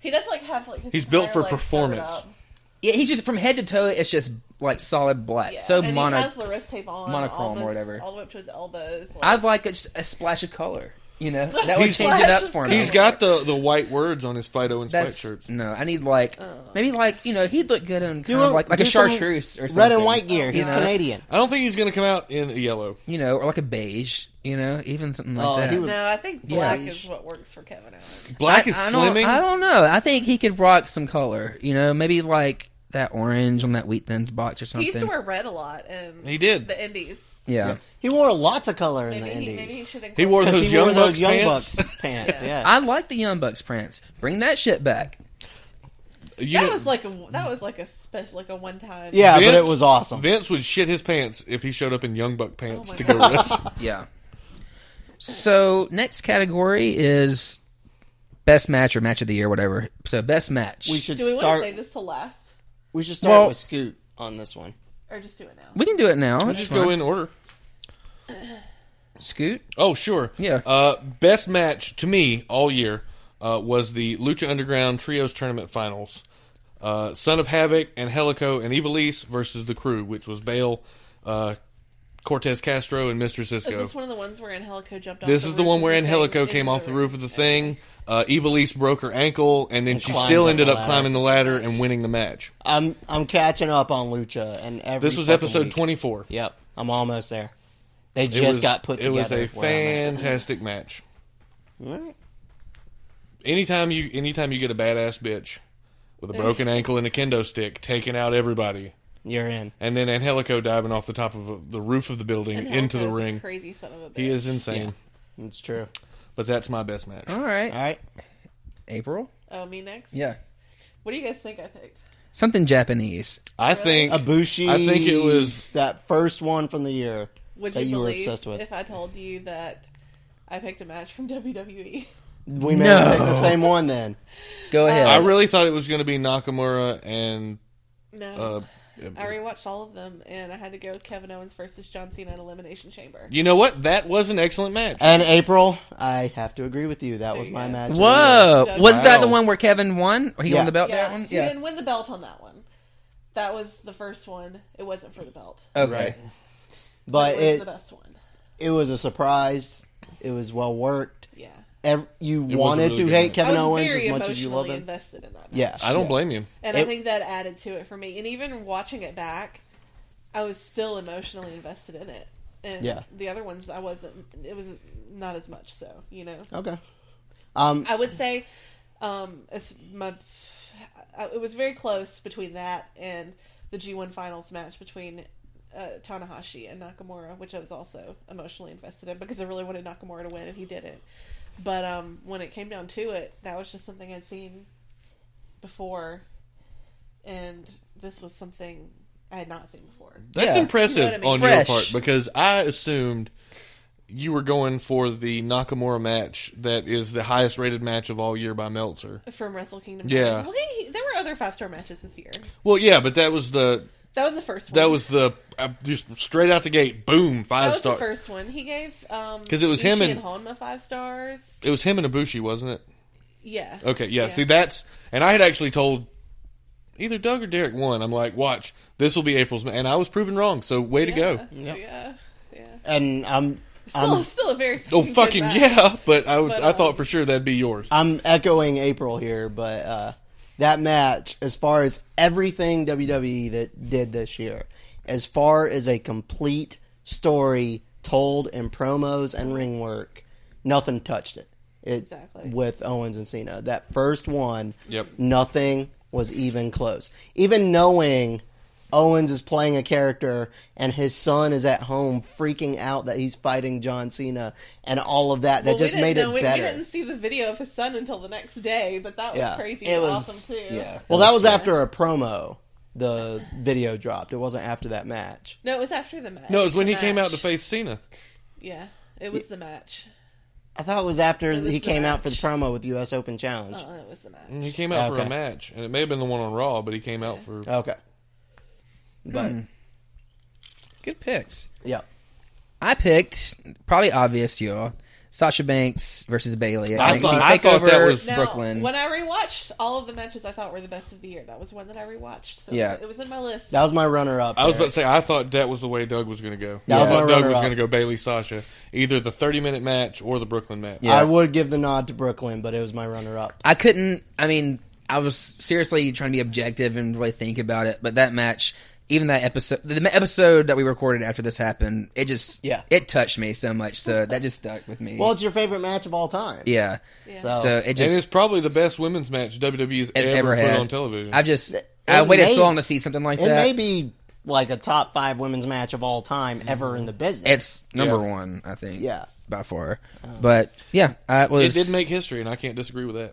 Speaker 5: He does like have like his
Speaker 4: He's built
Speaker 5: entire
Speaker 4: for
Speaker 5: leg covered
Speaker 4: performance.
Speaker 5: up.
Speaker 3: Yeah, he's just from head to toe. It's just like solid black.
Speaker 5: Yeah.
Speaker 3: So
Speaker 5: and
Speaker 3: mono.
Speaker 5: he has the wrist tape on,
Speaker 3: monochrome
Speaker 5: almost,
Speaker 3: or whatever.
Speaker 5: all the way up to his elbows. Like,
Speaker 3: I'd like a, just a splash of color. You
Speaker 5: *laughs*
Speaker 3: know, that would
Speaker 4: He's-
Speaker 3: change it up for me.
Speaker 4: He's got the, the white words on his Fido and
Speaker 3: That's
Speaker 4: sweatshirts.
Speaker 3: no. I need like
Speaker 5: Oh.
Speaker 3: maybe like you know he'd look good in kind
Speaker 6: know,
Speaker 3: of like like a
Speaker 6: do some
Speaker 3: chartreuse or something.
Speaker 6: Red and white gear. He's
Speaker 3: you know?
Speaker 6: Canadian.
Speaker 4: I don't think he's going to come out in yellow.
Speaker 3: You know, or like a beige. You know, even something like
Speaker 6: Oh,
Speaker 3: that.
Speaker 6: he would-
Speaker 5: no, I think
Speaker 3: Yeah.
Speaker 5: black is what works for Kevin Owens.
Speaker 4: Black is
Speaker 3: I don't,
Speaker 4: slimming.
Speaker 3: I don't know. I think he could rock some color. You know, maybe like that orange on that wheat thins box or
Speaker 5: He
Speaker 3: something.
Speaker 5: used to wear red a lot, and
Speaker 4: He did.
Speaker 5: the Indies.
Speaker 3: yeah.
Speaker 6: He wore lots of color in
Speaker 5: Maybe
Speaker 6: the
Speaker 5: he, maybe he
Speaker 6: Indies
Speaker 5: should.
Speaker 4: He wore
Speaker 5: incorporate-
Speaker 6: because
Speaker 4: those
Speaker 6: he
Speaker 4: Young
Speaker 6: wore those
Speaker 4: Bucks
Speaker 6: Young
Speaker 4: pants. *laughs*
Speaker 6: Bucks pants.
Speaker 5: Yeah.
Speaker 6: Yeah.
Speaker 3: I like the Young Bucks prints. Bring that shit back.
Speaker 4: You
Speaker 5: That
Speaker 4: know-
Speaker 5: was like a that was like a special like a one time.
Speaker 6: yeah, but it
Speaker 4: Vince-
Speaker 6: was awesome.
Speaker 4: Vince would shit his pants if he showed up in Young Buck pants
Speaker 5: Oh my
Speaker 4: to go rest.
Speaker 3: Yeah. So next category is best match or match of the year, whatever. So best match.
Speaker 6: we should
Speaker 5: Do we want
Speaker 6: start.
Speaker 5: to save this to last,
Speaker 6: We should start
Speaker 3: Well-
Speaker 6: with Scoot on this one.
Speaker 5: or just do it now?
Speaker 3: We can do it now. It's
Speaker 4: Just
Speaker 3: fine.
Speaker 4: go in order.
Speaker 3: Scoot.
Speaker 4: Oh, sure.
Speaker 3: Yeah.
Speaker 4: Uh, best match to me all year uh, was the Lucha Underground Trios Tournament Finals. Uh, Son of Havoc and Helico and Evilise versus the crew, which was Bale, uh, Cortez Castro, and Mr. Cisco.
Speaker 5: Is this one of the ones where Angelico jumped off?
Speaker 4: This
Speaker 5: the
Speaker 4: is the
Speaker 5: roof
Speaker 4: one
Speaker 5: of
Speaker 4: where
Speaker 5: thing
Speaker 4: Angelico
Speaker 5: into
Speaker 4: came off the roof of the
Speaker 5: Okay.
Speaker 4: thing. Uh, Evilise broke her ankle, and then she
Speaker 6: climbs
Speaker 4: still
Speaker 6: up
Speaker 4: ended
Speaker 6: the
Speaker 4: up
Speaker 6: ladder.
Speaker 4: climbing the ladder and winning the match.
Speaker 6: I'm I'm catching up on Lucha and every.
Speaker 4: This was
Speaker 6: fucking
Speaker 4: episode
Speaker 6: week.
Speaker 4: 24.
Speaker 6: Yep, I'm almost there. They
Speaker 4: It
Speaker 6: just
Speaker 4: was-
Speaker 6: got put together.
Speaker 4: It was a
Speaker 6: where I'm at.
Speaker 4: fantastic match.
Speaker 6: Alright.
Speaker 4: Anytime you anytime you get a badass bitch with a broken ankle and a kendo stick taking out everybody,
Speaker 6: You're in.
Speaker 4: and then Angelico diving off the top of the roof of the building
Speaker 5: Angelico
Speaker 4: into the
Speaker 5: is a
Speaker 4: ring,
Speaker 5: Crazy son of a bitch.
Speaker 4: he is insane.
Speaker 6: It's true.
Speaker 4: But that's my best match.
Speaker 3: All right.
Speaker 6: All right.
Speaker 3: April.
Speaker 5: Oh, me next.
Speaker 3: Yeah.
Speaker 5: What do you guys think I picked?
Speaker 3: Something Japanese.
Speaker 4: I think
Speaker 6: Abushi.
Speaker 4: I think it was
Speaker 6: that first one from the year
Speaker 5: Would
Speaker 6: that
Speaker 5: you,
Speaker 6: you, were
Speaker 5: believe
Speaker 6: obsessed with.
Speaker 5: if I told you that I picked a match from *laughs* E? WWE?
Speaker 6: we may
Speaker 3: No.
Speaker 6: have picked the same one then.
Speaker 3: Go ahead.
Speaker 4: I really thought it was going to be Nakamura and
Speaker 5: No.
Speaker 4: uh,
Speaker 5: I rewatched all of them, and I had to go with Kevin Owens versus John Cena in Elimination Chamber.
Speaker 4: You know what? That was an excellent match.
Speaker 6: And April, I have to agree with you. That was
Speaker 5: you
Speaker 6: my
Speaker 5: go.
Speaker 6: match. of the year.
Speaker 3: Whoa.
Speaker 5: Wow.
Speaker 3: Was that the one where Kevin won? Or he
Speaker 6: Uh, Yeah.
Speaker 3: won the belt
Speaker 5: Yeah,
Speaker 3: that one?
Speaker 5: he
Speaker 3: Yeah.
Speaker 5: didn't win the belt on that one. That was the first one. It wasn't for the belt.
Speaker 3: Okay.
Speaker 4: Right.
Speaker 5: it
Speaker 6: But
Speaker 5: was
Speaker 6: Uh, it
Speaker 5: the best one.
Speaker 6: it was a surprise. It was well worked.
Speaker 5: Yeah,
Speaker 6: Ev you
Speaker 4: a
Speaker 6: wanted
Speaker 4: really
Speaker 6: to
Speaker 4: good
Speaker 6: hate
Speaker 4: match.
Speaker 5: I
Speaker 6: Kevin
Speaker 5: was
Speaker 6: Owens
Speaker 5: very
Speaker 6: as much as you love
Speaker 5: emotionally
Speaker 6: him.
Speaker 5: invested in that. Match.
Speaker 6: Yeah,
Speaker 4: I don't blame you.
Speaker 5: and I
Speaker 6: It-
Speaker 5: think that added to it for me. And even watching it back, I was still emotionally invested in it. And
Speaker 6: Yeah.
Speaker 5: the other ones, I wasn't. It was not as much. So you know,
Speaker 6: Okay. Um,
Speaker 5: I would say, um, it's my, I- it was very close between that and the G1 Finals match between uh, Tanahashi and Nakamura, which I was also emotionally invested in because I really wanted Nakamura to win and he didn't. But um, when it came down to it, that was just something I'd seen before, and this was something I had not seen before.
Speaker 4: That's
Speaker 3: Yeah.
Speaker 4: impressive
Speaker 5: You know what I mean?
Speaker 4: on
Speaker 3: Fresh.
Speaker 4: your part because I assumed you were going for the Nakamura match that is the highest rated match of all year by Meltzer.
Speaker 5: from Wrestle Kingdom.
Speaker 4: Yeah.
Speaker 5: Well, he, there were other five star matches this year.
Speaker 4: Well, yeah, but that was the
Speaker 5: That was the first one.
Speaker 4: that was the uh, just straight out the gate, boom,
Speaker 5: that
Speaker 4: five
Speaker 5: was
Speaker 4: star.
Speaker 5: the first one. He gave um
Speaker 4: 'Cause it was him
Speaker 5: Ishii
Speaker 4: and-
Speaker 5: Honma five stars.
Speaker 4: It was him and Ibushi, wasn't it?
Speaker 5: Yeah.
Speaker 4: Okay, yeah, See, that's and I had actually told either Doug or Derek one. I'm like, watch, this will be April's, ma-" and I was proven wrong. So way to go.
Speaker 5: *laughs* Yeah. Oh, Yeah.
Speaker 6: and I'm
Speaker 5: Still,
Speaker 6: I'm
Speaker 5: still a very
Speaker 4: Oh
Speaker 5: good
Speaker 4: fucking
Speaker 5: match.
Speaker 4: yeah! But I was
Speaker 5: But,
Speaker 4: I thought
Speaker 5: um,
Speaker 4: for sure that'd be yours.
Speaker 6: I'm echoing April here, but uh, that match, as far as everything WWE that did this year, as far as a complete story told in promos and ring work, nothing touched it. it
Speaker 5: Exactly.
Speaker 6: With Owens and Cena, that first one,
Speaker 4: Yep.
Speaker 6: nothing was even close. Even knowing Owens is playing a character and his son is at home freaking out that he's fighting John Cena and all of that, that
Speaker 5: Well, we
Speaker 6: just
Speaker 5: didn't
Speaker 6: made
Speaker 5: know-
Speaker 6: it
Speaker 5: we-
Speaker 6: better.
Speaker 5: We didn't see the video of his son until the next day, but that was crazy and awesome too.
Speaker 6: Yeah. Well, that was after a promo. The video dropped. It wasn't after that match.
Speaker 5: No, it was after the match.
Speaker 4: No, it was when
Speaker 5: The
Speaker 4: he came out to
Speaker 5: match.
Speaker 4: face Cena.
Speaker 5: Yeah, it was the match.
Speaker 6: I thought it was after
Speaker 5: was
Speaker 6: he
Speaker 5: the
Speaker 6: came out for the
Speaker 5: match.
Speaker 6: promo with U.S. Open Challenge.
Speaker 5: Oh, it was the match.
Speaker 6: Mm-hmm.
Speaker 4: He came out for
Speaker 6: Okay. Oh,
Speaker 4: a match, and it may have been the one on Raw, but he came out for
Speaker 6: Okay. But
Speaker 3: Good picks.
Speaker 6: yeah,
Speaker 3: I picked probably obvious to y'all. Sasha Banks versus Bailey.
Speaker 4: I
Speaker 3: NXT
Speaker 4: thought- I thought that was-
Speaker 5: Now,
Speaker 3: Brooklyn.
Speaker 5: when I rewatched all of the matches I thought were the best of the year, that was one that I rewatched. So
Speaker 3: Yeah.
Speaker 5: it was in my list.
Speaker 6: that was my runner-up.
Speaker 4: I was
Speaker 6: there.
Speaker 4: about to say I thought that was the way Doug was going to go.
Speaker 6: That
Speaker 4: I
Speaker 6: was my
Speaker 4: thought Doug was
Speaker 6: runner-up.
Speaker 4: going to go Bailey Sasha, either the thirty minute match or the Brooklyn match.
Speaker 3: Yeah.
Speaker 6: I would give the nod to Brooklyn, but it was my runner-up.
Speaker 3: I couldn't. I mean, I was seriously trying to be objective and really think about it. But that match, even that episode, the ma- episode that we recorded after this happened, it just
Speaker 6: Yeah.
Speaker 3: it touched me so much. So that just stuck with me.
Speaker 6: Well, it's your favorite match of all time.
Speaker 3: yeah.
Speaker 6: So,
Speaker 3: So it
Speaker 4: and
Speaker 3: just
Speaker 4: it's probably the best women's match WWE's
Speaker 3: it's
Speaker 4: ever,
Speaker 3: ever
Speaker 4: put
Speaker 3: had
Speaker 4: on television.
Speaker 3: I've just I
Speaker 6: it
Speaker 3: waited
Speaker 6: may-
Speaker 3: so long to see something like
Speaker 6: it
Speaker 3: that.
Speaker 6: may be like a top five women's match of all time ever in the business.
Speaker 3: it's number
Speaker 4: Yeah. Uh,
Speaker 3: one, I think.
Speaker 6: Yeah.
Speaker 3: by far. but yeah, I
Speaker 4: it
Speaker 3: was.
Speaker 4: did make history, and I can't disagree with that.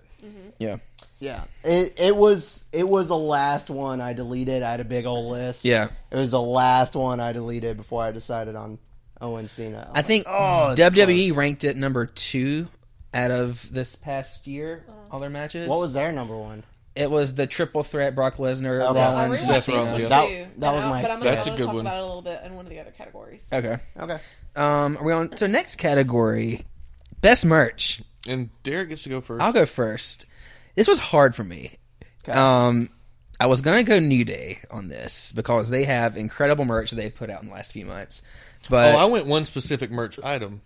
Speaker 3: yeah.
Speaker 6: Yeah, it it was it was the last one I deleted. I had a big old list.
Speaker 3: Yeah.
Speaker 6: it was the last one I deleted before I decided on Owen Cena.
Speaker 3: I think
Speaker 4: Oh,
Speaker 3: WWE ranked it number two out of this past year. All their matches.
Speaker 6: what was their number one?
Speaker 3: It was the triple threat Brock Lesnar,
Speaker 6: Okay.
Speaker 5: I
Speaker 3: Rollins.
Speaker 5: rewatched
Speaker 4: Seth
Speaker 5: these
Speaker 4: Rollins,
Speaker 5: ones,
Speaker 4: yeah.
Speaker 6: That-
Speaker 5: too,
Speaker 6: that was
Speaker 5: and
Speaker 6: my
Speaker 5: I- But I'm
Speaker 6: favorite.
Speaker 5: gonna,
Speaker 4: That's a
Speaker 5: I'm gonna
Speaker 4: good
Speaker 5: talk
Speaker 4: one.
Speaker 5: about it a little bit in one of the other categories.
Speaker 3: Okay.
Speaker 6: Okay,
Speaker 3: Um, are we on? So next category, best merch.
Speaker 4: And Derek gets to go 1st
Speaker 3: I'll go first. This was hard for me. Um, I was gonna go New Day on this because they have incredible merch that they put out in the last few months.
Speaker 4: oh,
Speaker 3: But
Speaker 4: I went one specific merch item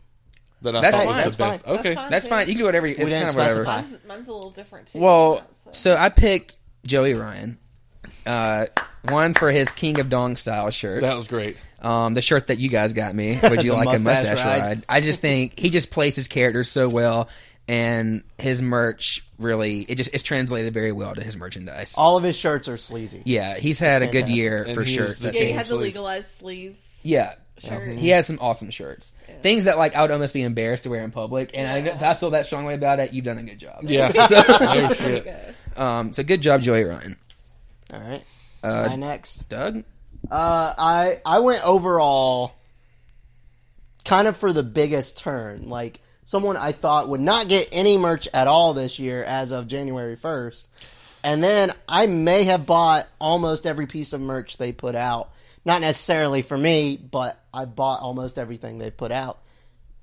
Speaker 4: that I
Speaker 3: That's
Speaker 4: thought
Speaker 3: fine.
Speaker 4: was the
Speaker 3: That's
Speaker 4: best. Oh,
Speaker 6: fine.
Speaker 4: Okay,
Speaker 5: That's
Speaker 3: that's fine. You can do whatever. You, it's
Speaker 6: didn't
Speaker 3: kind of whatever.
Speaker 6: specify.
Speaker 5: Mine's, mine's a little different. Too,
Speaker 3: Well,
Speaker 5: so-
Speaker 3: so I picked Joey Ryan. Uh, one for his King of Dong style shirt.
Speaker 4: that was great.
Speaker 3: um, the shirt that you guys got
Speaker 4: *laughs*
Speaker 3: me. Would you
Speaker 6: The
Speaker 3: like a
Speaker 6: mustache
Speaker 3: mustache
Speaker 6: ride.
Speaker 3: ride? I just think he just plays his character so well, and his merch really it just it's translated very well to his merchandise.
Speaker 6: all of his shirts are sleazy.
Speaker 3: yeah, he's had a good
Speaker 6: fantastic.
Speaker 3: year
Speaker 4: And
Speaker 3: for
Speaker 4: he is
Speaker 3: shirts.
Speaker 4: the
Speaker 3: I
Speaker 5: yeah, he
Speaker 3: think.
Speaker 4: king.
Speaker 5: had the
Speaker 4: sleeves.
Speaker 5: legalized sleeves.
Speaker 3: Yeah.
Speaker 5: Shirt.
Speaker 3: He has some awesome shirts, things that like I would almost be embarrassed to wear in public, and I, if I feel that strongly about it. You've done a good job.
Speaker 4: Yeah. *laughs* oh
Speaker 5: Pretty
Speaker 4: shit.
Speaker 5: good.
Speaker 3: Um. So good job, Joey Ryan.
Speaker 6: All right,
Speaker 3: Uh,
Speaker 6: my next.
Speaker 3: Doug.
Speaker 6: Uh, I I went overall, kind of for the biggest turn, like someone I thought would not get any merch at all this year, as of January first, and then I may have bought almost every piece of merch they put out. Not necessarily for me, but I bought almost everything they put out.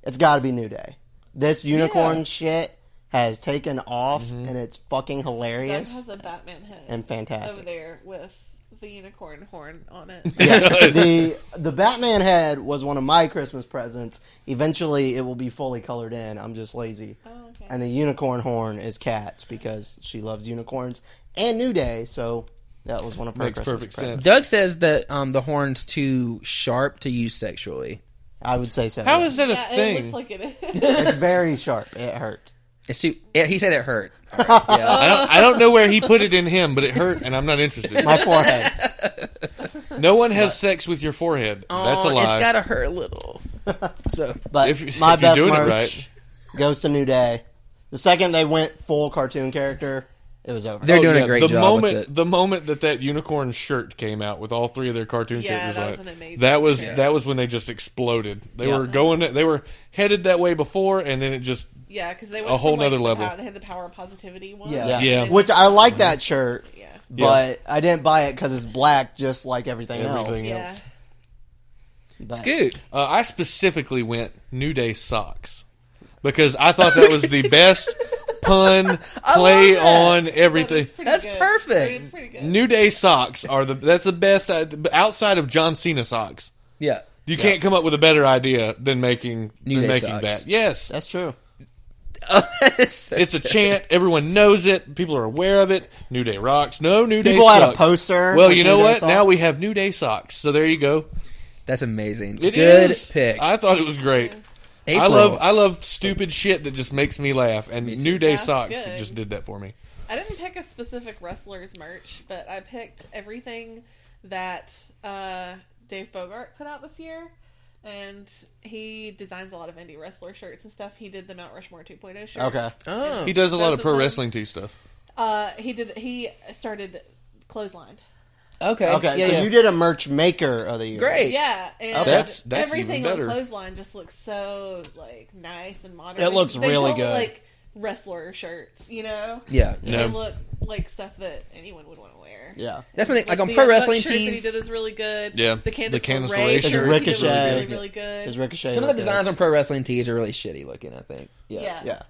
Speaker 6: It's got to be New Day. This unicorn shit has taken off, and it's fucking
Speaker 5: Doug
Speaker 6: hilarious
Speaker 5: Mm-hmm. has a Batman head
Speaker 6: and fantastic.
Speaker 5: over there with the unicorn horn on it.
Speaker 4: *laughs*
Speaker 6: the the Batman head was one of my Christmas presents. Eventually, it will be fully colored in. I'm just lazy.
Speaker 5: Oh, okay.
Speaker 6: And the unicorn horn is cats because she loves unicorns and New Day. So that was one of her
Speaker 4: Makes
Speaker 6: Christmas
Speaker 4: perfect
Speaker 6: presents.
Speaker 4: sense.
Speaker 3: Doug says that um the horn's too sharp to use sexually.
Speaker 6: I would say so.
Speaker 4: How is that a
Speaker 5: yeah, it
Speaker 4: thing?
Speaker 5: looks like it
Speaker 6: *laughs*
Speaker 5: is. *laughs*
Speaker 6: It's very sharp. It hurt.
Speaker 3: It's too. Yeah, he said it hurt. All right, yeah.
Speaker 4: I don't, I don't know where he put it in him, but it hurt, and I'm not interested.
Speaker 6: My forehead.
Speaker 4: No one has sex with your forehead. That's a
Speaker 3: Oh,
Speaker 4: lie.
Speaker 3: It's gotta hurt a little. So
Speaker 5: *laughs*
Speaker 6: But
Speaker 4: If-
Speaker 6: my
Speaker 4: if you're
Speaker 6: best
Speaker 4: doing it
Speaker 6: merch
Speaker 4: right.
Speaker 6: goes to New Day. The second they went full cartoon character, it was over.
Speaker 3: They're
Speaker 4: Oh,
Speaker 3: doing
Speaker 4: yeah,
Speaker 3: a great
Speaker 4: the
Speaker 3: job
Speaker 4: Moment,
Speaker 3: with it.
Speaker 4: The moment that that unicorn shirt came out with all three of their cartoon
Speaker 5: Yeah,
Speaker 4: characters
Speaker 5: that
Speaker 4: on
Speaker 5: was
Speaker 4: it,
Speaker 5: an amazing
Speaker 4: that was
Speaker 5: shirt.
Speaker 4: that was when they just exploded. They
Speaker 6: Yeah.
Speaker 4: were going, they were headed that way before, and then it just
Speaker 5: Yeah, because they went
Speaker 4: A whole
Speaker 5: from, like,
Speaker 4: nother
Speaker 5: the
Speaker 4: level.
Speaker 5: Power, they had the power of positivity one.
Speaker 6: yeah.
Speaker 4: Yeah.
Speaker 6: Which I like that shirt,
Speaker 5: yeah,
Speaker 6: but I didn't buy it because it's black, just like everything,
Speaker 4: Everything.
Speaker 6: else.
Speaker 5: yeah.
Speaker 4: else.
Speaker 6: But-
Speaker 3: Scoot.
Speaker 4: Uh, I specifically went New Day socks because I thought that was
Speaker 5: *laughs*
Speaker 4: the best pun play on
Speaker 5: No,
Speaker 4: everything.
Speaker 5: that's pretty
Speaker 3: That's
Speaker 5: good.
Speaker 3: perfect.
Speaker 5: I mean, it's pretty good.
Speaker 4: New Day socks are the that's the best I- outside of John Cena socks.
Speaker 3: *laughs* Yeah.
Speaker 4: You can't come up with a better idea than making
Speaker 3: New
Speaker 4: than
Speaker 3: Day
Speaker 4: making
Speaker 3: socks.
Speaker 4: that. Yes,
Speaker 6: That's true.
Speaker 4: it's a chant. Everyone knows it. People are aware of it. New Day rocks. No New Day.
Speaker 6: People had a
Speaker 4: sucks.
Speaker 6: poster
Speaker 4: Well,
Speaker 6: with
Speaker 4: you
Speaker 6: New
Speaker 4: know
Speaker 6: Day
Speaker 4: what?
Speaker 6: socks.
Speaker 4: Now we have New Day socks. So there you go.
Speaker 3: That's amazing.
Speaker 4: It is
Speaker 3: Good pick.
Speaker 4: I thought it was great.
Speaker 3: April.
Speaker 4: I love I love stupid shit that just makes me laugh. And New Day
Speaker 5: That's
Speaker 4: socks
Speaker 5: good.
Speaker 4: just did that for me.
Speaker 5: I didn't pick a specific wrestler's merch, but I picked everything that uh, Dave Bogart put out this year. And he designs a lot of indie wrestler shirts and stuff. He did the Mount Rushmore 2.0 shirt.
Speaker 6: Okay.
Speaker 3: Oh.
Speaker 4: He does a lot
Speaker 5: Both
Speaker 4: of
Speaker 5: of
Speaker 4: pro
Speaker 5: them.
Speaker 4: wrestling tee stuff.
Speaker 5: Uh, he did. He started Clothesline.
Speaker 3: Okay.
Speaker 6: Okay,
Speaker 3: Yeah,
Speaker 6: so
Speaker 3: yeah.
Speaker 6: you did a merch maker of the year.
Speaker 3: Great.
Speaker 5: Yeah, and
Speaker 4: That's- that's
Speaker 5: everything
Speaker 4: even better.
Speaker 5: on Clothesline just looks so like nice and modern.
Speaker 6: It looks
Speaker 5: They
Speaker 6: really
Speaker 5: don't look
Speaker 6: good.
Speaker 5: Like wrestler shirts, you know.
Speaker 3: Yeah.
Speaker 5: They
Speaker 4: No.
Speaker 5: look like stuff that anyone would want to wear.
Speaker 6: Yeah.
Speaker 3: That's when they, like on
Speaker 5: the
Speaker 3: pro
Speaker 5: Young Buck
Speaker 3: wrestling
Speaker 5: shirt that he
Speaker 3: tees.
Speaker 5: did is really good.
Speaker 4: Yeah.
Speaker 5: the Candice,
Speaker 4: The
Speaker 5: LeRae
Speaker 4: Candice
Speaker 5: shirt
Speaker 4: LeRae shirt.
Speaker 5: he did was
Speaker 6: Ricochet.
Speaker 5: really, really good.
Speaker 6: There's Ricochet.
Speaker 3: Some of the
Speaker 6: looked
Speaker 3: designs
Speaker 6: good.
Speaker 3: on pro wrestling tees are really shitty looking. I think. Yeah.
Speaker 5: yeah.
Speaker 6: Yeah.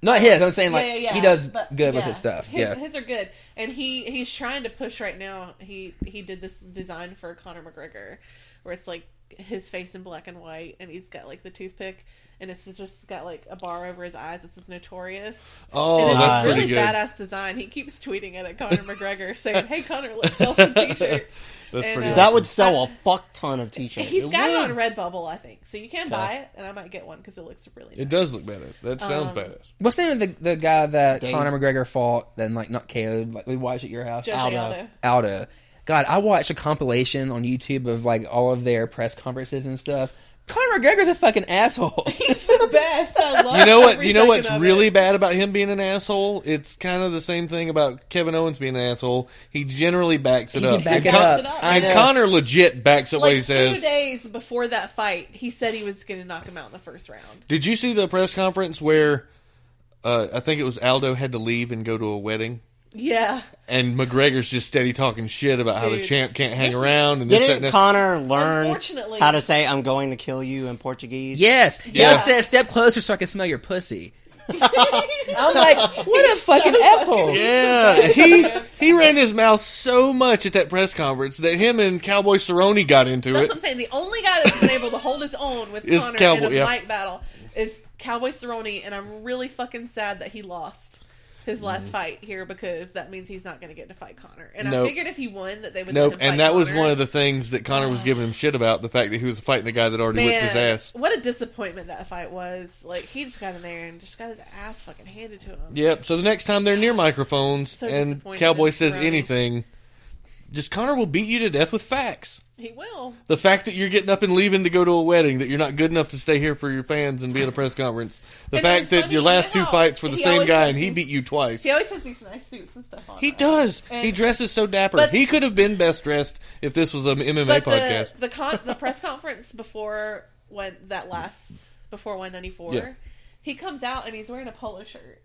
Speaker 3: Not his. I'm saying like
Speaker 5: yeah, yeah,
Speaker 3: he does
Speaker 5: but-
Speaker 3: good with
Speaker 5: yeah.
Speaker 3: his stuff.
Speaker 5: His,
Speaker 3: yeah.
Speaker 5: his are good, and he he's trying to push right now. He he did this design for Conor McGregor, where it's like his face in black and white, and he's got like the toothpick, and it's just got like a bar over his eyes. This is notorious.
Speaker 4: Oh,
Speaker 5: and it's
Speaker 6: that's
Speaker 5: really
Speaker 4: pretty good.
Speaker 5: badass design. He keeps tweeting it at Conor *laughs* McGregor, saying, "Hey Conor, let's sell
Speaker 3: *laughs*
Speaker 5: some t-shirts."
Speaker 4: That's
Speaker 5: And,
Speaker 4: pretty
Speaker 5: uh,
Speaker 4: awesome.
Speaker 6: That would sell a fuck ton of t-shirts.
Speaker 5: He's got it
Speaker 4: would.
Speaker 5: on Redbubble, I think, so you can buy it, and I might get one because it looks really.
Speaker 4: It
Speaker 5: nice.
Speaker 4: does look badass. That sounds
Speaker 5: Um,
Speaker 4: badass.
Speaker 3: What's the name of the, the guy that
Speaker 6: Dave.
Speaker 3: Conor McGregor fought? Then like not KO'd. Like we watched at your house.
Speaker 5: Jose
Speaker 6: Aldo.
Speaker 5: Aldo. *laughs*
Speaker 3: Aldo. God, I watched a compilation on YouTube of like all of their press conferences and stuff. Conor McGregor's a fucking
Speaker 5: *laughs*
Speaker 3: asshole.
Speaker 5: He's the best. I love.
Speaker 4: You know what?
Speaker 5: every
Speaker 4: You know
Speaker 5: second
Speaker 4: what's
Speaker 5: of it.
Speaker 4: really bad about him being an asshole? It's kind of the same thing about Kevin Owens being an asshole. He generally backs it
Speaker 3: He
Speaker 4: up.
Speaker 3: can back
Speaker 4: and
Speaker 3: it
Speaker 5: Con-
Speaker 3: up.
Speaker 5: it up.
Speaker 3: I
Speaker 4: and
Speaker 3: know.
Speaker 4: Connor legit backs up what he
Speaker 5: like two
Speaker 4: says.
Speaker 5: days before that fight, he said he was going to knock him out in the first round.
Speaker 4: Did you see the press conference where uh, I think it was Aldo had to leave and go to a wedding?
Speaker 5: *laughs* Yeah,
Speaker 4: And McGregor's just steady talking shit about how the
Speaker 5: Dude,
Speaker 4: champ can't hang
Speaker 5: this is-
Speaker 4: around and this, that, and
Speaker 6: Didn't
Speaker 4: that.
Speaker 6: Connor learn
Speaker 5: Unfortunately-
Speaker 6: how to say "I'm going to kill you" in Portuguese?
Speaker 3: yes. He
Speaker 4: Yeah.
Speaker 3: also said, "Step closer so I can smell your pussy."
Speaker 4: *laughs*
Speaker 3: I'm
Speaker 5: *laughs*
Speaker 3: like, what a fucking asshole.
Speaker 4: Yeah, he he ran his mouth so much at that press conference that him and Cowboy Cerrone got into
Speaker 5: that's
Speaker 4: it.
Speaker 5: what I'm saying. The only guy that's been able to hold his own
Speaker 4: *laughs*
Speaker 5: with
Speaker 4: Is
Speaker 5: Connor
Speaker 4: Cowboy,
Speaker 5: in a
Speaker 4: yeah.
Speaker 5: mic battle is Cowboy Cerrone, and I'm really fucking sad that he lost his last fight here because that means he's not going to get to fight Connor. And
Speaker 4: Mm. Nope.
Speaker 5: I figured if he won, that they would.
Speaker 4: Nope,
Speaker 5: let him
Speaker 4: and
Speaker 5: fight
Speaker 4: that was
Speaker 5: Connor.
Speaker 4: one of the things that Connor was giving him shit about the fact that he was fighting the guy that already whipped his
Speaker 5: Man,
Speaker 4: ass.
Speaker 5: what a disappointment that fight was. Like he just got in there and just got his ass fucking handed to him.
Speaker 4: Yep. So the next time they're near microphones
Speaker 5: So
Speaker 4: and
Speaker 5: disappointed
Speaker 4: Cowboy
Speaker 5: in
Speaker 4: says
Speaker 5: Cerrone.
Speaker 4: anything, just Connor will beat you to death with facts.
Speaker 5: He will.
Speaker 4: The fact that you're getting up and leaving to go to a wedding, that you're not good enough to stay here for your fans and be at a press conference, the
Speaker 5: And
Speaker 4: fact
Speaker 5: it's
Speaker 4: that
Speaker 5: funny,
Speaker 4: your
Speaker 5: you
Speaker 4: last
Speaker 5: know
Speaker 4: two
Speaker 5: how
Speaker 4: fights were the
Speaker 5: he
Speaker 4: same
Speaker 5: always
Speaker 4: guy
Speaker 5: has
Speaker 4: and he
Speaker 5: these-
Speaker 4: beat you twice.
Speaker 5: He always has these nice suits and stuff on.
Speaker 4: He
Speaker 5: right?
Speaker 4: does.
Speaker 5: And-
Speaker 4: he dresses so dapper.
Speaker 5: But-
Speaker 4: he could have been best dressed if this was an MMA
Speaker 5: But
Speaker 4: podcast.
Speaker 5: the the, con- the press conference before when that last before 194,
Speaker 4: Yeah.
Speaker 5: he comes out and he's wearing a polo shirt,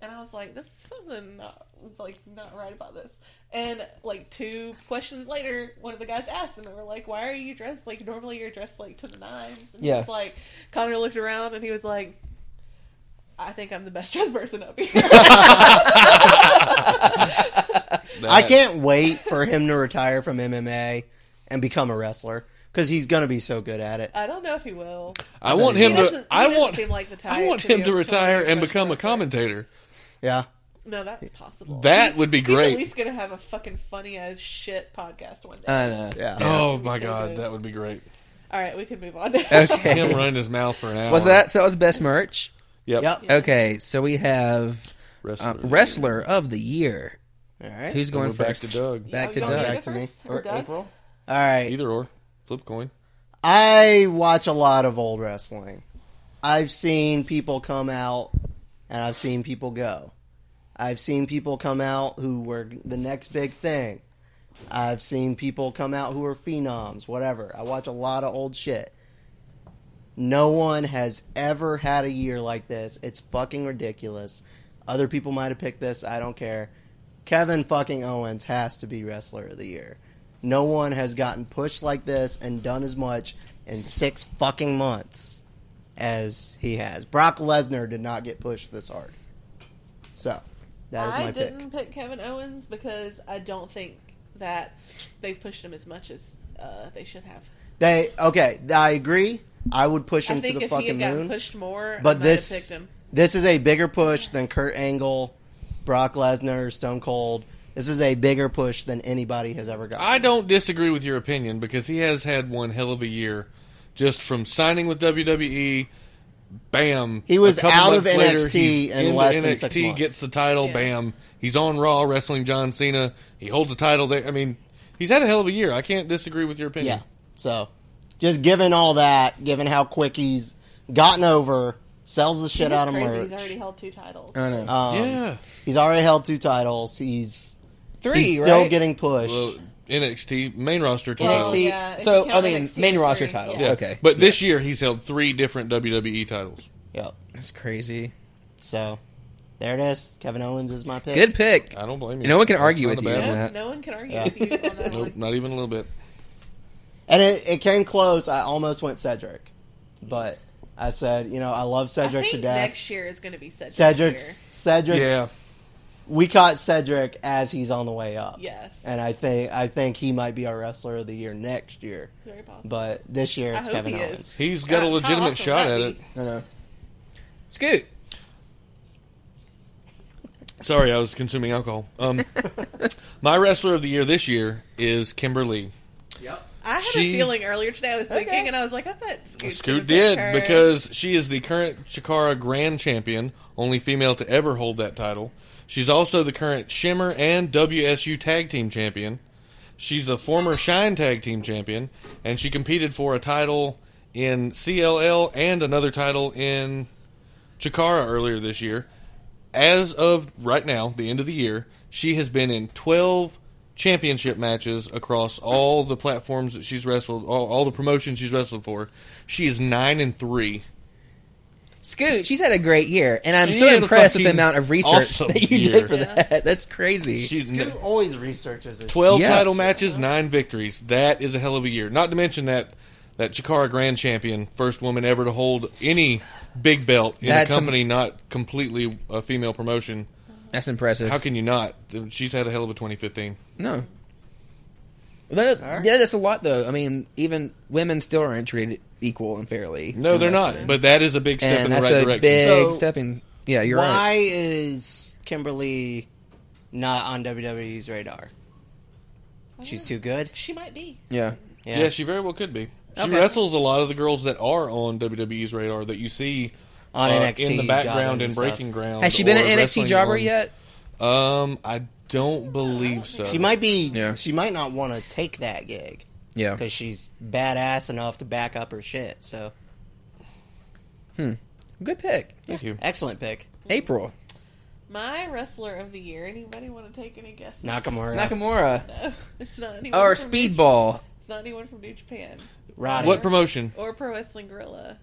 Speaker 5: and I was like, "This is something not like not right about this." And like two questions later, one of the guys asked, and they were like, "Why are you dressed like normally? You're dressed like to the nines." And he
Speaker 3: Yeah.
Speaker 5: was like Connor looked around and he was like. I think I'm the best *laughs* dressed person up
Speaker 4: *laughs*
Speaker 5: here.
Speaker 6: I can't wait for him to retire from MMA and become a wrestler because he's gonna be so good at it.
Speaker 5: I don't know if he will.
Speaker 4: I want him
Speaker 5: doesn't-
Speaker 4: to.
Speaker 5: he
Speaker 4: I
Speaker 5: doesn't
Speaker 4: want.
Speaker 5: seem like the type
Speaker 4: I want
Speaker 5: to be
Speaker 4: him to
Speaker 5: able to
Speaker 4: retire
Speaker 5: really
Speaker 4: and
Speaker 5: push
Speaker 4: become a
Speaker 5: wrestling.
Speaker 4: commentator.
Speaker 6: Yeah.
Speaker 5: No, that's possible.
Speaker 4: That
Speaker 5: He's-
Speaker 4: would be
Speaker 5: He's
Speaker 4: great.
Speaker 5: at least gonna have a fucking funny as shit podcast one day.
Speaker 3: I know.
Speaker 6: Yeah.
Speaker 4: Oh
Speaker 5: be
Speaker 4: my
Speaker 5: so
Speaker 4: god,
Speaker 5: good.
Speaker 4: that would be *laughs* great.
Speaker 5: All right, we can move on. *laughs* Okay.
Speaker 4: Him
Speaker 3: Okay.
Speaker 4: running his mouth for an hour.
Speaker 3: Was that so? That was best merch.
Speaker 4: Yep.
Speaker 6: Yep.
Speaker 3: Okay, so we have
Speaker 4: Wrestler.
Speaker 3: um, wrestler of the year.
Speaker 6: All right.
Speaker 3: Who's
Speaker 4: We're
Speaker 3: going
Speaker 4: back
Speaker 3: first?
Speaker 4: to Doug.
Speaker 3: Back to
Speaker 5: You want
Speaker 3: Doug.
Speaker 5: go
Speaker 6: Back to me.
Speaker 5: first? Or Doug?
Speaker 6: All right.
Speaker 4: Either or. Flip coin.
Speaker 6: I watch a lot of old wrestling. I've seen people come out and I've seen people go. I've seen people come out who were the next big thing. I've seen people come out who are phenoms, whatever. I watch a lot of old shit. No one has ever had a year like this. It's fucking ridiculous. Other people might have picked this. I don't care. Kevin fucking Owens has to be wrestler of the year. No one has gotten pushed like this and done as much in six fucking months as he has. Brock Lesnar did not get pushed this hard. So, that is
Speaker 5: I
Speaker 6: my
Speaker 5: didn't
Speaker 6: pick.
Speaker 5: pick. Kevin Owens because I don't think that they've pushed him as much as uh, they should have.
Speaker 6: They okay, I agree. I would push him
Speaker 5: I think
Speaker 6: to the
Speaker 5: if he
Speaker 6: fucking
Speaker 5: had gotten
Speaker 6: moon.
Speaker 5: pushed more, I
Speaker 6: But
Speaker 5: might have picked
Speaker 6: this
Speaker 5: him.
Speaker 6: this is a bigger push than Kurt Angle, Brock Lesnar, Stone Cold. This is a bigger push than anybody has ever gotten.
Speaker 4: I don't disagree with your opinion because he has had one hell of a year, just from signing with WWE. Bam!
Speaker 6: He was
Speaker 4: a couple
Speaker 6: out of
Speaker 4: months later,
Speaker 6: NXT
Speaker 4: he's
Speaker 6: in
Speaker 4: into
Speaker 6: less
Speaker 4: NXT
Speaker 6: than six months.
Speaker 4: gets the title.
Speaker 5: Yeah.
Speaker 4: Bam! He's on Raw wrestling John Cena. He holds the title there. I mean, he's had a hell of a year. I can't disagree with your opinion.
Speaker 6: yeah. So, just given all that, given how quick he's gotten over, sells the shit
Speaker 5: He's
Speaker 6: out of
Speaker 5: crazy.
Speaker 6: merch.
Speaker 5: He's already held two titles.
Speaker 3: I know.
Speaker 6: Um,
Speaker 4: Yeah.
Speaker 6: He's already held two titles. He's
Speaker 3: Three,
Speaker 6: he's still
Speaker 3: right?
Speaker 6: getting pushed.
Speaker 4: Well, NXT main roster title.
Speaker 3: NXT.
Speaker 5: yeah, if you
Speaker 3: so
Speaker 5: count
Speaker 3: I mean,
Speaker 5: NXT
Speaker 3: main
Speaker 5: as
Speaker 3: roster
Speaker 5: three,
Speaker 3: titles.
Speaker 5: yeah.
Speaker 3: Okay,
Speaker 4: But this year he's held three different WWE titles.
Speaker 6: Yep.
Speaker 3: that's crazy.
Speaker 6: So, there it is. Kevin Owens is my pick.
Speaker 3: Good pick.
Speaker 4: I don't blame you.
Speaker 3: You know, we can
Speaker 4: That's
Speaker 3: argue
Speaker 4: not
Speaker 3: with
Speaker 4: a
Speaker 3: you
Speaker 4: bad
Speaker 3: on
Speaker 5: No,
Speaker 4: one.
Speaker 3: that.
Speaker 5: no one can argue
Speaker 6: Yeah.
Speaker 5: with you on that
Speaker 4: Nope,
Speaker 5: one.
Speaker 4: not even a little bit.
Speaker 6: And it, it came close. I almost went Cedric, but I said, you know, I love
Speaker 5: I
Speaker 6: Cedric
Speaker 5: think
Speaker 6: to death.
Speaker 5: next year is going to be Cedric's.
Speaker 6: Cedric's
Speaker 5: year.
Speaker 6: Cedric's.
Speaker 4: Yeah.
Speaker 6: We caught Cedric as he's on the way up.
Speaker 5: Yes.
Speaker 6: And I think I think he might be our wrestler of the year next year.
Speaker 5: Very possible.
Speaker 6: But this year
Speaker 5: I
Speaker 6: it's
Speaker 5: hope
Speaker 6: Kevin
Speaker 5: he is.
Speaker 6: Owens.
Speaker 4: He's got
Speaker 5: God,
Speaker 4: a
Speaker 5: Uh, how
Speaker 4: legitimate
Speaker 5: awesome
Speaker 4: shot at
Speaker 5: would that
Speaker 4: it.
Speaker 5: be?
Speaker 3: I know. Scoot.
Speaker 4: Sorry, I was consuming alcohol.
Speaker 5: *laughs*
Speaker 4: Um, my wrestler of the year this year is Kimberly.
Speaker 5: I had
Speaker 4: She-
Speaker 5: a feeling earlier today. I was thinking, and I was like, I bet Scoot,
Speaker 4: Scoot did because she is the current Chikara Grand Champion, only female to ever hold that title. She's also the current Shimmer and WSU Tag Team Champion. She's a former Shine Tag Team Champion, and she competed for a title in CLL and another title in Chikara earlier this year. As of right now, the end of the year, she has been in 12 championship matches across all the platforms that she's wrestled, all, all the promotions she's wrestled for. She is 9 and 3.
Speaker 3: Scoot, she's had a great year, and I'm
Speaker 4: She
Speaker 3: so
Speaker 4: had a
Speaker 3: impressed with the
Speaker 4: fucking
Speaker 3: amount of research
Speaker 4: awesome
Speaker 3: that you
Speaker 4: year.
Speaker 3: did for that. *laughs* That's crazy.
Speaker 4: She's n-
Speaker 6: Who always researches this
Speaker 4: 12
Speaker 3: Yeah.
Speaker 4: title matches, 9 victories. That is a hell of a year. Not to mention that that Chikara Grand Champion, first woman ever to hold any big belt in
Speaker 3: That's
Speaker 4: a
Speaker 3: am-
Speaker 4: company not completely a female promotion.
Speaker 3: That's impressive.
Speaker 4: How can you not? She's had a hell of a 2015.
Speaker 3: no. That- Yeah, that's a lot though. I mean, even women still aren't treated equal and fairly.
Speaker 4: No,
Speaker 3: in
Speaker 4: they're
Speaker 3: wrestling.
Speaker 4: not. But that is a big step
Speaker 3: and
Speaker 4: in the
Speaker 3: that's
Speaker 4: right
Speaker 3: a
Speaker 4: direction.
Speaker 3: big
Speaker 6: So-
Speaker 3: stepping. Yeah, you're right.
Speaker 6: Why is Kimberly not on WWE's radar? She's too good.
Speaker 5: she might be.
Speaker 3: Yeah,
Speaker 6: Yeah.
Speaker 4: Yeah, she very well could be. She
Speaker 5: Okay.
Speaker 4: wrestles a lot of the girls that are on WWE's radar that you see
Speaker 6: on
Speaker 4: uh,
Speaker 6: NXT
Speaker 4: in the
Speaker 6: jobbing
Speaker 4: background
Speaker 6: and
Speaker 4: and
Speaker 6: stuff.
Speaker 4: breaking ground.
Speaker 3: has she been
Speaker 4: or
Speaker 3: an NXT
Speaker 4: wrestling
Speaker 3: jobber
Speaker 4: on-
Speaker 3: yet?
Speaker 4: Um, I don't believe so.
Speaker 6: She might be.
Speaker 3: Yeah.
Speaker 6: She might not want to take that gig.
Speaker 3: Yeah,
Speaker 6: because she's badass enough to back up her shit. So
Speaker 3: good pick.
Speaker 4: Thank you.
Speaker 6: excellent pick,
Speaker 3: April
Speaker 5: My wrestler of the year. Anybody want to take any guesses?
Speaker 6: Nakamura.
Speaker 3: Nakamura
Speaker 5: No, it's not anyone.
Speaker 3: or
Speaker 5: from New-
Speaker 3: Speedball.
Speaker 5: It's not anyone from New Japan
Speaker 6: Roddy.
Speaker 4: What promotion?
Speaker 5: or Pro Wrestling Gorilla.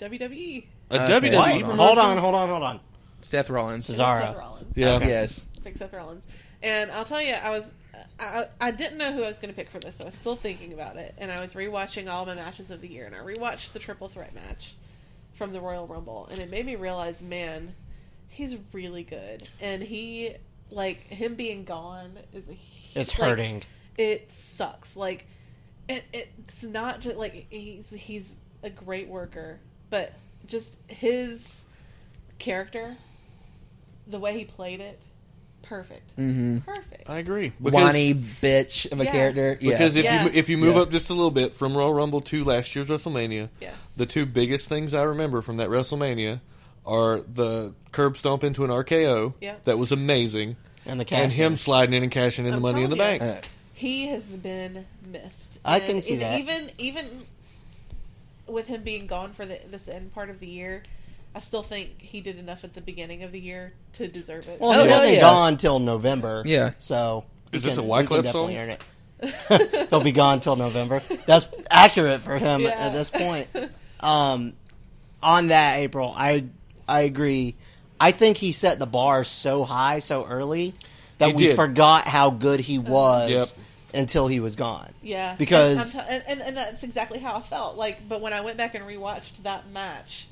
Speaker 5: E. WWE.
Speaker 4: A
Speaker 3: Okay.
Speaker 4: WWE
Speaker 6: What?
Speaker 4: promotion?
Speaker 6: Hold on, hold on, hold on.
Speaker 3: Seth Rollins.
Speaker 6: Cesaro. Zara.
Speaker 5: Seth Rollins.
Speaker 4: Yeah.
Speaker 3: Yes.
Speaker 5: Pick Seth Rollins. And I'll tell you, I was. I, I didn't know who I was going to pick for this, so I was still thinking about it. And I was rewatching all my matches of the year, and I rewatched the Triple Threat match from the Royal Rumble, and it made me realize, man, he's really good. And he, like, him being gone is a hu-
Speaker 6: It's
Speaker 5: like,
Speaker 6: hurting.
Speaker 5: it sucks. Like it, it's not just like he's he's a great worker, but just his character, the way he played it, perfect, perfect.
Speaker 4: I agree. Because,
Speaker 3: Whiny bitch of a
Speaker 5: Yeah.
Speaker 3: character. Yeah.
Speaker 4: because if
Speaker 5: Yeah.
Speaker 4: you if you move
Speaker 3: Yeah.
Speaker 4: up just a little bit from Royal Rumble to last year's WrestleMania,
Speaker 5: yes,
Speaker 4: the two biggest things I remember from that WrestleMania are the curb stomp into an RKO
Speaker 5: Yeah.
Speaker 4: that was amazing,
Speaker 6: And the cash.
Speaker 4: and him sliding in and cashing in
Speaker 5: I'm
Speaker 4: the money in the
Speaker 5: telling
Speaker 4: bank.
Speaker 5: you.
Speaker 3: Uh,
Speaker 5: he has been missed.
Speaker 6: I can see
Speaker 5: and
Speaker 6: that.
Speaker 5: Even even with him being gone for the, this end part of the year, I still think he did enough at the beginning of the year to deserve it.
Speaker 6: Well,
Speaker 3: Oh,
Speaker 6: he
Speaker 3: hell
Speaker 6: wasn't
Speaker 3: yeah.
Speaker 6: gone till November.
Speaker 3: Yeah.
Speaker 6: So
Speaker 4: Is
Speaker 6: he
Speaker 4: this a
Speaker 6: we
Speaker 4: Wyclef
Speaker 6: definitely
Speaker 4: song?
Speaker 6: earn it. *laughs* He'll be gone till November. That's accurate for him
Speaker 5: Yeah.
Speaker 6: at this point. Um, on that April, I I agree. I think he set the bar so high so early that
Speaker 4: He
Speaker 6: we
Speaker 4: did.
Speaker 6: forgot how good he
Speaker 3: Uh-huh.
Speaker 6: was
Speaker 4: Yep.
Speaker 6: until he was gone.
Speaker 5: Yeah,
Speaker 6: Because-
Speaker 5: I'm t- and, and and that's exactly how I felt. Like, but when I went back and rewatched that match,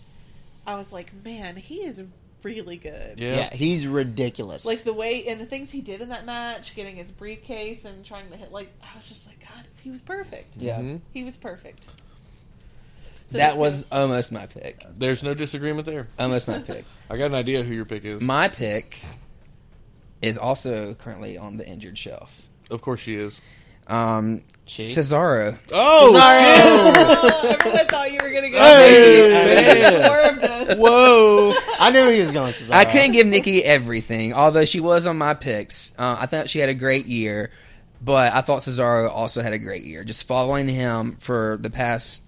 Speaker 5: I was like, man, he is really good.
Speaker 4: Yeah.
Speaker 6: Yeah, he's ridiculous.
Speaker 5: Like the way and the things he did in that match, getting his briefcase and trying to hit. Like, I was just like, God, he was perfect.
Speaker 6: yeah.
Speaker 4: Mhm.
Speaker 5: He was perfect. So
Speaker 3: That
Speaker 5: this
Speaker 3: was almost my pick.
Speaker 4: There's no disagreement there.
Speaker 3: Almost Oh, my pick.
Speaker 4: I got an idea who your pick is.
Speaker 3: My pick is also currently on the injured shelf.
Speaker 4: of course she is.
Speaker 3: Um,
Speaker 6: She?
Speaker 3: Cesaro.
Speaker 4: Oh,
Speaker 5: Oh, everyone thought you were gonna go. *laughs*
Speaker 4: Hey,
Speaker 5: There's
Speaker 4: man.
Speaker 5: more of this.
Speaker 4: Whoa.
Speaker 6: *laughs* I knew he was going. Cesaro.
Speaker 4: Uh,
Speaker 3: I couldn't give Nikki everything, although she was on my picks. Uh, I thought she had a great year, but I thought Cesaro also had a great year. Just following him for the past,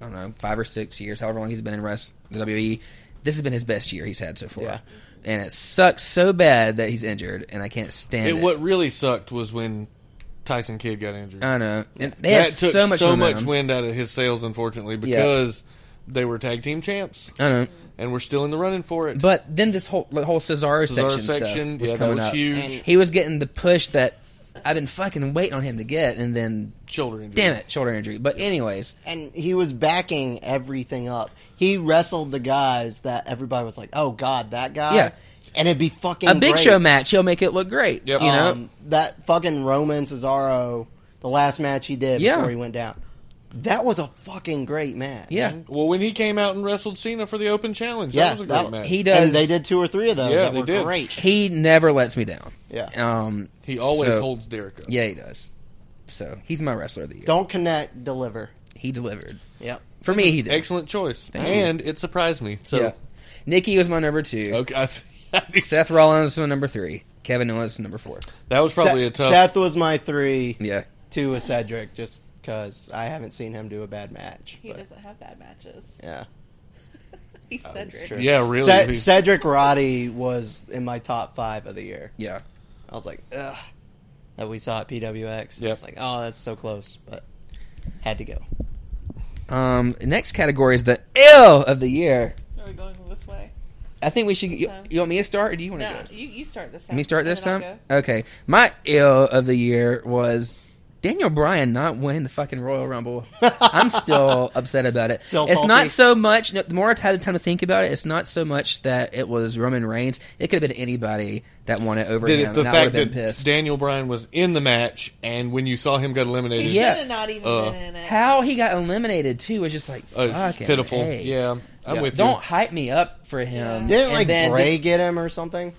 Speaker 3: I don't know, five or six years, however long he's been in rest the WWE, this has been his best year he's had so far.
Speaker 6: Yeah.
Speaker 3: And it sucks so bad that he's injured, and I can't stand it.
Speaker 4: And what really sucked was when Tyson Kidd got injured.
Speaker 3: I know. And they
Speaker 4: that
Speaker 3: had
Speaker 4: took
Speaker 3: Uh, so much
Speaker 4: so much
Speaker 3: momentum.
Speaker 4: wind out of his sails, unfortunately, because they were tag team champs
Speaker 3: I know.
Speaker 4: and we're still in the running for it.
Speaker 3: But then this whole the whole Cesaro,
Speaker 4: Cesaro
Speaker 3: section,
Speaker 4: section,
Speaker 3: stuff was
Speaker 4: yeah, that
Speaker 3: coming
Speaker 4: was
Speaker 3: up.
Speaker 4: huge.
Speaker 3: He was getting the push that I've been fucking waiting on him to get, and then
Speaker 4: shoulder injury.
Speaker 3: damn it, shoulder injury. But anyways,
Speaker 6: and he was backing everything up. He wrestled the guys that everybody was like, "Oh God, that guy."
Speaker 3: Yeah.
Speaker 6: and it'd be fucking
Speaker 3: a Big
Speaker 6: great.
Speaker 3: Show match, he'll make it look great.
Speaker 4: Yep.
Speaker 3: You know,
Speaker 6: Um, that fucking Roman Cesaro, the last match he did
Speaker 3: Yeah.
Speaker 6: before he went down. That was a fucking great match.
Speaker 3: yeah.
Speaker 4: Well, when he came out and wrestled Cena for the Open Challenge,
Speaker 6: Yeah,
Speaker 4: that was a
Speaker 6: that-
Speaker 4: great match.
Speaker 3: He does.
Speaker 6: And they did two or three of those
Speaker 4: Yeah,
Speaker 6: that
Speaker 4: they
Speaker 6: were
Speaker 4: did.
Speaker 6: great.
Speaker 3: He never lets me down.
Speaker 6: Yeah.
Speaker 3: Um.
Speaker 4: He always
Speaker 3: so-
Speaker 4: holds Derek up.
Speaker 3: Yeah, he does. So he's my wrestler of the year.
Speaker 6: Don't connect, deliver.
Speaker 3: He delivered
Speaker 6: Yep.
Speaker 3: for me. He did.
Speaker 4: Excellent choice,
Speaker 3: you.
Speaker 4: and it surprised me. So,
Speaker 3: Yeah. Nikki was my number two.
Speaker 4: okay, I- *laughs*
Speaker 3: Seth Rollins was number three. Kevin Owens was number four.
Speaker 4: that was probably a
Speaker 6: Seth,
Speaker 4: tough.
Speaker 6: Seth was my three.
Speaker 3: Yeah.
Speaker 6: Two was Cedric, just because I haven't seen him do a bad match.
Speaker 5: He
Speaker 6: but-
Speaker 5: doesn't have bad matches.
Speaker 6: Yeah.
Speaker 5: He's
Speaker 6: that's
Speaker 5: Cedric.
Speaker 6: true.
Speaker 4: yeah, really.
Speaker 6: Ce-
Speaker 4: He-
Speaker 6: Cedric Roddy was in my top five of the year.
Speaker 3: Yeah.
Speaker 6: I was like, ugh, that we saw at PWX. I
Speaker 4: Yep.
Speaker 6: was like, oh, that's so close, but had to go.
Speaker 3: Um, next category is the ill of the year.
Speaker 5: Are we going this way?
Speaker 3: I think we should. You, you want me to start, or do you want to
Speaker 5: No,
Speaker 3: go?
Speaker 5: you, you start this time.
Speaker 3: Let me start
Speaker 5: and
Speaker 3: this
Speaker 5: then
Speaker 3: time.
Speaker 5: I'll go.
Speaker 3: Okay, my ill of the year was Daniel Bryan not winning the fucking Royal
Speaker 5: *laughs*
Speaker 3: Rumble. I'm still upset about it.
Speaker 6: Still
Speaker 3: it's
Speaker 6: salty.
Speaker 3: not so much. no, The more I've had the time to think about it, it's not so much that it was Roman Reigns. It could have been anybody that won it over
Speaker 4: Did
Speaker 3: him.
Speaker 4: it the
Speaker 3: and I would
Speaker 4: fact
Speaker 3: have been
Speaker 4: that
Speaker 3: pissed.
Speaker 4: Daniel Bryan was in the match, and when you saw him get
Speaker 5: He
Speaker 4: eliminated,
Speaker 3: Yeah.
Speaker 5: should have not even
Speaker 4: Uh,
Speaker 5: been in it.
Speaker 3: How he got eliminated too was just like
Speaker 4: uh,
Speaker 3: fucking
Speaker 4: pitiful.
Speaker 3: A.
Speaker 4: Yeah, I'm with
Speaker 3: Don't
Speaker 4: you.
Speaker 3: hype me up for him.
Speaker 5: Yeah.
Speaker 6: Didn't
Speaker 3: And
Speaker 6: like
Speaker 3: then
Speaker 6: Bray
Speaker 3: just-
Speaker 6: get him or something?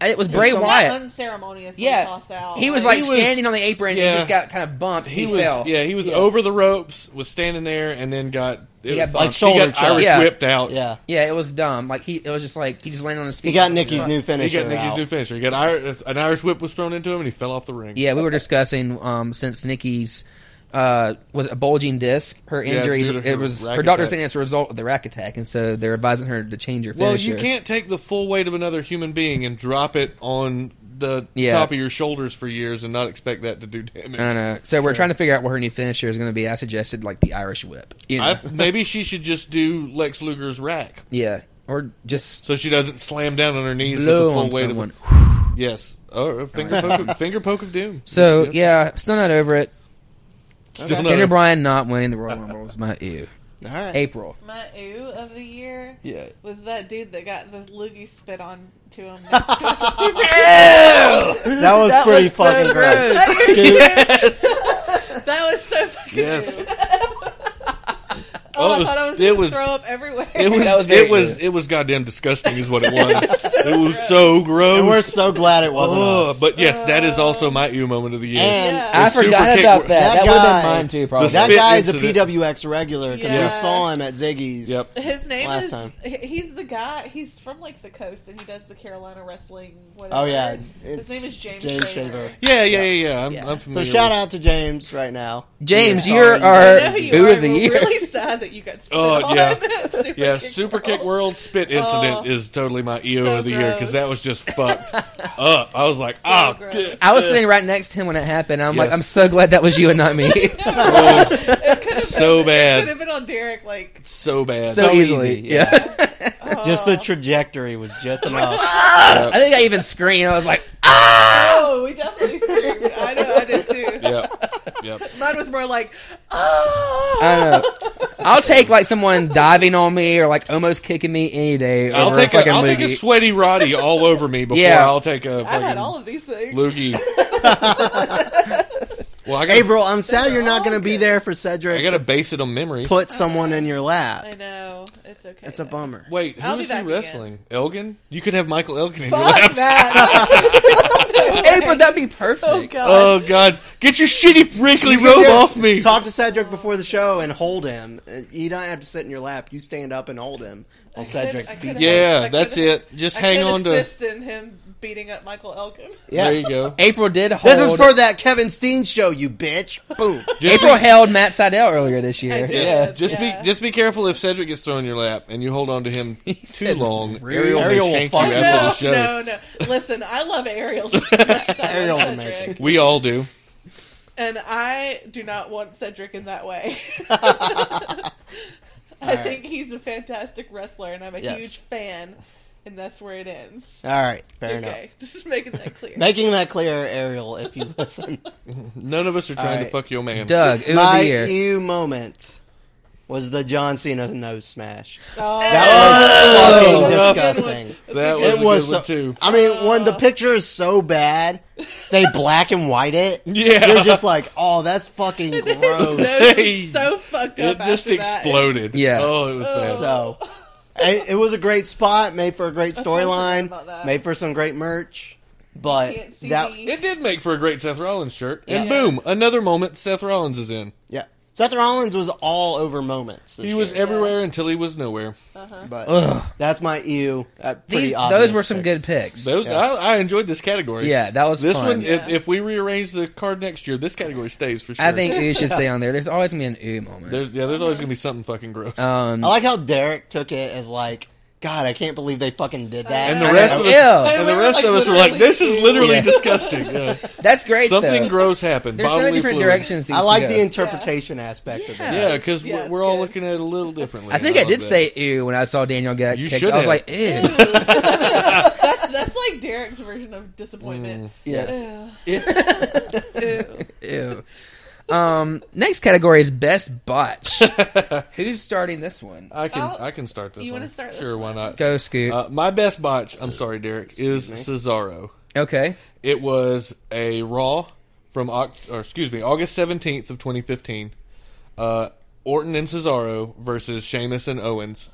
Speaker 3: It was Bray
Speaker 5: He got
Speaker 3: Wyatt.
Speaker 5: unceremoniously
Speaker 3: Yeah,
Speaker 5: tossed out.
Speaker 3: he was like
Speaker 4: He was-
Speaker 3: standing on the apron. and
Speaker 4: yeah.
Speaker 3: He just got kind of bumped. He,
Speaker 4: He, was,
Speaker 3: fell.
Speaker 4: yeah, he was over the ropes, was standing there, and then got it
Speaker 3: He got
Speaker 4: was
Speaker 3: bumped.
Speaker 6: Like shoulder
Speaker 4: he got
Speaker 6: check.
Speaker 4: Irish
Speaker 3: Yeah.
Speaker 4: whipped out.
Speaker 6: Yeah,
Speaker 3: Yeah, it was dumb. Like he, it was just like he just landed on his feet.
Speaker 6: he got Nikki's new
Speaker 4: he
Speaker 6: finisher.
Speaker 4: got Nikki's
Speaker 6: out.
Speaker 4: new finisher. He got Ir- an Irish whip was thrown into him, and he fell off the ring.
Speaker 3: Yeah, we were discussing um, since Nikki's uh, was a bulging disc. Her
Speaker 4: Yeah,
Speaker 3: injury.
Speaker 4: due to her
Speaker 3: it was
Speaker 4: rack
Speaker 3: her doctor
Speaker 4: attack.
Speaker 3: saying it's a result of the rack attack, and so they're advising her to change her
Speaker 4: Well,
Speaker 3: finisher.
Speaker 4: you can't take the full weight of another human being and drop it on the
Speaker 3: Yeah.
Speaker 4: top of your shoulders for years and not expect that to do damage.
Speaker 3: I know. So we're trying to figure out what her new finisher is going to be. I suggested like the Irish whip. You know?
Speaker 4: I, maybe she should just do Lex Luger's rack,
Speaker 3: yeah, or just
Speaker 4: so she doesn't slam down on her knees
Speaker 3: blow
Speaker 4: with
Speaker 3: on
Speaker 4: the full weight
Speaker 3: someone.
Speaker 4: of. Yes, Oh, or a finger poke, of- finger poke of doom.
Speaker 3: *laughs* So yeah, still not over it.
Speaker 4: Still not
Speaker 3: Daniel
Speaker 4: a-
Speaker 3: Bryan not winning the Royal Rumble was my ew.
Speaker 6: All right.
Speaker 3: April.
Speaker 5: My ooh of the year
Speaker 3: *laughs* Yeah.
Speaker 5: was that dude that got the loogie spit on to him. *laughs* Next to us
Speaker 3: *laughs*
Speaker 5: at Super Bowl.
Speaker 6: *laughs* That was pretty fucking gross.
Speaker 5: *laughs* that was so
Speaker 3: *laughs*
Speaker 5: fucking.
Speaker 4: Yes.
Speaker 5: Oh,
Speaker 4: it
Speaker 5: I
Speaker 4: was-
Speaker 5: thought I was
Speaker 4: it
Speaker 5: going to
Speaker 4: was-
Speaker 5: throw up everywhere.
Speaker 4: It was,
Speaker 3: That was very
Speaker 4: it was
Speaker 3: good.
Speaker 4: it was goddamn disgusting is what
Speaker 3: *laughs*
Speaker 4: it was. it was so gross.
Speaker 6: And we're so glad it wasn't
Speaker 4: Ugh,
Speaker 6: us.
Speaker 4: Oh, but yes, that is also my ew moment of the year.
Speaker 6: and
Speaker 5: Yeah.
Speaker 3: I
Speaker 4: The super
Speaker 3: forgot
Speaker 4: kick
Speaker 3: about that.
Speaker 4: were-
Speaker 3: That,
Speaker 6: That
Speaker 3: would have
Speaker 6: guy-
Speaker 3: been mine too, probably.
Speaker 6: that
Speaker 4: spit
Speaker 6: guy is a
Speaker 4: incident.
Speaker 6: PWX regular because
Speaker 5: Yeah.
Speaker 6: we saw him at Ziggy's.
Speaker 5: *laughs*
Speaker 4: Yep.
Speaker 5: His name
Speaker 6: Last
Speaker 5: is.
Speaker 6: time.
Speaker 5: he- He's the guy. He's from like the coast, and he does the Carolina wrestling. Whatever.
Speaker 6: Oh yeah,
Speaker 5: His
Speaker 6: it's
Speaker 5: name is James.
Speaker 6: James
Speaker 5: Shaver.
Speaker 6: Shaver.
Speaker 4: Yeah, yeah, yeah, yeah. I'm,
Speaker 5: Yeah.
Speaker 4: I'm
Speaker 6: So
Speaker 4: familiar.
Speaker 6: shout out to James right now.
Speaker 3: James,
Speaker 6: Sorry.
Speaker 3: you're
Speaker 5: I
Speaker 3: our
Speaker 5: know who you
Speaker 3: boo
Speaker 5: are.
Speaker 3: of the
Speaker 5: We're
Speaker 3: year.
Speaker 5: really sad that you got. Stuck.
Speaker 4: Oh, Oh,
Speaker 5: on.
Speaker 4: yeah.
Speaker 5: Super
Speaker 4: Yeah,
Speaker 5: Kick
Speaker 4: Super Kick
Speaker 5: Girl.
Speaker 4: World spit incident
Speaker 5: Oh.
Speaker 4: is totally my EO
Speaker 5: So
Speaker 4: of the year because that
Speaker 5: gross.
Speaker 4: was just
Speaker 3: *laughs*
Speaker 4: fucked up. I was like, oh,
Speaker 5: gross.
Speaker 4: good.
Speaker 3: I was sitting right next to him when it happened. I'm like,
Speaker 4: Yes.
Speaker 3: I'm so glad that was you and not me. *laughs*
Speaker 4: *laughs* so
Speaker 5: Could have
Speaker 4: bad,
Speaker 5: been on Derek, like,
Speaker 4: so bad.
Speaker 3: so,
Speaker 6: So
Speaker 3: easily.
Speaker 6: easy,
Speaker 3: Yeah.
Speaker 6: Just the trajectory was just enough.
Speaker 3: *laughs* I think I even screamed. I was like,
Speaker 5: oh, we definitely screamed. I know, I did
Speaker 4: *laughs*
Speaker 5: too.
Speaker 4: yep, yep.
Speaker 5: Mine was more like, oh.
Speaker 3: I don't know. "Ah." I'll take like someone diving on me or like almost kicking me any day.
Speaker 4: I'll
Speaker 3: over
Speaker 4: take
Speaker 3: a
Speaker 4: a,
Speaker 3: fucking
Speaker 4: I'll take
Speaker 3: movie.
Speaker 4: a sweaty Roddy all over
Speaker 6: *laughs*
Speaker 4: me before
Speaker 3: Yeah.
Speaker 4: I'll take a
Speaker 5: I've had all
Speaker 4: fucking
Speaker 5: of these things. *laughs*
Speaker 4: loogie. well, I
Speaker 6: hey,
Speaker 4: got
Speaker 6: bro, I'm sad you're not going to be there for Cedric.
Speaker 4: I got to base it on memories.
Speaker 6: put someone in your lap.
Speaker 5: I know. It's okay.
Speaker 6: That's a
Speaker 5: though.
Speaker 6: bummer.
Speaker 4: Wait,
Speaker 5: I'll
Speaker 4: who
Speaker 5: be
Speaker 4: is he
Speaker 5: back
Speaker 4: wrestling? Elgin? You could have Michael Elgin in your lap.
Speaker 5: Fuck that.
Speaker 3: Hey, but that'd be perfect.
Speaker 5: *laughs* oh, God.
Speaker 4: Oh God! Get your shitty wrinkly
Speaker 6: You
Speaker 4: robe
Speaker 6: just
Speaker 4: off me.
Speaker 6: Talk to Cedric before the show and hold him. Uh, You don't have to sit in your lap. You stand up and hold him while Cedric
Speaker 5: I could've-
Speaker 6: beats him.
Speaker 5: I
Speaker 4: yeah,
Speaker 5: could've-
Speaker 4: that's it. Just
Speaker 5: I
Speaker 4: hang
Speaker 5: could
Speaker 4: on to.
Speaker 5: assist in him beating up Michael Elkin.
Speaker 6: Yeah.
Speaker 4: There you go.
Speaker 3: April did hold.
Speaker 6: This is for that Kevin Steen show, you bitch.
Speaker 5: *laughs*
Speaker 6: Boom.
Speaker 4: Just *laughs*
Speaker 3: April held Matt Seidel earlier this year.
Speaker 5: *laughs* I did.
Speaker 4: Yeah, just
Speaker 5: Yeah.
Speaker 4: be just be careful if Cedric gets thrown in your lap and you hold on
Speaker 6: *laughs*
Speaker 4: to him too
Speaker 3: said,
Speaker 4: long.
Speaker 6: "Really?"
Speaker 4: Ariel,
Speaker 6: Ariel will
Speaker 4: will shank you
Speaker 6: fuck
Speaker 4: after
Speaker 6: you
Speaker 4: the
Speaker 5: Oh, No,
Speaker 4: show.
Speaker 5: no, no. Listen, I love
Speaker 4: *laughs*
Speaker 5: Ariel. just as much as I love
Speaker 6: Ariel's
Speaker 5: Cedric.
Speaker 6: amazing.
Speaker 4: We all do.
Speaker 5: And I do not want Cedric in that
Speaker 6: *laughs*
Speaker 5: way. I think he's a fantastic wrestler, and I'm a
Speaker 6: Yes.
Speaker 5: huge fan. And that's where it ends.
Speaker 6: All right,
Speaker 5: okay,
Speaker 6: fair
Speaker 5: *laughs*
Speaker 6: enough.
Speaker 5: just making that clear.
Speaker 6: Making that clear, Ariel,
Speaker 5: *laughs*
Speaker 6: if you listen.
Speaker 4: None of us are trying
Speaker 6: right.
Speaker 4: to fuck your man.
Speaker 3: Doug, it
Speaker 6: My
Speaker 3: was the year.
Speaker 6: you moment was the John Cena nose smash.
Speaker 5: Oh, *laughs*
Speaker 4: Oh,
Speaker 6: That was fucking
Speaker 5: that's a good one.
Speaker 6: disgusting.
Speaker 4: That was
Speaker 6: It was
Speaker 4: a
Speaker 6: so,
Speaker 4: good one too.
Speaker 6: I mean, when the picture is so bad, they black and white it.
Speaker 4: Yeah.
Speaker 6: you're just like, oh,
Speaker 5: *laughs*
Speaker 6: that's fucking
Speaker 5: His
Speaker 6: gross.
Speaker 5: nose
Speaker 4: Hey,
Speaker 5: was so fucked up.
Speaker 4: It just
Speaker 5: after that.
Speaker 4: exploded.
Speaker 3: Yeah.
Speaker 4: Oh, it was bad.
Speaker 6: So it, it was a great spot, made for a great
Speaker 5: what I was
Speaker 6: storyline,
Speaker 5: about that.
Speaker 6: made for some great merch. But
Speaker 5: Can't see
Speaker 6: that,
Speaker 5: me.
Speaker 4: it did make for a great Seth Rollins shirt, and
Speaker 5: Yeah.
Speaker 4: boom, another moment Seth Rollins is in.
Speaker 6: yeah, Seth Rollins was all over moments. This
Speaker 4: He was
Speaker 6: year,
Speaker 4: everywhere until he was nowhere.
Speaker 6: but
Speaker 3: Ugh.
Speaker 6: that's my ew. Uh, pretty
Speaker 3: These-
Speaker 6: obvious
Speaker 3: those were some
Speaker 6: pick.
Speaker 3: good picks.
Speaker 4: Those,
Speaker 6: Yeah.
Speaker 4: I, I enjoyed this category.
Speaker 3: yeah, that was
Speaker 4: This
Speaker 3: fun.
Speaker 4: one, if, if we rearrange the card next year, this category stays for sure.
Speaker 3: I think ooh should stay on there. There's always gonna be an ooh moment.
Speaker 4: *laughs* There's, yeah, there's always gonna be something fucking gross.
Speaker 3: um,
Speaker 6: I like how Derek took it as like, God, I can't believe they fucking did that.
Speaker 4: and the rest of
Speaker 3: Ew.
Speaker 4: us, and the
Speaker 5: We were,
Speaker 4: rest
Speaker 5: like,
Speaker 4: of us were
Speaker 5: literally
Speaker 4: like, "This is literally
Speaker 3: Yeah. *laughs*
Speaker 4: disgusting." Yeah.
Speaker 3: that's great.
Speaker 4: Something
Speaker 3: though.
Speaker 4: gross happened.
Speaker 3: There's so
Speaker 4: bodily
Speaker 3: many different
Speaker 4: fluid.
Speaker 3: directions. These
Speaker 6: I like
Speaker 3: can
Speaker 6: the
Speaker 3: go.
Speaker 6: interpretation aspect of it.
Speaker 4: Yeah, because
Speaker 5: Yeah, it's
Speaker 4: we're all
Speaker 5: good.
Speaker 4: looking at it a little differently.
Speaker 3: I think
Speaker 4: and
Speaker 3: I did
Speaker 4: love
Speaker 3: say ew when I saw Daniel get
Speaker 4: You
Speaker 3: kicked.
Speaker 4: should
Speaker 3: I was
Speaker 4: have.
Speaker 3: like ew.
Speaker 5: *laughs* that's that's like Derek's version of
Speaker 6: Mm.
Speaker 5: disappointment.
Speaker 6: Yeah.
Speaker 5: Ugh.
Speaker 3: Ew. Um, next category is best
Speaker 4: *laughs*
Speaker 3: botch. Who's starting this one?
Speaker 4: that. I can
Speaker 5: I'll-
Speaker 4: I can start this.
Speaker 5: you
Speaker 4: want
Speaker 5: wanna
Speaker 4: to
Speaker 5: start this
Speaker 4: Sure, why not?
Speaker 3: Go, Scoot.
Speaker 4: Uh, my best botch. I'm sorry, Derek. is Cesaro.
Speaker 3: okay.
Speaker 4: It was a Raw from Oct- or excuse me, August 17th of 2015. Uh, Orton and Cesaro versus Sheamus and Owens,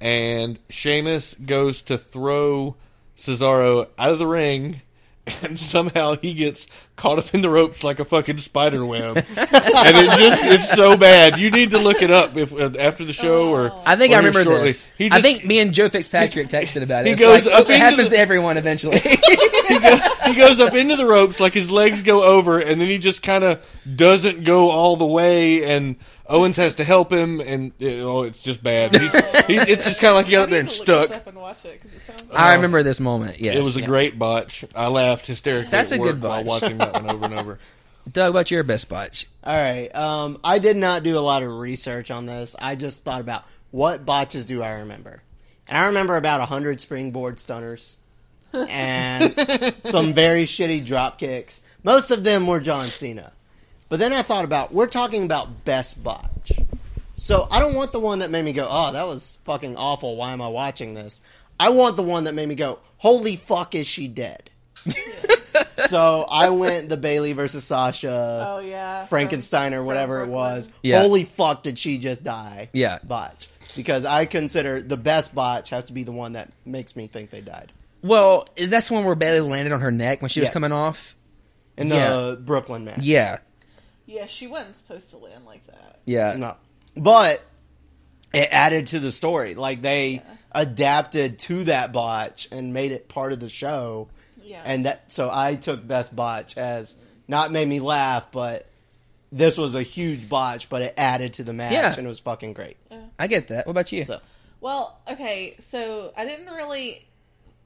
Speaker 4: and Sheamus goes to throw Cesaro out of the ring. *laughs* And somehow he gets caught up in the ropes like a fucking spider web, and it just—it's so bad. You need to look it up if, uh, after the show, or
Speaker 5: Oh.
Speaker 3: I think
Speaker 4: or
Speaker 3: I
Speaker 4: here
Speaker 3: remember
Speaker 4: shortly.
Speaker 3: this.
Speaker 4: He
Speaker 3: I
Speaker 4: just-
Speaker 3: think me and Joe
Speaker 4: *laughs*
Speaker 3: Fitzpatrick texted about it.
Speaker 4: He
Speaker 3: It's
Speaker 4: goes
Speaker 3: like,
Speaker 4: up
Speaker 3: it
Speaker 4: into
Speaker 3: happens
Speaker 4: the-
Speaker 3: to everyone
Speaker 4: *laughs*
Speaker 3: eventually.
Speaker 4: he goes up into the ropes like his legs go over and then he just kind of doesn't go all the way and owens has to help him and it, oh it's just bad He's, he, it's just kind of like he got up there
Speaker 5: I
Speaker 4: and
Speaker 5: need to look
Speaker 4: stuck
Speaker 5: this up and watch it 'cause it sounds
Speaker 3: I remember this moment. Yes.
Speaker 4: it was a great botch i laughed hysterically
Speaker 3: That's
Speaker 4: at
Speaker 3: a
Speaker 4: work
Speaker 3: good
Speaker 4: while
Speaker 3: botch.
Speaker 4: watching that one over
Speaker 5: *laughs*
Speaker 4: and over
Speaker 3: Doug, what's your best botch?
Speaker 6: All right. Um, I did not do a lot of research on this. I just thought about what botches do I remember, and I remember about hundred springboard stunners and some very shitty drop kicks. Most of them were John Cena. But then I thought about we're talking about best botch, so I don't want the one that made me go, "Oh, that was fucking awful. Why am I watching this?" I want the one that made me go, "Holy fuck, is she dead?" *laughs* so I went the Bailey versus Sasha.
Speaker 5: Oh yeah,
Speaker 6: Frankenstein or whatever it
Speaker 5: Brooklyn.
Speaker 6: was.
Speaker 3: Yeah.
Speaker 6: Holy fuck, did she just die?
Speaker 3: Yeah.
Speaker 6: Botch. Because I consider the best botch has to be the one that makes me think they died.
Speaker 3: Well, that's when where Bailey landed on her neck when she was
Speaker 6: Yes.
Speaker 3: coming off.
Speaker 6: In the
Speaker 3: Yeah.
Speaker 6: Brooklyn match.
Speaker 3: Yeah.
Speaker 5: Yeah, she wasn't supposed to land like that.
Speaker 3: Yeah.
Speaker 6: No. But it added to the story. Like they adapted to that botch and made it part of the show.
Speaker 5: Yeah.
Speaker 6: And that so I took best botch as not made me laugh, but this was a huge botch, but it added to the match
Speaker 3: Yeah.
Speaker 6: and it was fucking great.
Speaker 3: I get that. What about you?
Speaker 6: So
Speaker 5: Well, okay, so I didn't really.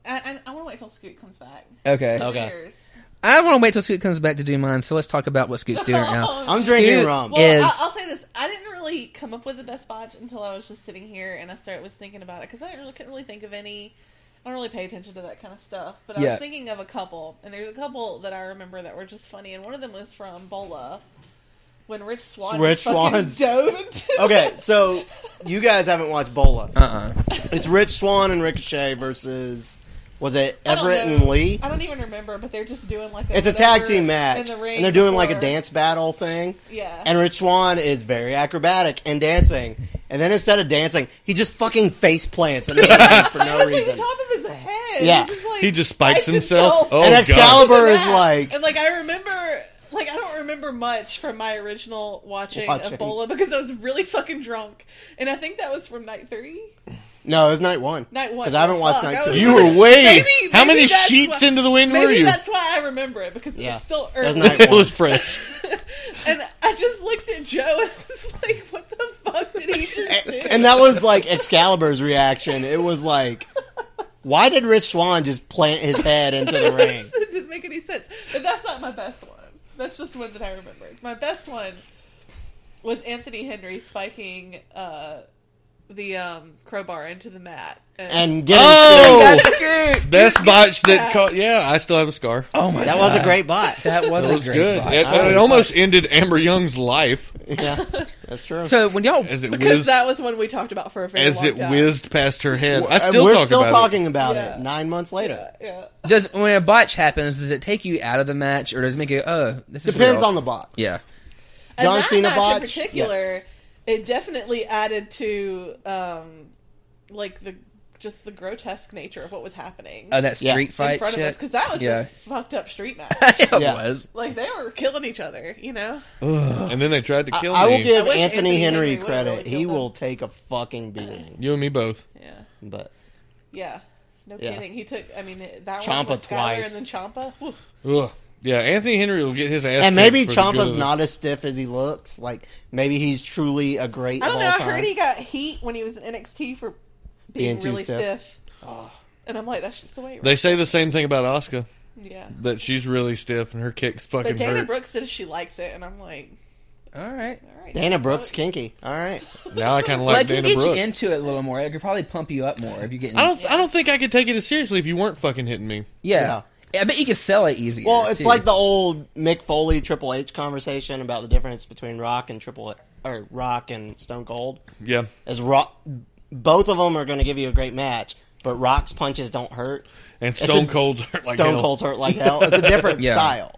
Speaker 5: I, I, I want to wait till Scoot comes back.
Speaker 3: okay.
Speaker 6: Okay.
Speaker 5: Cheers.
Speaker 3: I want to wait till Scoot comes back to do mine. So let's talk about what Scoot's doing
Speaker 5: *laughs*
Speaker 3: right now.
Speaker 6: I'm drinking
Speaker 3: Scoot
Speaker 6: rum.
Speaker 5: Well,
Speaker 3: Is-
Speaker 5: I'll, I'll say this: I didn't really come up with the best botch until I was just sitting here and I started was thinking about it because I didn't really, couldn't really think of any. I don't really pay attention to that kind of stuff, but I
Speaker 3: Yeah.
Speaker 5: was thinking of a couple, and there's a couple that I remember that were just funny, and one of them was from Bola when Rich Swan
Speaker 6: Rich
Speaker 5: fucking
Speaker 6: Swan's-
Speaker 5: dove *laughs* into
Speaker 6: Okay, so you guys haven't watched Bola.
Speaker 4: Uh-uh.
Speaker 3: Uh uh
Speaker 6: It's Rich Swan and Ricochet versus was it
Speaker 5: I don't
Speaker 6: Everett
Speaker 5: know.
Speaker 6: and Lee?
Speaker 5: I don't even remember, but they're just doing like a
Speaker 6: It's a
Speaker 5: whatever
Speaker 6: tag team match,
Speaker 5: in the ring,
Speaker 6: and they're doing like a
Speaker 5: before-
Speaker 6: dance battle thing.
Speaker 5: Yeah,
Speaker 6: And Rich Swan is very acrobatic and dancing, and then instead of dancing, he just fucking face
Speaker 5: *laughs*
Speaker 6: plants and dances for no
Speaker 5: It's like the
Speaker 6: reason.
Speaker 5: top of his head.
Speaker 6: Yeah.
Speaker 5: He's like,
Speaker 4: He just spikes
Speaker 5: spiked
Speaker 4: himself. Oh,
Speaker 6: and
Speaker 4: God.
Speaker 6: Excalibur is
Speaker 5: Yeah.
Speaker 6: like,
Speaker 5: and like I remember, like I don't remember much from my original watching,
Speaker 6: Watching.
Speaker 5: of Bola because I was really fucking drunk, and I think that was from night three,
Speaker 6: no, it was night one.
Speaker 5: night one.
Speaker 6: because I haven't
Speaker 5: Fuck,
Speaker 6: watched
Speaker 5: I
Speaker 6: night
Speaker 5: was
Speaker 6: two.
Speaker 4: You were way.
Speaker 5: *laughs* Maybe-
Speaker 4: How
Speaker 5: maybe
Speaker 4: many
Speaker 5: that's
Speaker 4: sheets
Speaker 5: why-
Speaker 4: into the wind were
Speaker 5: Maybe
Speaker 4: you?
Speaker 5: that's why I remember it because it
Speaker 6: Yeah.
Speaker 5: was still
Speaker 6: That was
Speaker 5: early.
Speaker 6: night
Speaker 4: It
Speaker 6: one.
Speaker 4: was fresh.
Speaker 5: *laughs* and I just looked at Joe and I was like, "What the fuck did
Speaker 4: *laughs*
Speaker 5: he just do?"
Speaker 6: *laughs* and that was like Excalibur's reaction. It was like, why did Rich Swan just plant his head
Speaker 5: *laughs*
Speaker 6: into the ring?
Speaker 5: it didn't make any sense. But that's not my best one. That's just one that I remembered. My best one was Anthony Henry spiking uh, the um, crowbar into the mat.
Speaker 6: And getting
Speaker 3: *laughs*
Speaker 4: Oh!
Speaker 6: screwed.
Speaker 4: Best botch that
Speaker 5: back.
Speaker 4: caught. Yeah, I still have a scar.
Speaker 3: Oh my.
Speaker 6: that was a great bot.
Speaker 3: That was
Speaker 4: That
Speaker 3: a
Speaker 4: was
Speaker 3: great
Speaker 4: good.
Speaker 3: botch.
Speaker 4: It,
Speaker 6: I
Speaker 4: it
Speaker 6: would-
Speaker 4: almost ended Amber Young's life
Speaker 6: *laughs* yeah, that's true.
Speaker 3: So when y'all
Speaker 4: as it
Speaker 5: because
Speaker 4: whizzed,
Speaker 5: that was one we talked about for a very
Speaker 4: as
Speaker 5: long
Speaker 4: it
Speaker 5: time.
Speaker 4: whizzed past her head. I
Speaker 6: And
Speaker 4: still
Speaker 6: we're
Speaker 4: talk
Speaker 6: still
Speaker 4: about
Speaker 6: talking about
Speaker 5: Yeah.
Speaker 6: it nine months later.
Speaker 5: Yeah, yeah.
Speaker 3: does when a botch happens, does it take you out of the match or does it make you oh this is
Speaker 6: Depends
Speaker 3: real?
Speaker 6: on the bot.
Speaker 3: yeah.
Speaker 5: And
Speaker 6: John
Speaker 5: that
Speaker 6: Cena
Speaker 5: match
Speaker 6: botch?
Speaker 5: in particular,
Speaker 6: Yes.
Speaker 5: it definitely added to um, like the just the grotesque nature of what was happening
Speaker 3: Oh, that
Speaker 6: Yeah.
Speaker 3: street
Speaker 6: In
Speaker 5: in
Speaker 3: fight
Speaker 5: front
Speaker 3: shit.
Speaker 5: of us because that was
Speaker 3: Yeah. *laughs*
Speaker 5: a fucked up street match.
Speaker 3: it
Speaker 6: Yeah.
Speaker 3: was.
Speaker 5: like they were killing each other, you know.
Speaker 4: it. And then they tried to
Speaker 6: I,
Speaker 4: kill
Speaker 6: I will
Speaker 4: me.
Speaker 6: give
Speaker 5: I wish
Speaker 6: Anthony,
Speaker 5: Anthony
Speaker 6: Henry,
Speaker 5: Henry would've
Speaker 6: credit.
Speaker 5: really
Speaker 6: he
Speaker 5: killed
Speaker 6: will
Speaker 5: him.
Speaker 6: take a fucking beating.
Speaker 4: you and me both.
Speaker 5: Yeah.
Speaker 6: But
Speaker 5: Yeah. No
Speaker 6: Yeah.
Speaker 5: kidding. He took. I mean, it- that
Speaker 6: Ciampa
Speaker 5: one was Skyler
Speaker 6: twice.
Speaker 5: and then Champa.
Speaker 4: Ugh. Yeah, Anthony Henry will get his ass.
Speaker 6: and
Speaker 4: kicked
Speaker 6: maybe
Speaker 4: for the good of
Speaker 6: Champa's
Speaker 4: the-
Speaker 6: not as stiff as he looks. Like maybe he's truly a great.
Speaker 5: I don't
Speaker 6: of
Speaker 5: know.
Speaker 6: all
Speaker 5: I
Speaker 6: time.
Speaker 5: heard he got heat when he was in NXT for being,
Speaker 6: Being too
Speaker 5: really
Speaker 6: stiff. Ah.
Speaker 5: stiff. And I'm like, that's just the way. It
Speaker 4: They say the same thing about Oscar
Speaker 5: yeah.
Speaker 4: that she's really stiff and her kicks fucking
Speaker 5: But Dana
Speaker 4: hurt.
Speaker 5: Brooke says she likes it, and I'm like,
Speaker 3: All right.
Speaker 5: all right.
Speaker 6: Dana Brooks
Speaker 5: Well,
Speaker 6: kinky. All right.
Speaker 4: now I kind of
Speaker 3: Well,
Speaker 4: like
Speaker 3: it can
Speaker 4: Dana
Speaker 3: get
Speaker 4: Brooke.
Speaker 3: you into it a little more. It could probably pump you up more if you get. In,
Speaker 4: I don't. I don't think I could take it as seriously if you weren't fucking hitting me.
Speaker 3: yeah. I bet you could sell it easier.
Speaker 6: Well, it's
Speaker 3: too.
Speaker 6: like the old Mick Foley Triple H conversation about the difference between Rock and Triple or Rock and Stone Cold.
Speaker 4: Yeah.
Speaker 6: Is Rock both of them are going to give you a great match, but Rock's punches don't hurt.
Speaker 4: And
Speaker 6: a-
Speaker 4: Stone Cold's hurt like
Speaker 6: Stone
Speaker 4: hell. *laughs*
Speaker 6: Cold's hurt like hell. It's a
Speaker 3: *laughs*
Speaker 6: different
Speaker 3: Yeah.
Speaker 6: style.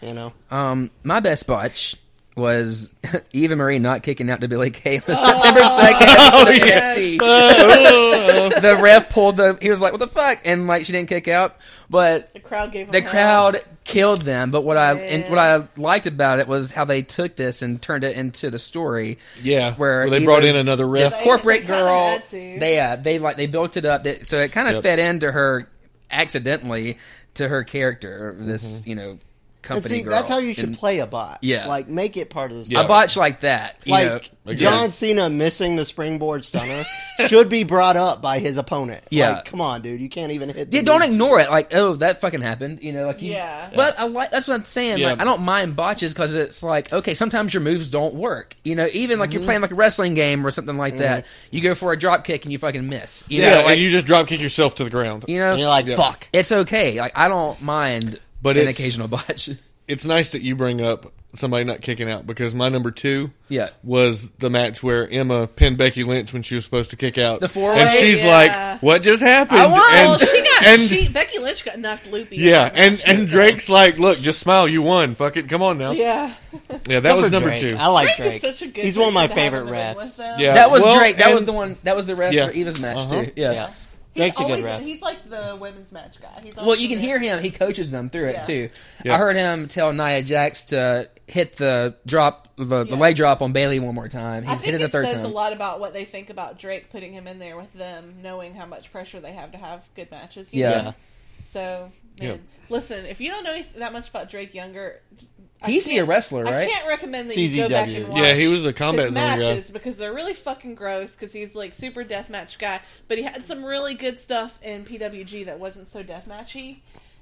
Speaker 6: You know.
Speaker 3: Um, my best botch was *laughs* Eva Marie not kicking out to Billy Kay on September second.
Speaker 6: *laughs*
Speaker 3: the ref pulled the. He was like, "What the fuck?" And like, she didn't kick out, but
Speaker 5: The crowd gave him
Speaker 3: the
Speaker 5: hell.
Speaker 3: crowd killed them. But what I and
Speaker 5: Yeah.
Speaker 3: what I liked about it was how they took this and turned it into the story.
Speaker 4: Yeah,
Speaker 6: *laughs*
Speaker 3: where
Speaker 4: where they
Speaker 3: Eva's-
Speaker 4: brought in another ref.
Speaker 3: This
Speaker 5: They-
Speaker 3: corporate
Speaker 5: they kinda
Speaker 3: girl.
Speaker 5: had to.
Speaker 3: They uh, they like they built it up, that, so it kind of
Speaker 4: Yep.
Speaker 3: fed into her accidentally to her character. This you know company
Speaker 6: And see,
Speaker 3: girl.
Speaker 6: that's how you should
Speaker 3: And
Speaker 6: play a botch.
Speaker 3: Yeah.
Speaker 6: Like make it part of the
Speaker 4: Yeah.
Speaker 6: story.
Speaker 3: A botch like that, you know.
Speaker 6: Like
Speaker 4: Again.
Speaker 6: John Cena missing the springboard stunner should be brought up by his opponent.
Speaker 3: Yeah.
Speaker 6: Like, come on, dude, you can't even hit. the
Speaker 3: Yeah, don't
Speaker 6: dude's-
Speaker 3: ignore it. Like, oh, that fucking happened. You know, like you.
Speaker 5: Yeah.
Speaker 3: But I like that's what I'm saying. Like,
Speaker 4: Yeah.
Speaker 3: I don't mind botches because it's like, okay, sometimes your moves don't work. You know, even like you're playing like a wrestling game or something like that. You go for a drop kick and you fucking miss. You
Speaker 4: yeah,
Speaker 3: know, like,
Speaker 4: and you just drop kick yourself to the ground.
Speaker 3: you know,
Speaker 6: And you're like,
Speaker 4: Yeah.
Speaker 6: fuck.
Speaker 3: it's okay. Like, I don't mind,
Speaker 4: But
Speaker 3: an
Speaker 4: it's-
Speaker 3: occasional botch. *laughs*
Speaker 4: It's nice that you bring up somebody not kicking out because my number two,
Speaker 3: Yeah.
Speaker 4: was the match where Emma pinned Becky Lynch when she was supposed to kick out
Speaker 3: The four-way?
Speaker 4: and she's
Speaker 5: Yeah.
Speaker 4: like, "What just happened?"
Speaker 6: Oh,
Speaker 3: I won!
Speaker 5: Well,
Speaker 4: And,
Speaker 5: she got.
Speaker 4: and-
Speaker 5: she Becky Lynch got knocked loopy.
Speaker 4: yeah, and and Drake's like, "Look, just smile. You won. Fuck it. Come on now." Yeah,
Speaker 5: yeah.
Speaker 4: that was
Speaker 6: For
Speaker 4: number
Speaker 6: Drake.
Speaker 4: two.
Speaker 6: I
Speaker 5: Drake
Speaker 6: like Drake.
Speaker 5: is such a good
Speaker 6: He's one of my
Speaker 5: person to have
Speaker 6: favorite
Speaker 5: in the ring with,
Speaker 6: refs.
Speaker 5: though.
Speaker 4: Yeah,
Speaker 3: that was
Speaker 4: Uh, well,
Speaker 3: Drake. That
Speaker 4: and-
Speaker 3: was the one. That was the ref
Speaker 4: Yeah.
Speaker 3: for Eva's match
Speaker 4: Uh-huh.
Speaker 3: too. Yeah.
Speaker 6: Yeah.
Speaker 5: He's
Speaker 6: Drake's a good
Speaker 5: always-
Speaker 6: ref.
Speaker 5: He's like the women's match guy. He's
Speaker 3: Well, you can hear him. He coaches them through it
Speaker 5: Yeah.
Speaker 3: too.
Speaker 4: Yeah.
Speaker 3: I heard him tell Nia Jax to hit the drop, the, the
Speaker 5: Yeah.
Speaker 3: leg drop on Bailey one more time. He
Speaker 5: I
Speaker 3: hit
Speaker 5: think
Speaker 3: it the
Speaker 5: it
Speaker 3: third
Speaker 5: says
Speaker 3: time.
Speaker 5: a lot about what they think about Drake putting him in there with them, knowing how much pressure they have to have good matches. you
Speaker 3: Yeah.
Speaker 5: know? So, man,
Speaker 4: Yeah.
Speaker 5: listen, if you don't know that much about Drake Younger, I
Speaker 3: He used to be a
Speaker 5: can't-
Speaker 3: wrestler,
Speaker 5: I
Speaker 3: right?
Speaker 5: can't recommend that you go back
Speaker 6: CZW.
Speaker 5: and watch.
Speaker 4: Yeah, he was a combat
Speaker 5: his
Speaker 4: zone guy.
Speaker 5: matches because they're really fucking gross. Because he's like super deathmatch guy, but he had some really good stuff in PWG that wasn't so deathmatchy.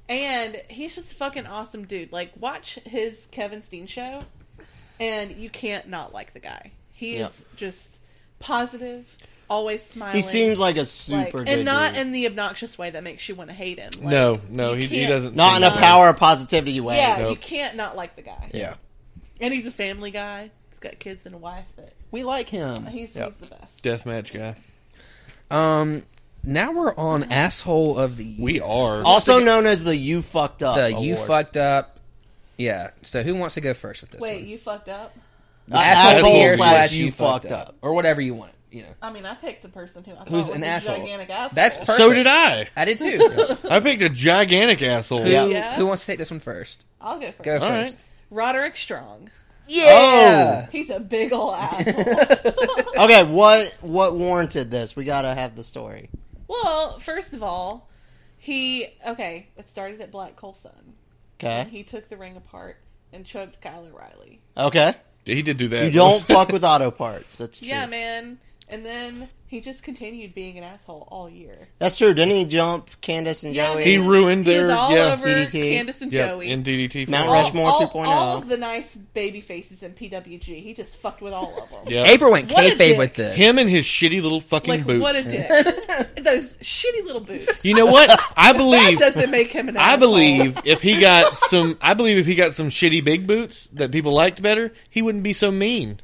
Speaker 5: And he's just a fucking awesome dude. Like, watch his Kevin Steen show, and you can't not like the guy. He is just positive, always smiling.
Speaker 6: He seems like a
Speaker 5: like,
Speaker 6: super good
Speaker 5: and not
Speaker 6: dude.
Speaker 5: in the obnoxious way that makes you want to hate him. Like,
Speaker 4: no, no,
Speaker 5: you
Speaker 4: he, he
Speaker 5: can't-
Speaker 4: doesn't.
Speaker 6: not in
Speaker 4: seem
Speaker 6: a
Speaker 4: that way.
Speaker 6: power of positivity way.
Speaker 5: Yeah, you
Speaker 4: Nope.
Speaker 5: can't not like the guy.
Speaker 3: Yeah.
Speaker 5: And he's a family guy. He's got kids and a wife that
Speaker 3: We like him.
Speaker 5: he's,
Speaker 4: Yep.
Speaker 5: he's the best.
Speaker 4: deathmatch guy.
Speaker 3: Um, now we're on
Speaker 5: Mm-hmm.
Speaker 3: asshole of the year.
Speaker 4: We are.
Speaker 6: Also known as the you fucked up.
Speaker 3: The you
Speaker 6: award.
Speaker 3: fucked up. Yeah. So who wants to go first with this?
Speaker 5: Wait,
Speaker 3: one?
Speaker 5: you fucked up?
Speaker 6: Uh, asshole,
Speaker 3: of the year
Speaker 6: slash you fucked up.
Speaker 3: or whatever you want. You know,
Speaker 5: I mean, I picked the person who I thought
Speaker 3: Who's
Speaker 5: was
Speaker 3: an
Speaker 5: a
Speaker 3: asshole.
Speaker 5: gigantic asshole.
Speaker 3: That's perfect.
Speaker 4: So did I.
Speaker 3: I did
Speaker 4: *laughs*
Speaker 3: too.
Speaker 4: I picked a gigantic asshole.
Speaker 3: who,
Speaker 5: Yeah.
Speaker 3: who wants to take this one first?
Speaker 5: I'll go first.
Speaker 3: Go
Speaker 4: All right.
Speaker 3: first. Oh!
Speaker 5: Roderick Strong.
Speaker 3: Yeah.
Speaker 5: He's a
Speaker 3: *laughs*
Speaker 5: big ol' asshole. *laughs*
Speaker 6: Okay, what what warranted this? We gotta have the story.
Speaker 5: well, first of all, he okay. It started at Black Coal Sun. And
Speaker 6: Okay.
Speaker 5: he took the ring apart and chugged Kyle O'Reilly.
Speaker 6: Okay.
Speaker 4: He did do that.
Speaker 6: You
Speaker 4: *laughs*
Speaker 3: *laughs*
Speaker 6: don't fuck with auto parts. That's true.
Speaker 5: Yeah, man. And then he just continued being an asshole all year.
Speaker 6: That's true. Didn't he jump Candace and
Speaker 5: Yeah,
Speaker 6: Joey?
Speaker 4: He
Speaker 5: man.
Speaker 4: ruined
Speaker 5: He was
Speaker 4: their-
Speaker 5: all
Speaker 4: yeah.
Speaker 5: over
Speaker 6: DDT.
Speaker 5: Candace and
Speaker 4: Yep,
Speaker 5: *laughs* Joey.
Speaker 4: in DDT.
Speaker 6: Mount
Speaker 5: all,
Speaker 6: Rushmore
Speaker 5: all-
Speaker 6: 2.0.
Speaker 4: oh.
Speaker 5: All of the nice baby faces in PWG. He just fucked with all of them.
Speaker 4: Yeah.
Speaker 3: April went
Speaker 5: What a
Speaker 3: kayfabe
Speaker 5: dick.
Speaker 3: with this.
Speaker 4: Him and his shitty little fucking
Speaker 5: Like,
Speaker 4: boots.
Speaker 5: what a dick. Those shitty little boots.
Speaker 4: you know what?
Speaker 5: *laughs*
Speaker 4: I
Speaker 5: that
Speaker 4: believe.
Speaker 5: doesn't make him an
Speaker 4: I
Speaker 5: asshole. *laughs*
Speaker 4: believe if he got some, I believe if he got some shitty big boots that people liked better, he wouldn't be so mean.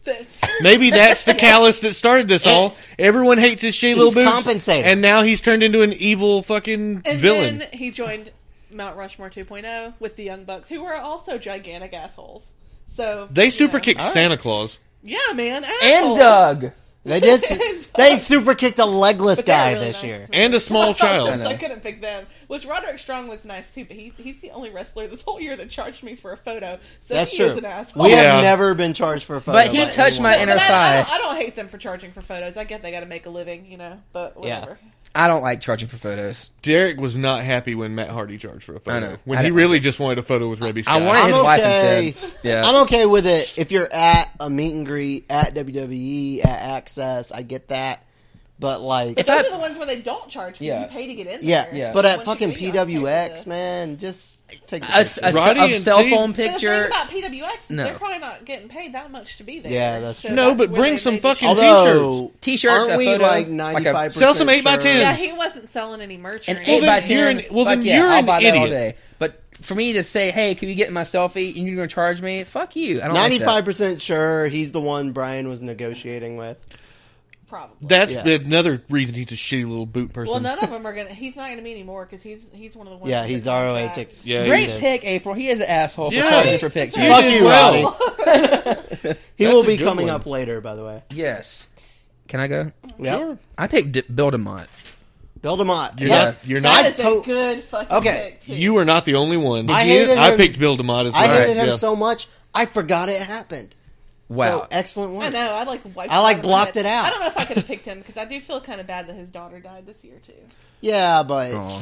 Speaker 4: Maybe that's the callous that started this all. Everyone hates his shitty little boots,
Speaker 6: compensating.
Speaker 4: and now he's turned into an evil fucking
Speaker 5: And
Speaker 4: villain.
Speaker 5: then he joined Mount Rushmore 2.0 with the Young Bucks, who were also gigantic assholes. So
Speaker 4: they
Speaker 5: you
Speaker 4: super
Speaker 5: know.
Speaker 4: kicked uh, Santa Claus.
Speaker 5: Yeah,
Speaker 3: and
Speaker 5: man. assholes.
Speaker 3: Doug.
Speaker 6: They did.
Speaker 5: *laughs* And-
Speaker 6: they super kicked a legless
Speaker 5: But they were
Speaker 6: guy
Speaker 5: really
Speaker 6: this
Speaker 5: nice.
Speaker 6: year.
Speaker 4: And a small child.
Speaker 5: *laughs* Sometimes I couldn't pick them. Which Roderick Strong was nice too, but he, he's the only wrestler this whole year that charged me for a photo. So
Speaker 6: That's
Speaker 5: he
Speaker 6: true.
Speaker 5: is an asshole.
Speaker 6: We
Speaker 4: Yeah.
Speaker 6: have never been charged for a photo.
Speaker 3: But he
Speaker 6: by
Speaker 3: touched my
Speaker 6: anyone.
Speaker 3: inner-
Speaker 5: But I, I, don't,
Speaker 3: thigh.
Speaker 5: I don't hate them for charging for photos. I get they got to make a living, you know. But whatever.
Speaker 3: I don't like charging for photos.
Speaker 4: Derek was not happy when Matt Hardy charged for a photo.
Speaker 3: know.
Speaker 4: When
Speaker 3: I
Speaker 4: he
Speaker 3: don't-
Speaker 4: really just wanted a photo with Rebby Scott.
Speaker 3: I wanted his
Speaker 6: I'm
Speaker 3: wife
Speaker 6: okay.
Speaker 3: instead. Yeah.
Speaker 6: I'm okay with it if you're at a meet and greet at WWE at Access. I get that, but like,
Speaker 3: If
Speaker 5: Those
Speaker 3: I-
Speaker 5: are the ones where they don't charge. Yeah.
Speaker 3: Yeah.
Speaker 5: You pay to get in.
Speaker 6: yeah,
Speaker 5: there.
Speaker 3: yeah.
Speaker 6: But at
Speaker 5: Once you
Speaker 6: fucking
Speaker 5: leave, I don't care
Speaker 6: PWX,
Speaker 5: for the-
Speaker 6: man, just take. The
Speaker 3: a, a,
Speaker 6: picture.
Speaker 3: a
Speaker 4: Roddy and
Speaker 3: cell
Speaker 4: Steve-
Speaker 3: phone
Speaker 5: But The thing
Speaker 3: picture.
Speaker 5: about PWX is
Speaker 3: No.
Speaker 5: they're probably not getting paid that much to be there.
Speaker 6: Yeah, that's true.
Speaker 4: no,
Speaker 5: that's
Speaker 4: but
Speaker 5: where
Speaker 4: bring
Speaker 5: they
Speaker 4: some
Speaker 5: made the
Speaker 4: fucking
Speaker 5: change.
Speaker 4: t-shirts.
Speaker 6: Although,
Speaker 3: T-shirts,
Speaker 6: aren't
Speaker 3: a
Speaker 6: we
Speaker 3: photo,
Speaker 6: like
Speaker 3: like a-
Speaker 6: ninety five?
Speaker 4: Sell some 8x10s.
Speaker 5: Yeah, he wasn't selling any merch.
Speaker 3: An
Speaker 5: or
Speaker 3: eight
Speaker 5: anything.
Speaker 3: by
Speaker 4: Well, then you're
Speaker 3: ten.
Speaker 4: an- well,
Speaker 3: fuck
Speaker 4: then
Speaker 3: yeah,
Speaker 4: you're
Speaker 3: I'll
Speaker 4: an
Speaker 3: buy that all
Speaker 4: idiot.
Speaker 3: day. But for me to say, "Hey, can you get my selfie?" and you're going to charge me? Fuck you. I don't. like that.
Speaker 6: Ninety-five percent sure he's the one Brian was negotiating with.
Speaker 5: Probably.
Speaker 4: That's
Speaker 6: Yeah.
Speaker 4: another reason he's a shitty little boot person.
Speaker 5: well,
Speaker 4: *laughs*
Speaker 5: none of them are gonna. He's not gonna be anymore because he's he's one of the ones.
Speaker 6: Yeah,
Speaker 5: with the
Speaker 6: he's ROH.
Speaker 5: contract.
Speaker 4: yeah,
Speaker 3: Great
Speaker 4: he's-
Speaker 3: pick, April. He is an asshole
Speaker 4: Yeah,
Speaker 3: for charging
Speaker 4: he-
Speaker 3: for pictures.
Speaker 4: he
Speaker 6: Fuck
Speaker 4: did
Speaker 6: you,
Speaker 4: well.
Speaker 5: *laughs*
Speaker 6: Roddy. he will
Speaker 4: a
Speaker 6: be
Speaker 4: good
Speaker 6: coming
Speaker 4: one.
Speaker 6: up later, by the way.
Speaker 3: Yes. Can I go?
Speaker 6: Yep.
Speaker 4: Sure.
Speaker 3: I picked D- Bill DeMont.
Speaker 6: Bill DeMott.
Speaker 4: You're
Speaker 3: Yeah.
Speaker 4: not. You're
Speaker 5: That
Speaker 4: not.
Speaker 5: is a
Speaker 6: to-
Speaker 5: good fucking
Speaker 6: Okay,
Speaker 5: pick, too.
Speaker 4: You are not the only one.
Speaker 6: I hated
Speaker 4: I
Speaker 6: him.
Speaker 4: picked Bill DeMott as well.
Speaker 6: I hated him
Speaker 4: Yeah.
Speaker 6: so much, I forgot it happened.
Speaker 3: Wow.
Speaker 6: So, excellent
Speaker 5: I
Speaker 6: work.
Speaker 5: know. I like wiped.
Speaker 6: I,
Speaker 5: it
Speaker 6: like,
Speaker 5: out of my
Speaker 6: blocked
Speaker 5: head.
Speaker 6: it out.
Speaker 5: I don't know if I could have picked him because I do feel kind of bad that his daughter died this year too.
Speaker 6: Yeah, but
Speaker 3: Aw.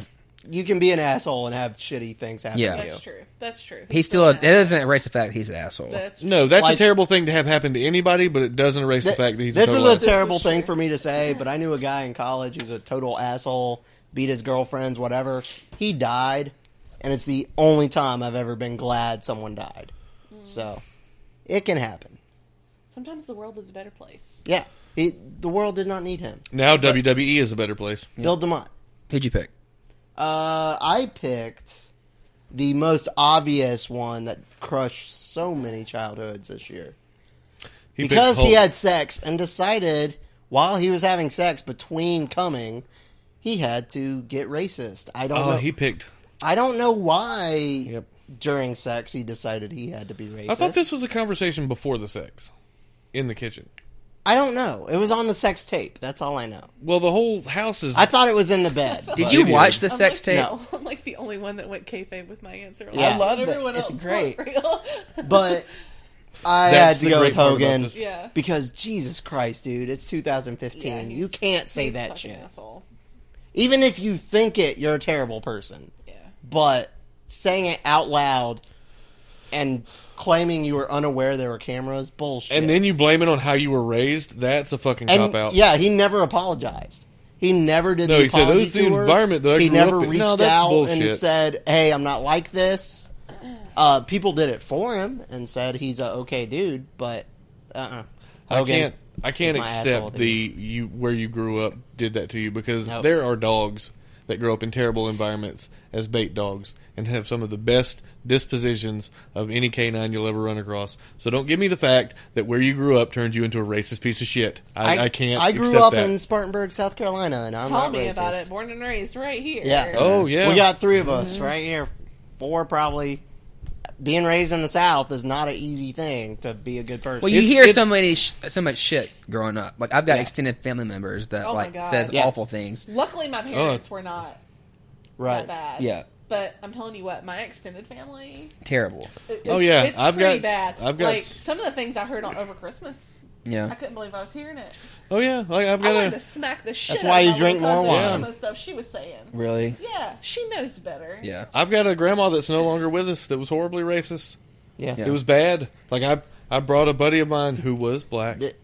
Speaker 6: you can be an asshole and have shitty things happen
Speaker 3: Yeah.
Speaker 6: to you.
Speaker 5: That's true. That's true.
Speaker 3: He's still. A,
Speaker 5: an
Speaker 3: that doesn't erase the fact that he's an asshole.
Speaker 5: That's true.
Speaker 4: No, that's a
Speaker 6: Like-
Speaker 4: terrible thing to have happen to anybody, but it doesn't erase the
Speaker 6: Th-
Speaker 4: fact that he's.
Speaker 6: this
Speaker 4: a
Speaker 6: is
Speaker 4: total
Speaker 6: a
Speaker 4: ass.
Speaker 6: terrible
Speaker 5: This is
Speaker 6: thing
Speaker 5: true.
Speaker 6: for me to say, but I knew a guy in college who's a total asshole, beat his girlfriends, whatever. He died, and it's the only time I've ever been glad someone died. So, it can happen.
Speaker 5: Sometimes the world is a better place.
Speaker 6: Yeah. He, the world did not need him.
Speaker 4: now WWE is a better place.
Speaker 6: Bill DeMott.
Speaker 3: Who'd you pick?
Speaker 6: Uh, I picked the most obvious one that crushed so many childhoods this year
Speaker 4: He picked
Speaker 6: because he
Speaker 4: Hulk.
Speaker 6: had sex and decided while he was having sex between coming, he had to get racist. I don't
Speaker 4: Oh,
Speaker 6: know.
Speaker 4: he picked.
Speaker 6: I don't know why
Speaker 4: Yep.
Speaker 6: during sex he decided he had to be racist.
Speaker 4: I thought this was a conversation before the sex, in the kitchen.
Speaker 6: I don't know. It was on the sex tape. That's all I know.
Speaker 4: Well, the whole house is.
Speaker 6: I thought it was in the bed.
Speaker 5: *laughs*
Speaker 3: Did
Speaker 6: but-
Speaker 3: you
Speaker 4: idiot.
Speaker 3: watch the sex
Speaker 5: I'm
Speaker 3: tape?
Speaker 5: like, No, *laughs* I'm like the only one that went kayfabe with my answer.
Speaker 6: Yeah. I
Speaker 3: love that.
Speaker 5: everyone
Speaker 3: It's
Speaker 5: else went
Speaker 3: great.
Speaker 5: *laughs* Real.
Speaker 6: *laughs* but I
Speaker 4: That's
Speaker 6: had
Speaker 4: the
Speaker 6: to go
Speaker 4: great
Speaker 6: with
Speaker 4: part about
Speaker 6: Hogan
Speaker 4: this.
Speaker 5: Yeah.
Speaker 6: because Jesus Christ, dude, it's 2015.
Speaker 5: Yeah,
Speaker 6: you
Speaker 5: he's-
Speaker 6: can't say
Speaker 5: he's a
Speaker 6: that
Speaker 5: fucking
Speaker 6: shit.
Speaker 5: Asshole.
Speaker 6: Even if you think it, you're a terrible person.
Speaker 5: Yeah.
Speaker 6: But saying it out loud and claiming you were unaware there were cameras, bullshit.
Speaker 4: And then you blame it on how you were raised. That's a fucking
Speaker 6: And,
Speaker 4: cop out.
Speaker 6: Yeah, he never apologized. He never did
Speaker 4: No,
Speaker 6: the
Speaker 4: he said,
Speaker 6: apology
Speaker 4: "This is the
Speaker 6: tour."
Speaker 4: environment that I
Speaker 6: He
Speaker 4: grew
Speaker 6: never
Speaker 4: up in."
Speaker 6: reached
Speaker 4: No, that's
Speaker 6: out and
Speaker 4: bullshit.
Speaker 6: said, "Hey, I'm not like this." Uh, people did it for him and said he's a okay dude, but uh, uh
Speaker 4: I can't. I can't
Speaker 6: is my asshole,
Speaker 4: accept the you where you grew up did that to you because
Speaker 6: Nope.
Speaker 4: there are dogs that grow up in terrible environments as bait dogs and have some of the best dispositions of any canine you'll ever run across. So don't give me the fact that where you grew up turned you into a racist piece of shit. I, I, can't.
Speaker 6: I grew
Speaker 4: accept
Speaker 6: up
Speaker 4: that.
Speaker 6: in Spartanburg, South Carolina, and I'm
Speaker 5: Tell
Speaker 6: not
Speaker 5: me
Speaker 6: racist.
Speaker 5: about it. Born and raised right here.
Speaker 6: Yeah.
Speaker 4: Oh yeah.
Speaker 6: We got three of
Speaker 5: Mm-hmm.
Speaker 6: us right here. Four probably. Being raised in the South is not an easy thing to be a good person.
Speaker 3: Well, you
Speaker 4: It's-
Speaker 3: hear
Speaker 4: it's-
Speaker 3: so many sh- so much shit growing up. Like I've got extended family members that
Speaker 5: Oh my
Speaker 3: like
Speaker 5: God.
Speaker 3: says
Speaker 6: Yeah.
Speaker 3: awful things.
Speaker 5: Luckily, my parents were not that
Speaker 6: Oh. right.
Speaker 5: bad.
Speaker 3: Yeah.
Speaker 5: But I'm telling you what, my extended family.
Speaker 3: Terrible.
Speaker 5: it-
Speaker 4: Oh,
Speaker 5: it's-
Speaker 4: yeah.
Speaker 5: it's
Speaker 4: I've
Speaker 5: pretty
Speaker 4: got-
Speaker 5: bad.
Speaker 4: I've got-
Speaker 5: like some of the things I heard on over Christmas. I
Speaker 3: Yeah.
Speaker 5: couldn't believe I was hearing it.
Speaker 4: Oh yeah. Like, I've
Speaker 5: I
Speaker 4: got
Speaker 5: wanted to
Speaker 4: a.
Speaker 5: smack the shit.
Speaker 6: That's
Speaker 5: out
Speaker 6: why
Speaker 5: of
Speaker 6: you
Speaker 5: my
Speaker 6: drink
Speaker 5: little
Speaker 6: more
Speaker 5: cousin,
Speaker 4: wine.
Speaker 5: Some of the stuff she was saying.
Speaker 3: Really?
Speaker 5: Yeah, she knows better.
Speaker 3: Yeah.
Speaker 4: I've got a grandma that's no longer with us that was horribly racist.
Speaker 6: Yeah.
Speaker 3: Yeah.
Speaker 4: It was bad. Like I I brought a buddy of mine who was black
Speaker 6: Th-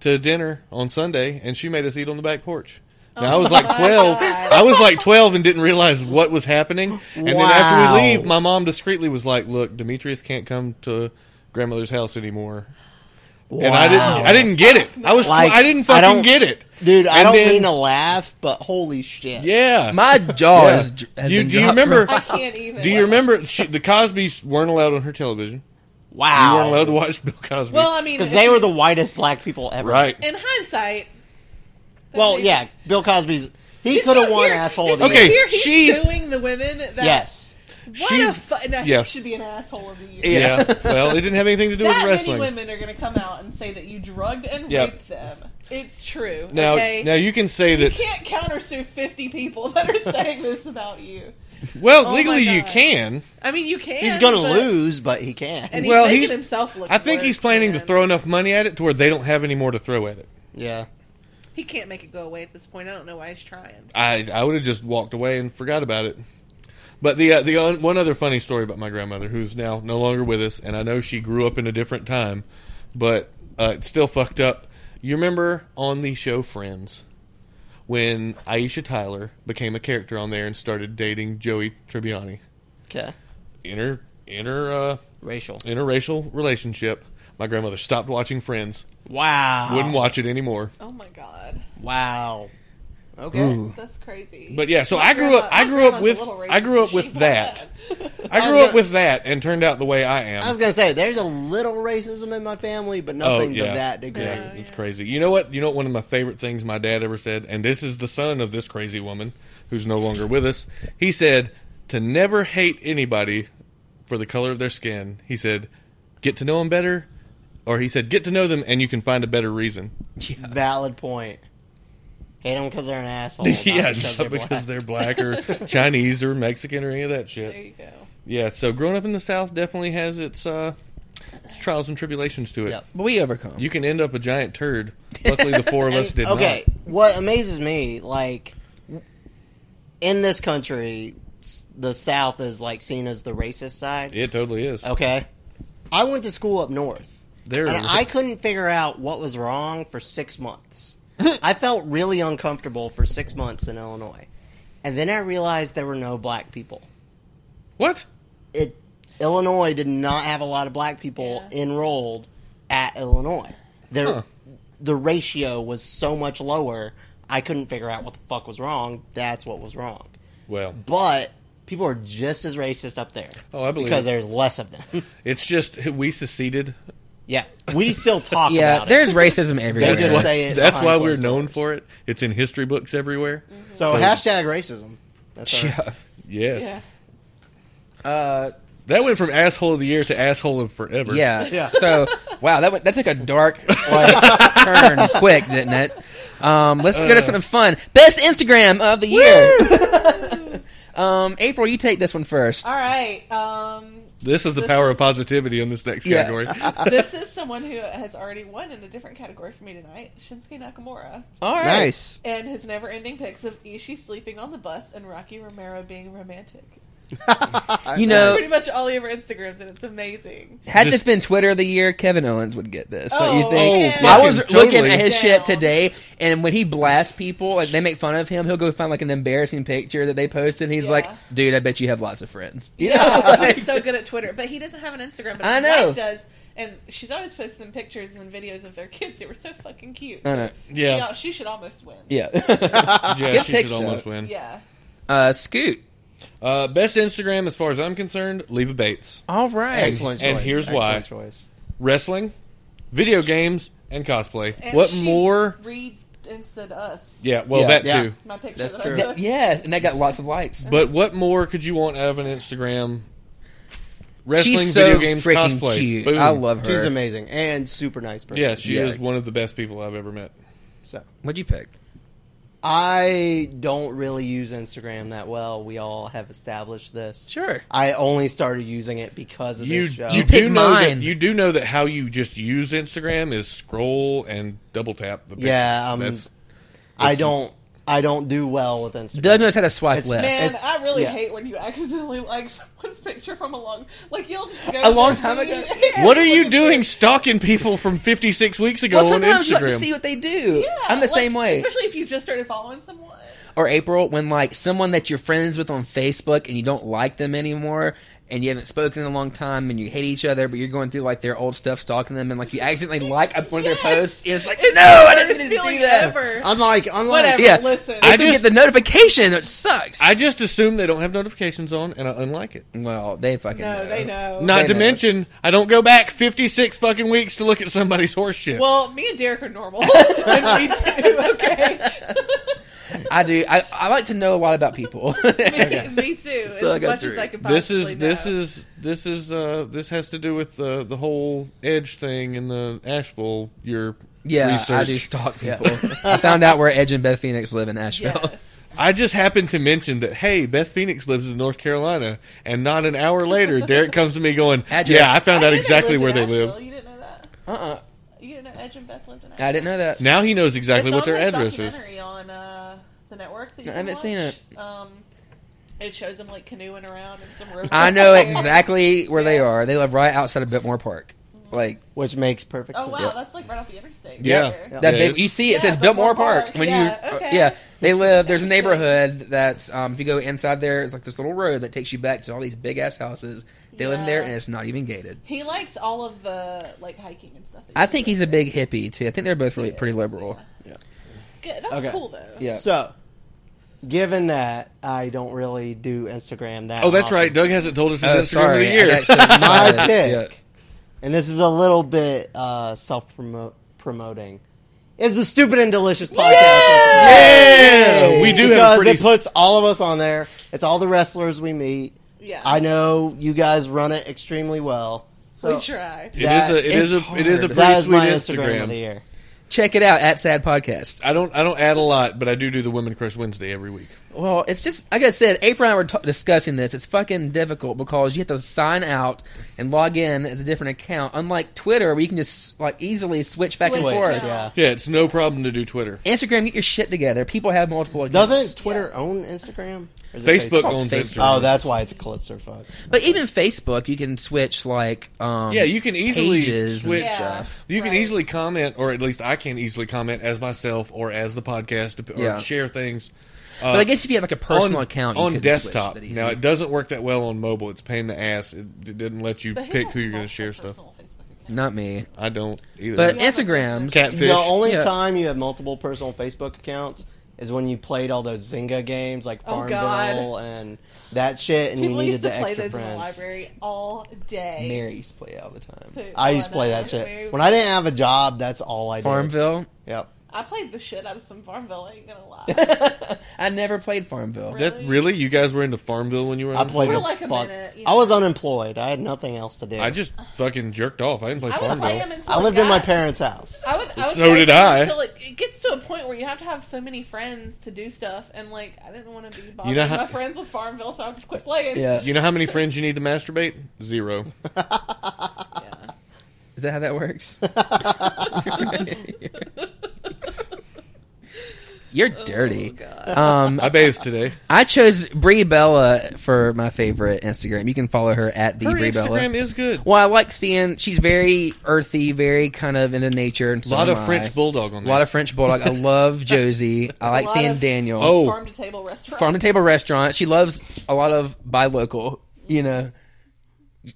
Speaker 4: to dinner on Sunday and she made us eat on the back porch.
Speaker 6: Oh
Speaker 4: Now, I was like
Speaker 5: my
Speaker 4: 12.
Speaker 5: God.
Speaker 4: I was like 12 and didn't realize what was happening. And then after
Speaker 6: Wow.
Speaker 4: we leave, my mom discreetly was like, "Look, Demetrius can't come to grandmother's house anymore." And I didn't I didn't get it. I was tw-
Speaker 6: Like,
Speaker 4: I didn't
Speaker 6: I
Speaker 4: fucking
Speaker 6: don't-
Speaker 4: get it.
Speaker 6: Dude, I
Speaker 4: And
Speaker 6: don't
Speaker 4: then-
Speaker 6: mean to laugh, but holy shit.
Speaker 4: Yeah.
Speaker 3: My jaw
Speaker 4: Yeah.
Speaker 3: is. dr- Has
Speaker 4: you,
Speaker 3: been
Speaker 4: do you
Speaker 3: dropped
Speaker 4: remember
Speaker 6: *laughs*
Speaker 5: I can't even.
Speaker 4: Do you remember she, the Cosbys weren't allowed on her television? You weren't allowed to
Speaker 6: Wow.
Speaker 4: watch Bill Cosby.
Speaker 5: Well, I mean,
Speaker 6: Because
Speaker 5: if
Speaker 6: they
Speaker 5: you-
Speaker 6: were the whitest black people ever.
Speaker 4: right.
Speaker 5: *laughs* In hindsight. that
Speaker 6: Well,
Speaker 5: may-
Speaker 6: yeah. Bill Cosby's. He
Speaker 5: Did
Speaker 6: could have
Speaker 5: you
Speaker 6: won
Speaker 5: hear-
Speaker 6: asshole of
Speaker 5: did
Speaker 6: the
Speaker 5: you
Speaker 4: Okay,
Speaker 6: year.
Speaker 5: hear he's
Speaker 4: she-
Speaker 5: suing the women. That,
Speaker 6: Yes.
Speaker 5: What
Speaker 4: She-
Speaker 5: a fu- no,
Speaker 4: yeah.
Speaker 5: He should be an asshole of the year.
Speaker 4: Yeah. well, it didn't have anything to do
Speaker 5: That
Speaker 4: with
Speaker 5: many
Speaker 4: wrestling.
Speaker 5: women are going to come out and say that you drugged and
Speaker 4: Yep.
Speaker 5: raped them. It's true.
Speaker 4: Now,
Speaker 5: okay?
Speaker 4: now you can say
Speaker 5: you
Speaker 4: that.
Speaker 5: can't countersue 50 people that are saying this about you.
Speaker 4: well,
Speaker 5: Oh my
Speaker 4: legally you
Speaker 5: God.
Speaker 4: can.
Speaker 5: *laughs* I mean, you can.
Speaker 6: He's going to
Speaker 5: but-
Speaker 6: lose, but he can.
Speaker 5: And he's
Speaker 4: Well,
Speaker 5: making
Speaker 4: he's-
Speaker 5: himself look.
Speaker 4: I think he's
Speaker 5: worse,
Speaker 4: planning to
Speaker 5: man.
Speaker 4: throw enough money at it to where they don't have any more to throw at it.
Speaker 6: yeah.
Speaker 5: He can't make it go away at this point. I don't know why he's trying.
Speaker 4: I I would have just walked away and forgot about it. But the uh, the un, one other funny story about my grandmother, who's now no longer with us, and I know she grew up in a different time, but uh, it's still fucked up. You remember on the show Friends when Aisha Tyler became a character on there and started dating Joey Tribbiani?
Speaker 6: Okay.
Speaker 4: Inner inner uh,
Speaker 6: Racial.
Speaker 4: interracial relationship. My grandmother stopped watching Friends,
Speaker 6: Wow.
Speaker 4: wouldn't watch it anymore.
Speaker 5: Oh my god,
Speaker 6: Wow. Okay.
Speaker 3: Ooh.
Speaker 5: that's crazy.
Speaker 4: But yeah, so
Speaker 5: My
Speaker 4: I grew up.
Speaker 5: grandma-
Speaker 4: I
Speaker 5: my
Speaker 4: grew up
Speaker 5: grandma's a
Speaker 4: with.
Speaker 5: little
Speaker 4: I grew up
Speaker 5: racist. She
Speaker 4: with that.
Speaker 5: thought-
Speaker 4: I
Speaker 6: was
Speaker 4: grew up
Speaker 6: gonna-
Speaker 4: with that and turned out the way I am.
Speaker 6: I was gonna say there's a little racism in my family, but
Speaker 4: oh
Speaker 6: nothing
Speaker 4: yeah,
Speaker 6: to that degree.
Speaker 4: Yeah, it's crazy. You know what? You know what one of my favorite things my dad ever said, and this is the son of this crazy woman who's no longer with us. He said to never hate anybody for the color of their skin. He said, get to know them better, or he said, get to know them and you can find a better reason. *laughs*
Speaker 6: Valid point. Hate them because they're an
Speaker 4: *laughs*
Speaker 6: asshole. Not
Speaker 4: yeah,
Speaker 6: Oh, because
Speaker 4: not
Speaker 6: they're
Speaker 4: because
Speaker 6: black.
Speaker 4: they're black or Chinese or Mexican or any of that
Speaker 5: There
Speaker 4: shit.
Speaker 5: you go.
Speaker 4: Yeah, so growing up in the South definitely has its uh, its trials and tribulations to it.
Speaker 6: Yep.
Speaker 3: But we overcome.
Speaker 4: You can end up a giant turd. Luckily, the four of
Speaker 6: *laughs*
Speaker 4: us did
Speaker 6: okay,
Speaker 4: not.
Speaker 6: what amazes me, like in this country, s- the South is like seen as the racist side.
Speaker 4: It totally is.
Speaker 6: Okay, I went to school up north.
Speaker 4: There,
Speaker 6: And I couldn't figure out what was wrong for six
Speaker 4: *laughs*
Speaker 6: months. I felt really uncomfortable for six months in Illinois. And then I realized there were no black people.
Speaker 4: what?
Speaker 6: It Illinois did not have a lot of black people
Speaker 5: Yeah.
Speaker 6: enrolled at Illinois. There
Speaker 4: Huh.
Speaker 6: the ratio was so much lower, I couldn't figure out what the fuck was wrong. That's what was wrong.
Speaker 4: Well,
Speaker 6: But people are just as racist up there.
Speaker 4: Oh, I believe
Speaker 6: because
Speaker 4: it.
Speaker 6: there's less of
Speaker 4: *laughs*
Speaker 6: them.
Speaker 4: it's just we seceded.
Speaker 6: yeah. We still talk
Speaker 3: yeah,
Speaker 6: about it.
Speaker 3: there's racism everywhere.
Speaker 6: just
Speaker 4: Why-
Speaker 6: say it
Speaker 4: That's
Speaker 6: behind
Speaker 4: why we're
Speaker 6: closed
Speaker 4: known
Speaker 6: doors.
Speaker 4: for it. It's in history books everywhere.
Speaker 5: Mm-hmm.
Speaker 6: So,
Speaker 4: So-
Speaker 6: hashtag racism. That's our-
Speaker 3: *laughs* Yeah.
Speaker 4: Yes,
Speaker 5: Yeah.
Speaker 3: Uh,
Speaker 4: that went from asshole of the year to asshole of forever. *laughs*
Speaker 3: yeah.
Speaker 6: Yeah.
Speaker 3: So wow, that went, that took a dark like, turn quick, didn't it? Um, let's go to something fun. Best Instagram of the year. *laughs* um, April, you take this one first.
Speaker 5: All right. Um,
Speaker 4: *laughs* this is the
Speaker 5: This
Speaker 4: power
Speaker 5: is-
Speaker 4: of positivity in this next
Speaker 3: Yeah.
Speaker 6: *laughs*
Speaker 4: category.
Speaker 5: this is someone who has already won in a different category for me tonight. Shinsuke Nakamura
Speaker 3: All right.
Speaker 6: Nice.
Speaker 5: and his never-ending pics of Ishii sleeping on the bus and Rocky Romero being romantic.
Speaker 3: You know,
Speaker 5: Pretty much all over Instagrams, and it's amazing.
Speaker 3: had this
Speaker 4: Just-
Speaker 3: been Twitter of the year, Kevin Owens would get this. Don't you
Speaker 5: Oh,
Speaker 3: think?
Speaker 5: okay.
Speaker 3: I was
Speaker 4: Fucking totally.
Speaker 3: looking at his
Speaker 5: Down.
Speaker 3: shit today, and when he blasts people, like they make fun of him, he'll go find like an embarrassing picture that they posted. And he's
Speaker 5: Yeah.
Speaker 3: like, "Dude, I bet you have lots of friends." You
Speaker 5: Yeah,
Speaker 3: know, like-
Speaker 5: he's so good at Twitter, but he doesn't have an Instagram. But
Speaker 3: I
Speaker 5: his
Speaker 3: know.
Speaker 5: wife does, and she's always posting them pictures and videos of their kids. They were so fucking cute.
Speaker 3: *laughs* I know.
Speaker 5: She,
Speaker 4: Yeah,
Speaker 5: al- she should almost win.
Speaker 3: Yeah.
Speaker 4: yeah,
Speaker 3: Good
Speaker 4: she
Speaker 3: pick,
Speaker 4: should almost
Speaker 3: though.
Speaker 4: win.
Speaker 5: Yeah.
Speaker 3: *laughs* uh, Scoot.
Speaker 4: Uh, best Instagram, as far as I'm concerned, Leva Bates.
Speaker 3: All right.
Speaker 6: Excellent choice.
Speaker 4: And here's
Speaker 6: Excellent
Speaker 4: why.
Speaker 6: Choice.
Speaker 4: Wrestling, video games, and cosplay.
Speaker 5: And
Speaker 4: what
Speaker 5: she
Speaker 4: more?
Speaker 5: Re-insted us.
Speaker 4: Yeah, well,
Speaker 3: Yeah.
Speaker 4: that
Speaker 6: Yeah.
Speaker 4: too.
Speaker 5: My picture.
Speaker 6: That's
Speaker 5: that I
Speaker 6: true.
Speaker 5: took.
Speaker 3: Yes, and that got lots of likes.
Speaker 4: But what more could you want out of an Instagram? Wrestling,
Speaker 3: She's so
Speaker 4: video games,
Speaker 3: freaking
Speaker 4: cosplay.
Speaker 3: cute.
Speaker 4: Boom.
Speaker 3: I love her.
Speaker 6: She's amazing and super nice person.
Speaker 4: Yeah, she
Speaker 3: Yeah.
Speaker 4: is one of the best people I've ever met.
Speaker 6: So
Speaker 3: What'd you pick?
Speaker 6: I don't really use Instagram that well. We all have established this.
Speaker 3: Sure.
Speaker 6: I only started using it because of
Speaker 4: You
Speaker 6: this show.
Speaker 4: you
Speaker 3: picked
Speaker 4: do know
Speaker 3: mine.
Speaker 4: that you do know that how you just use Instagram is scroll and double tap the picture.
Speaker 6: Yeah, um,
Speaker 4: That's
Speaker 6: I don't. I don't do well with Instagram.
Speaker 3: Doug knows how to swipe
Speaker 6: It's
Speaker 3: left.
Speaker 5: Man,
Speaker 6: It's-
Speaker 5: I really
Speaker 6: yeah.
Speaker 5: hate when you accidentally like *laughs* someone's picture from a long, like you'll just go
Speaker 3: A long
Speaker 5: to
Speaker 3: time
Speaker 5: their
Speaker 3: ago?
Speaker 5: feed. *laughs*
Speaker 4: What are you doing stalking people from 56 weeks ago
Speaker 3: well,
Speaker 4: on
Speaker 3: sometimes you like to
Speaker 4: Instagram?
Speaker 3: see what they do.
Speaker 5: Yeah,
Speaker 3: I'm the
Speaker 5: like,
Speaker 3: same way.
Speaker 5: Especially if you just started following someone.
Speaker 3: or April when like someone that you're friends with on Facebook and you don't like them anymore and you haven't spoken in a long time and you hate each other but you're going through like their old stuff stalking them and like you accidentally like a- one of their
Speaker 5: Yes.
Speaker 3: posts it's like
Speaker 5: It's
Speaker 3: no
Speaker 5: the
Speaker 3: I didn't
Speaker 5: worst
Speaker 3: mean to do
Speaker 5: feeling
Speaker 3: that
Speaker 5: ever.
Speaker 6: Unlike unlike
Speaker 5: Whatever.
Speaker 3: yeah
Speaker 5: Listen.
Speaker 3: I
Speaker 5: I
Speaker 3: don't
Speaker 4: just-
Speaker 3: get the notification it sucks
Speaker 4: I just assume they don't have notifications on, and I unlike it.
Speaker 3: well they fucking
Speaker 5: No, they know.
Speaker 4: Not
Speaker 3: They
Speaker 4: to
Speaker 3: know.
Speaker 4: mention, I don't go back 56 fucking weeks to look at somebody's horse shit.
Speaker 5: Well, me and Derek are
Speaker 4: *laughs*
Speaker 5: normal, *laughs* and we do okay.
Speaker 3: *laughs* I do I, I like to know a lot about people *laughs*
Speaker 5: me, me too.
Speaker 3: So I
Speaker 5: as
Speaker 3: got
Speaker 5: much
Speaker 3: through.
Speaker 5: as I can possibly
Speaker 4: this is this
Speaker 5: know.
Speaker 4: is this is uh this has to do with the the whole edge thing in the Asheville your
Speaker 3: yeah
Speaker 4: research.
Speaker 3: I do stalk people I found out where Edge and Beth Phoenix live in Asheville
Speaker 5: Yes.
Speaker 4: I just happened to mention that hey, Beth Phoenix lives in North Carolina, and not an hour later, Derek comes to me *laughs* going,
Speaker 3: Address.
Speaker 4: "Yeah, I *laughs* found
Speaker 5: I
Speaker 4: out
Speaker 5: knew
Speaker 4: exactly
Speaker 5: lived
Speaker 4: where
Speaker 5: in
Speaker 4: they
Speaker 5: Asheville.
Speaker 4: live."
Speaker 5: You didn't know that.
Speaker 3: uh-uh
Speaker 5: You didn't know Edge and Beth lived in Asheville.
Speaker 3: I didn't know that
Speaker 4: Now he knows exactly
Speaker 5: It's
Speaker 4: what
Speaker 5: on
Speaker 4: their
Speaker 5: this
Speaker 4: address is.
Speaker 5: documentary On uh, the network, that you
Speaker 3: I
Speaker 5: can
Speaker 3: haven't seen
Speaker 5: watch. Um, it shows them like canoeing around in some river. Oh,
Speaker 3: I
Speaker 5: *laughs*
Speaker 3: know exactly where they are they live right outside of Biltmore Park like
Speaker 6: which makes perfect
Speaker 5: Oh
Speaker 6: sense.
Speaker 5: wow, that's like right off the interstate.
Speaker 4: Yeah.
Speaker 5: There.
Speaker 4: Yeah.
Speaker 3: That
Speaker 4: Yeah,
Speaker 3: big,
Speaker 4: it's-
Speaker 3: you see, it
Speaker 5: Yeah,
Speaker 3: says
Speaker 5: the
Speaker 3: Biltmore
Speaker 5: Biltmore
Speaker 3: Park.
Speaker 5: Park.
Speaker 3: When
Speaker 5: Yeah,
Speaker 3: you, uh,
Speaker 5: okay.
Speaker 3: yeah, they live. There's a
Speaker 5: Interesting.
Speaker 3: neighborhood that's um, if you go inside there, it's like this little road that takes you back to all these big ass houses. They live in there,
Speaker 5: Yeah.
Speaker 3: and it's not even gated.
Speaker 5: He likes all of the like hiking and stuff. that
Speaker 3: I
Speaker 5: you
Speaker 3: think
Speaker 5: do
Speaker 3: he's a big hippie too. I think they're both
Speaker 5: there.
Speaker 3: really pretty
Speaker 5: Yes,
Speaker 3: liberal.
Speaker 6: Yeah.
Speaker 5: Yeah. Good. That's
Speaker 6: Okay.
Speaker 5: cool though.
Speaker 3: Yeah,
Speaker 6: So, given that I don't really do Instagram that.
Speaker 4: Oh, that's
Speaker 6: often,
Speaker 4: right. Doug hasn't told us his
Speaker 3: Oh,
Speaker 4: Instagram
Speaker 3: sorry,
Speaker 4: of the
Speaker 3: I
Speaker 4: year. *laughs*
Speaker 3: got so
Speaker 6: My
Speaker 3: excited.
Speaker 6: pick,
Speaker 3: Yeah.
Speaker 6: and this is a little bit uh, self promoting, is the Stupid and Delicious podcast.
Speaker 4: Yeah, we do
Speaker 6: because
Speaker 4: have a pretty.
Speaker 6: it puts all of us on there. It's all the wrestlers we meet.
Speaker 5: Yeah.
Speaker 6: I know you guys run it extremely well. So
Speaker 5: We try.
Speaker 4: it is a it is
Speaker 3: it's
Speaker 4: a it is a
Speaker 3: hard.
Speaker 4: pretty
Speaker 6: that is
Speaker 4: sweet
Speaker 6: my Instagram.
Speaker 4: Instagram.
Speaker 6: of the year.
Speaker 3: Check it out at Sad Podcast.
Speaker 4: I don't I don't add a lot, but I do do the Women Crush Wednesday every week.
Speaker 3: Well, it's just like I said. April and I were t- discussing this. It's fucking difficult because you have to sign out and log in as a different account. Unlike Twitter, where you can just like easily switch back and
Speaker 5: Switch,
Speaker 3: forth.
Speaker 5: yeah.
Speaker 6: Yeah.
Speaker 4: Yeah, it's no problem to do Twitter.
Speaker 3: Instagram, get your shit together. People have multiple accounts.
Speaker 6: Doesn't Twitter
Speaker 5: Yes.
Speaker 6: own Instagram? Or is it
Speaker 4: Facebook
Speaker 3: Facebook.
Speaker 4: owns
Speaker 3: Facebook.
Speaker 4: Instagram.
Speaker 6: Oh, that's why it's a clusterfuck.
Speaker 3: But even Facebook, you can switch like um,
Speaker 4: Yeah, you can easily
Speaker 3: pages
Speaker 4: switch-
Speaker 3: and
Speaker 5: Yeah.
Speaker 3: stuff.
Speaker 4: You can
Speaker 5: Right.
Speaker 4: easily comment, or at least I can easily comment as myself or as the podcast, dep- or
Speaker 3: Yeah.
Speaker 4: share things.
Speaker 3: But I guess if you have like a personal account you
Speaker 4: on
Speaker 3: could
Speaker 4: desktop.
Speaker 3: switch that easy.
Speaker 4: Now it doesn't work that well on mobile. It's a pain in the ass. It, it didn't let you
Speaker 5: But he
Speaker 4: pick
Speaker 5: has
Speaker 4: who you're going to
Speaker 5: multiple
Speaker 4: share stuff.
Speaker 5: personal Facebook accounts.
Speaker 3: Not me,
Speaker 4: I don't either.
Speaker 3: but
Speaker 5: Yeah.
Speaker 3: Instagrams.
Speaker 4: Catfish.
Speaker 6: The only
Speaker 3: Yeah.
Speaker 6: time you have multiple personal Facebook accounts is when you played all those Zynga games like
Speaker 5: Oh, God.
Speaker 6: Farmville and that shit, and
Speaker 5: People
Speaker 6: you
Speaker 5: used
Speaker 6: needed
Speaker 5: to
Speaker 6: the
Speaker 5: play
Speaker 6: extra
Speaker 5: those in the
Speaker 6: friends.
Speaker 5: library all day.
Speaker 3: Marys play all the time.
Speaker 5: Poop
Speaker 6: I used to
Speaker 5: on
Speaker 6: play
Speaker 5: it.
Speaker 6: that
Speaker 5: Mary-
Speaker 6: shit when I didn't have a job. That's all I did.
Speaker 3: Farmville.
Speaker 6: Yep.
Speaker 5: I played the shit out of some Farmville. I ain't gonna
Speaker 6: *laughs*
Speaker 5: lie.
Speaker 3: I never played Farmville.
Speaker 5: Really?
Speaker 4: that really, you guys were into Farmville when you were.
Speaker 6: I
Speaker 4: in-
Speaker 6: played
Speaker 5: For
Speaker 6: the
Speaker 5: like a
Speaker 6: fuck-
Speaker 5: minute, you
Speaker 6: I was
Speaker 5: know.
Speaker 6: unemployed. I had nothing else to do.
Speaker 4: I just fucking jerked off. I didn't play
Speaker 5: I would play them
Speaker 4: Farmville.
Speaker 5: until
Speaker 6: I
Speaker 5: it
Speaker 6: lived in my
Speaker 5: got-
Speaker 6: parents' house.
Speaker 5: I would. I would
Speaker 4: So
Speaker 5: play
Speaker 4: did
Speaker 5: them
Speaker 4: I.
Speaker 5: Until it, it gets to a point where you have to have so many friends to do stuff, and like I didn't want to be bothering
Speaker 4: know how-
Speaker 5: my friends with Farmville, so I just quit playing.
Speaker 3: Yeah,
Speaker 4: You know how many friends you need to masturbate? Zero.
Speaker 5: Yeah.
Speaker 3: is that how that works? *laughs* You're dirty. um,
Speaker 4: I bathed
Speaker 6: *laughs*
Speaker 4: today.
Speaker 3: I chose Brie Bella for my favorite Instagram. You can follow her at the
Speaker 4: Her
Speaker 3: Brie Bella.
Speaker 4: Instagram is good.
Speaker 6: Oh
Speaker 3: Well, I like seeing she's very earthy, very kind of into nature, and so
Speaker 4: A lot
Speaker 3: am
Speaker 4: of
Speaker 3: I.
Speaker 4: French bulldog on
Speaker 3: A
Speaker 4: there.
Speaker 3: lot of French bulldog. I
Speaker 4: *laughs*
Speaker 3: love Josie. I like
Speaker 5: lot
Speaker 3: seeing
Speaker 5: of-
Speaker 3: Daniel.
Speaker 4: Oh.
Speaker 5: Farm to table restaurant.
Speaker 3: farm to table restaurant. She loves a lot of buy local. You know.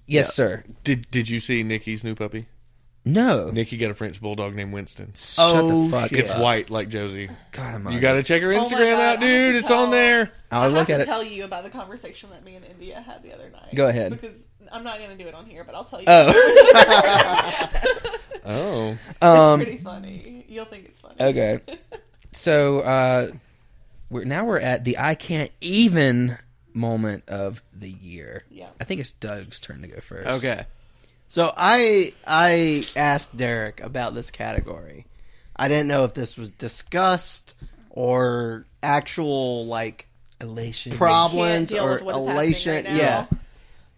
Speaker 3: Yes, sir.
Speaker 4: did Did you see Nikki's new puppy?
Speaker 3: No.
Speaker 4: Nikki got a French bulldog named Winston.
Speaker 6: Oh,
Speaker 3: Shut the fuck
Speaker 4: It's
Speaker 3: up.
Speaker 4: white like Josie.
Speaker 3: God, I'm
Speaker 4: You
Speaker 3: on
Speaker 4: got to check her
Speaker 5: Oh my
Speaker 4: Instagram
Speaker 5: God,
Speaker 4: out,
Speaker 5: I have
Speaker 4: dude.
Speaker 5: to
Speaker 4: It's on
Speaker 5: tell.
Speaker 4: there.
Speaker 3: I'll
Speaker 5: I have
Speaker 3: look at
Speaker 5: to
Speaker 3: it.
Speaker 5: tell you about the conversation that me and India had the other night.
Speaker 3: Go ahead.
Speaker 5: Because I'm not going to do it on here, but I'll tell you.
Speaker 6: *laughs*
Speaker 3: Oh,
Speaker 4: Oh,
Speaker 5: it's pretty funny. You'll think it's funny.
Speaker 3: Um, okay. So uh, we're now we're at the I can't even moment of the year.
Speaker 5: Yeah.
Speaker 3: I think it's Doug's turn to go first.
Speaker 4: Oh.
Speaker 6: Okay. So I I asked Derek about this category. I didn't know if this was discussed or actual like
Speaker 3: Elation.
Speaker 6: problems
Speaker 5: deal
Speaker 6: or
Speaker 5: with what is happening
Speaker 6: elation.
Speaker 5: right now.
Speaker 6: yeah.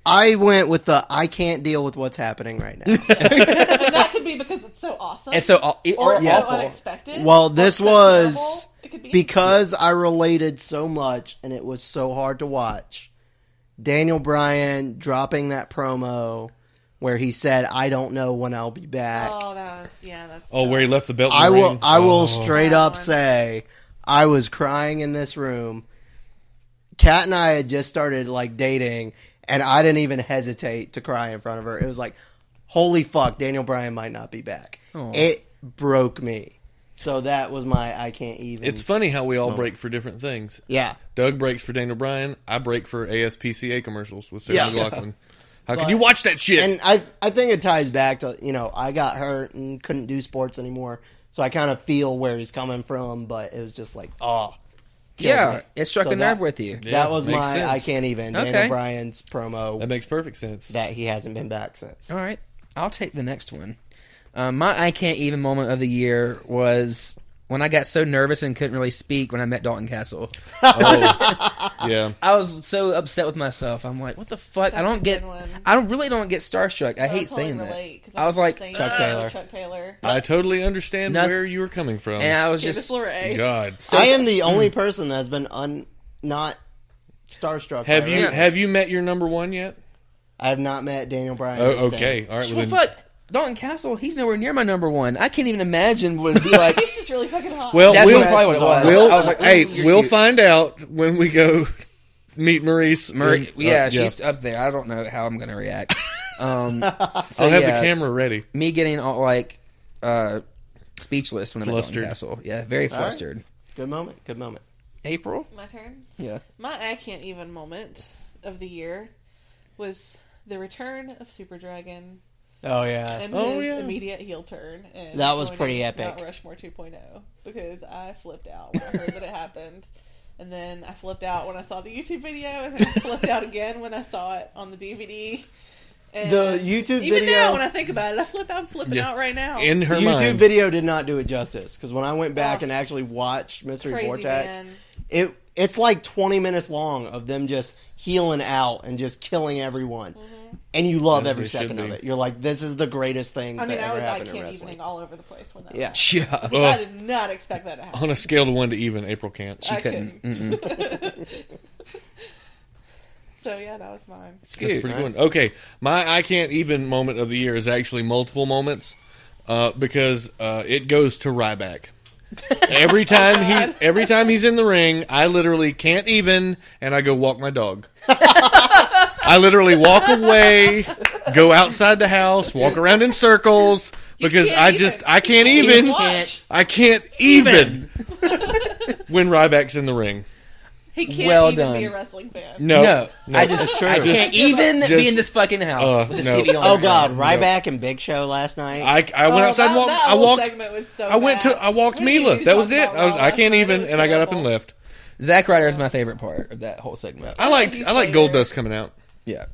Speaker 6: I went with the I can't deal with what's happening right *laughs* now.
Speaker 5: and that could be because it's so awesome.
Speaker 3: It's so aw-
Speaker 5: or,
Speaker 3: or
Speaker 5: it's
Speaker 3: awful.
Speaker 5: so unexpected.
Speaker 6: Well,
Speaker 5: or
Speaker 6: this
Speaker 5: so
Speaker 6: was
Speaker 5: terrible. It could be
Speaker 6: because I related so much and it was so hard to watch. Daniel Bryan dropping that promo where he said, "I don't know when I'll be back."
Speaker 5: Oh, that was yeah. That's
Speaker 4: oh, where he left the belt. in the
Speaker 6: I will
Speaker 4: ring.
Speaker 6: I will
Speaker 4: Oh.
Speaker 6: straight
Speaker 5: That
Speaker 6: up
Speaker 5: one.
Speaker 6: say I was crying in this room. Kat and I had just started like dating and I didn't even hesitate to cry in front of her. It was like, holy fuck, Daniel Bryan might not be back.
Speaker 3: Aw.
Speaker 6: It broke me. So that was my I can't even
Speaker 4: It's funny how
Speaker 6: Oh.
Speaker 4: we all break for different things.
Speaker 6: Yeah.
Speaker 4: Doug breaks for Daniel Bryan. I break for ASPCA commercials with Sarah
Speaker 6: Yeah.
Speaker 4: McLaughlin. How can you watch that shit?
Speaker 6: And I I think it ties back to, you know, I got hurt and couldn't do sports anymore. So I kind of feel where he's coming from, but it was just like, oh,
Speaker 3: Yeah, it struck
Speaker 6: So
Speaker 3: a nerve
Speaker 6: that-
Speaker 3: with you.
Speaker 4: Yeah,
Speaker 6: that was
Speaker 4: makes
Speaker 6: my
Speaker 4: sense.
Speaker 6: I can't even
Speaker 3: Okay.
Speaker 6: Daniel Bryan's promo
Speaker 4: that makes perfect sense.
Speaker 6: that he hasn't been back since.
Speaker 3: All right, I'll take the next one. Um, my I can't even moment of the year was when I got so nervous and couldn't really speak when I met Dalton Castle.
Speaker 4: yeah.
Speaker 3: I was so upset with myself. I'm like, what the fuck? I
Speaker 5: That's
Speaker 3: don't
Speaker 5: a
Speaker 3: get.
Speaker 5: good one.
Speaker 3: I don't really don't get starstruck. I
Speaker 5: I
Speaker 3: hate
Speaker 5: totally
Speaker 3: saying
Speaker 5: relate, 'cause
Speaker 3: that. I was
Speaker 5: the
Speaker 3: like,
Speaker 5: same as
Speaker 6: Chuck Taylor.
Speaker 5: Chuck Taylor.
Speaker 4: I totally understand
Speaker 3: Noth-
Speaker 4: where you were coming from.
Speaker 3: and I was
Speaker 5: Just,
Speaker 3: just
Speaker 5: LeRae.
Speaker 4: God.
Speaker 3: so-
Speaker 6: I am the only person that's been un not starstruck. by
Speaker 4: Have you
Speaker 6: wrestling.
Speaker 4: have you met your number one yet?
Speaker 6: I have not met Daniel Bryan.
Speaker 4: Oh,
Speaker 6: who's
Speaker 4: okay.
Speaker 6: Daniel.
Speaker 4: All right.
Speaker 3: Well,
Speaker 4: Well, then-
Speaker 3: fuck. Dalton Castle, he's nowhere near my number one. I can't even imagine what it'd be
Speaker 5: *laughs*
Speaker 3: like. *laughs*
Speaker 5: He's just really fucking hot.
Speaker 4: well,
Speaker 3: That's
Speaker 4: we'll,
Speaker 3: probably what it was.
Speaker 4: we'll-
Speaker 3: I was like,
Speaker 4: hey,
Speaker 3: ooh, you're
Speaker 4: we'll
Speaker 3: cute.
Speaker 4: find out when we go *laughs* meet Maurice.
Speaker 3: Murray,
Speaker 4: in-
Speaker 3: yeah,
Speaker 4: uh,
Speaker 3: she's up there. I don't know how I'm gonna react. *laughs* Um, so
Speaker 4: I'll have
Speaker 3: yeah,
Speaker 4: the camera ready.
Speaker 3: Me getting all like uh, speechless when I'm at Dalton
Speaker 4: Flustered.
Speaker 3: Castle. Yeah, very
Speaker 6: right.
Speaker 3: flustered.
Speaker 6: Good moment. Good moment.
Speaker 3: April.
Speaker 5: my turn.
Speaker 3: Yeah.
Speaker 5: My I can't even moment of the year was the return of Super Dragon
Speaker 6: Oh yeah.
Speaker 5: and
Speaker 4: Oh,
Speaker 5: his
Speaker 4: yeah.
Speaker 5: immediate heel turn. And
Speaker 6: That was
Speaker 5: joining
Speaker 6: pretty epic.
Speaker 5: Mount Rushmore 2.0 because I flipped out when I heard
Speaker 6: *laughs*
Speaker 5: that it happened. And then I flipped out when I saw the YouTube video, and then I flipped out again when I saw it on the DVD. And
Speaker 6: The YouTube
Speaker 5: even
Speaker 6: video-
Speaker 5: now, when I think about it, I flip out. I'm flipping
Speaker 4: Yeah.
Speaker 5: out right now.
Speaker 4: In her
Speaker 6: YouTube
Speaker 4: mind.
Speaker 6: video did not do it justice because when I went back
Speaker 5: Oh.
Speaker 6: and actually watched Mystery
Speaker 5: Crazy
Speaker 6: Vortex,
Speaker 5: man.
Speaker 6: it it's like 20 minutes long of them just healing out and just killing everyone.
Speaker 5: Mm-hmm.
Speaker 6: And you love
Speaker 4: As
Speaker 6: every
Speaker 4: they should
Speaker 6: second of
Speaker 4: be.
Speaker 6: it. You're like, this is the greatest thing
Speaker 5: I mean,
Speaker 6: that
Speaker 5: I
Speaker 6: ever
Speaker 5: was I
Speaker 6: happened in
Speaker 5: can't
Speaker 6: wrestling.
Speaker 5: evening all over the place when that.
Speaker 6: Yeah.
Speaker 3: *laughs* Yeah.
Speaker 5: happened. I
Speaker 4: Ugh.
Speaker 5: did not expect that to happen.
Speaker 4: on a scale of one to even, April can't.
Speaker 5: I
Speaker 3: couldn't.
Speaker 5: *laughs* so yeah, that was mine.
Speaker 4: That's a
Speaker 3: Scoot.
Speaker 4: pretty good one. Okay, my I can't even moment of the year is actually multiple moments uh, because uh, it goes to Ryback. every time he, every time he's in the ring, I literally can't even, and I go walk my dog. I literally walk away, go outside the house, walk around in circles because
Speaker 5: can't
Speaker 4: I
Speaker 5: even.
Speaker 4: just I can't
Speaker 5: You
Speaker 4: even.
Speaker 5: watch.
Speaker 4: I can't even when Ryback's in the ring.
Speaker 5: He can't
Speaker 3: Well
Speaker 5: even
Speaker 3: done.
Speaker 5: be a wrestestling fan.
Speaker 4: No,
Speaker 3: No, I
Speaker 6: That's
Speaker 3: just
Speaker 6: true.
Speaker 3: I can't even be
Speaker 4: Just-
Speaker 3: in this fucking house
Speaker 4: uh,
Speaker 3: with this
Speaker 4: no.
Speaker 3: TV on.
Speaker 6: Oh
Speaker 3: right
Speaker 6: god,
Speaker 3: now.
Speaker 6: Ryback and Big Show last night.
Speaker 4: I, I went
Speaker 5: Oh, that-
Speaker 4: outside. and walked,
Speaker 5: that
Speaker 4: I
Speaker 5: whole
Speaker 4: walked.
Speaker 5: segment was so
Speaker 4: I went
Speaker 5: bad.
Speaker 4: to. I walked
Speaker 5: We didn't
Speaker 4: Mila.
Speaker 5: even
Speaker 4: That
Speaker 5: talk
Speaker 4: was it.
Speaker 5: about
Speaker 4: I was.
Speaker 5: Raw
Speaker 4: I can't
Speaker 5: last night.
Speaker 4: even,
Speaker 5: It was
Speaker 4: and I got up
Speaker 5: terrible.
Speaker 4: and left.
Speaker 3: Zack Ryder is my favorite part of that whole segment.
Speaker 4: I like.
Speaker 5: he's
Speaker 4: I like
Speaker 5: later.
Speaker 4: gold dust coming out.
Speaker 3: Yeah,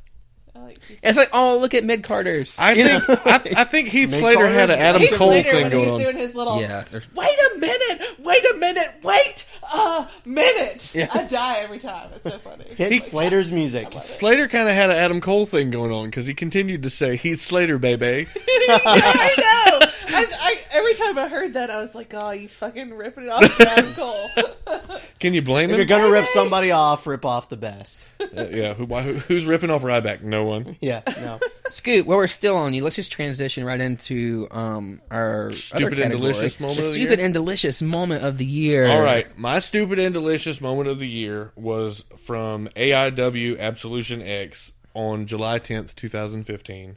Speaker 5: I like these-
Speaker 3: it's like oh look at Mid Carter's.
Speaker 4: I think. I, th- I think Heath Slater had an Adam
Speaker 5: Heath
Speaker 4: Cole
Speaker 5: Slater,
Speaker 4: thing
Speaker 5: when
Speaker 4: going
Speaker 5: he's
Speaker 4: on.
Speaker 5: doing his
Speaker 3: *laughs*
Speaker 5: little.
Speaker 3: yeah, there's-
Speaker 5: Wait a minute! Wait a minute! Wait a minute! I die every time. It's so funny.
Speaker 6: Hit
Speaker 5: Like, *laughs*
Speaker 6: Slater's music.
Speaker 4: Slater kind of had an Adam Cole thing going on because he continued to say Heath Slater, baby.
Speaker 5: I know. I, I, Every time I heard that, I was like, "Oh, you fucking ripping it off,
Speaker 4: *laughs*
Speaker 5: Adam Cole."
Speaker 4: Can you blame
Speaker 6: If you're
Speaker 4: him?
Speaker 6: gonna rip somebody off, rip off the best.
Speaker 4: Uh, yeah. Who, why, who, who's ripping off Ryback? No one.
Speaker 6: Yeah, no.
Speaker 3: Scoot, while we're still on you, let's just transition right into um, our other
Speaker 4: Stupid and
Speaker 3: category.
Speaker 4: delicious moment
Speaker 3: The
Speaker 4: of the
Speaker 3: stupid
Speaker 4: year?
Speaker 3: and delicious moment of the year.
Speaker 4: All right. My stupid and delicious moment of the year was from AIW Absolution X on July 10th, 2015.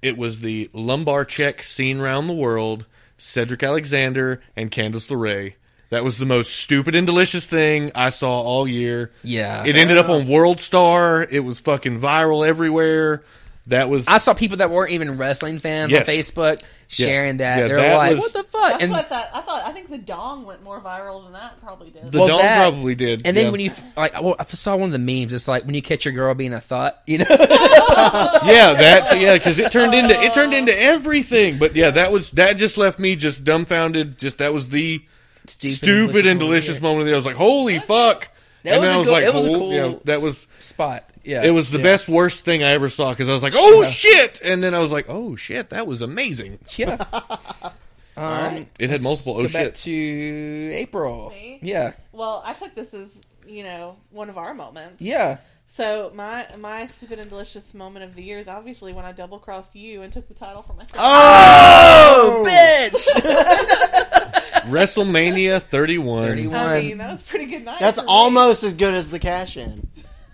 Speaker 4: It was the lumbar check seen round the world, Cedric Alexander and Candice LeRae. That was the most stupid and delicious thing I saw all year.
Speaker 3: Yeah.
Speaker 4: It ended up on World Star. It was fucking viral everywhere. That was
Speaker 3: I saw people that weren't even wrestling fans
Speaker 4: Yes.
Speaker 3: on Facebook sharing that.
Speaker 4: Yeah,
Speaker 3: They're
Speaker 4: that
Speaker 3: like,
Speaker 4: was-
Speaker 3: "What the fuck?"
Speaker 5: That's
Speaker 3: And-
Speaker 5: what I thought. I thought. I think the dong went more viral than that probably did.
Speaker 4: the
Speaker 3: well,
Speaker 4: dog
Speaker 3: that-
Speaker 4: probably did.
Speaker 3: And then
Speaker 4: yeah.
Speaker 3: when you like, well, I saw one of the memes. It's like when you catch your girl being a thought, you know.
Speaker 4: yeah, that yeah, because it turned into it turned into everything. But yeah, that was that just left me just dumbfounded. Just that was the
Speaker 3: stupid,
Speaker 4: stupid and delicious
Speaker 3: moment.
Speaker 4: moment. of the year. I was like, holy fuck!
Speaker 3: That
Speaker 4: and
Speaker 3: was a
Speaker 4: then I was
Speaker 3: cool-
Speaker 4: like,
Speaker 3: it was a
Speaker 4: hol-
Speaker 3: cool
Speaker 4: you know, that was
Speaker 3: spot. Yeah,
Speaker 4: it was the
Speaker 3: Yeah.
Speaker 4: best worst thing I ever saw because I
Speaker 3: *laughs*
Speaker 4: was like, oh shit! And then I was like, oh shit, that was amazing. *laughs*
Speaker 3: Yeah. um,
Speaker 4: It had multiple oh
Speaker 3: go back *laughs*
Speaker 4: shit.
Speaker 3: to April.
Speaker 5: Me?
Speaker 3: Yeah,
Speaker 5: Well, I took this as you know one of our moments.
Speaker 3: yeah.
Speaker 5: So my my stupid and delicious moment of the year is obviously when I double crossed you and took the title for myself.
Speaker 3: Oh, *laughs* bitch!
Speaker 4: WrestleMania 31.
Speaker 3: 31.
Speaker 5: I mean, that was a pretty good night.
Speaker 6: *laughs* That's
Speaker 5: for me.
Speaker 6: almost as good as the cash in.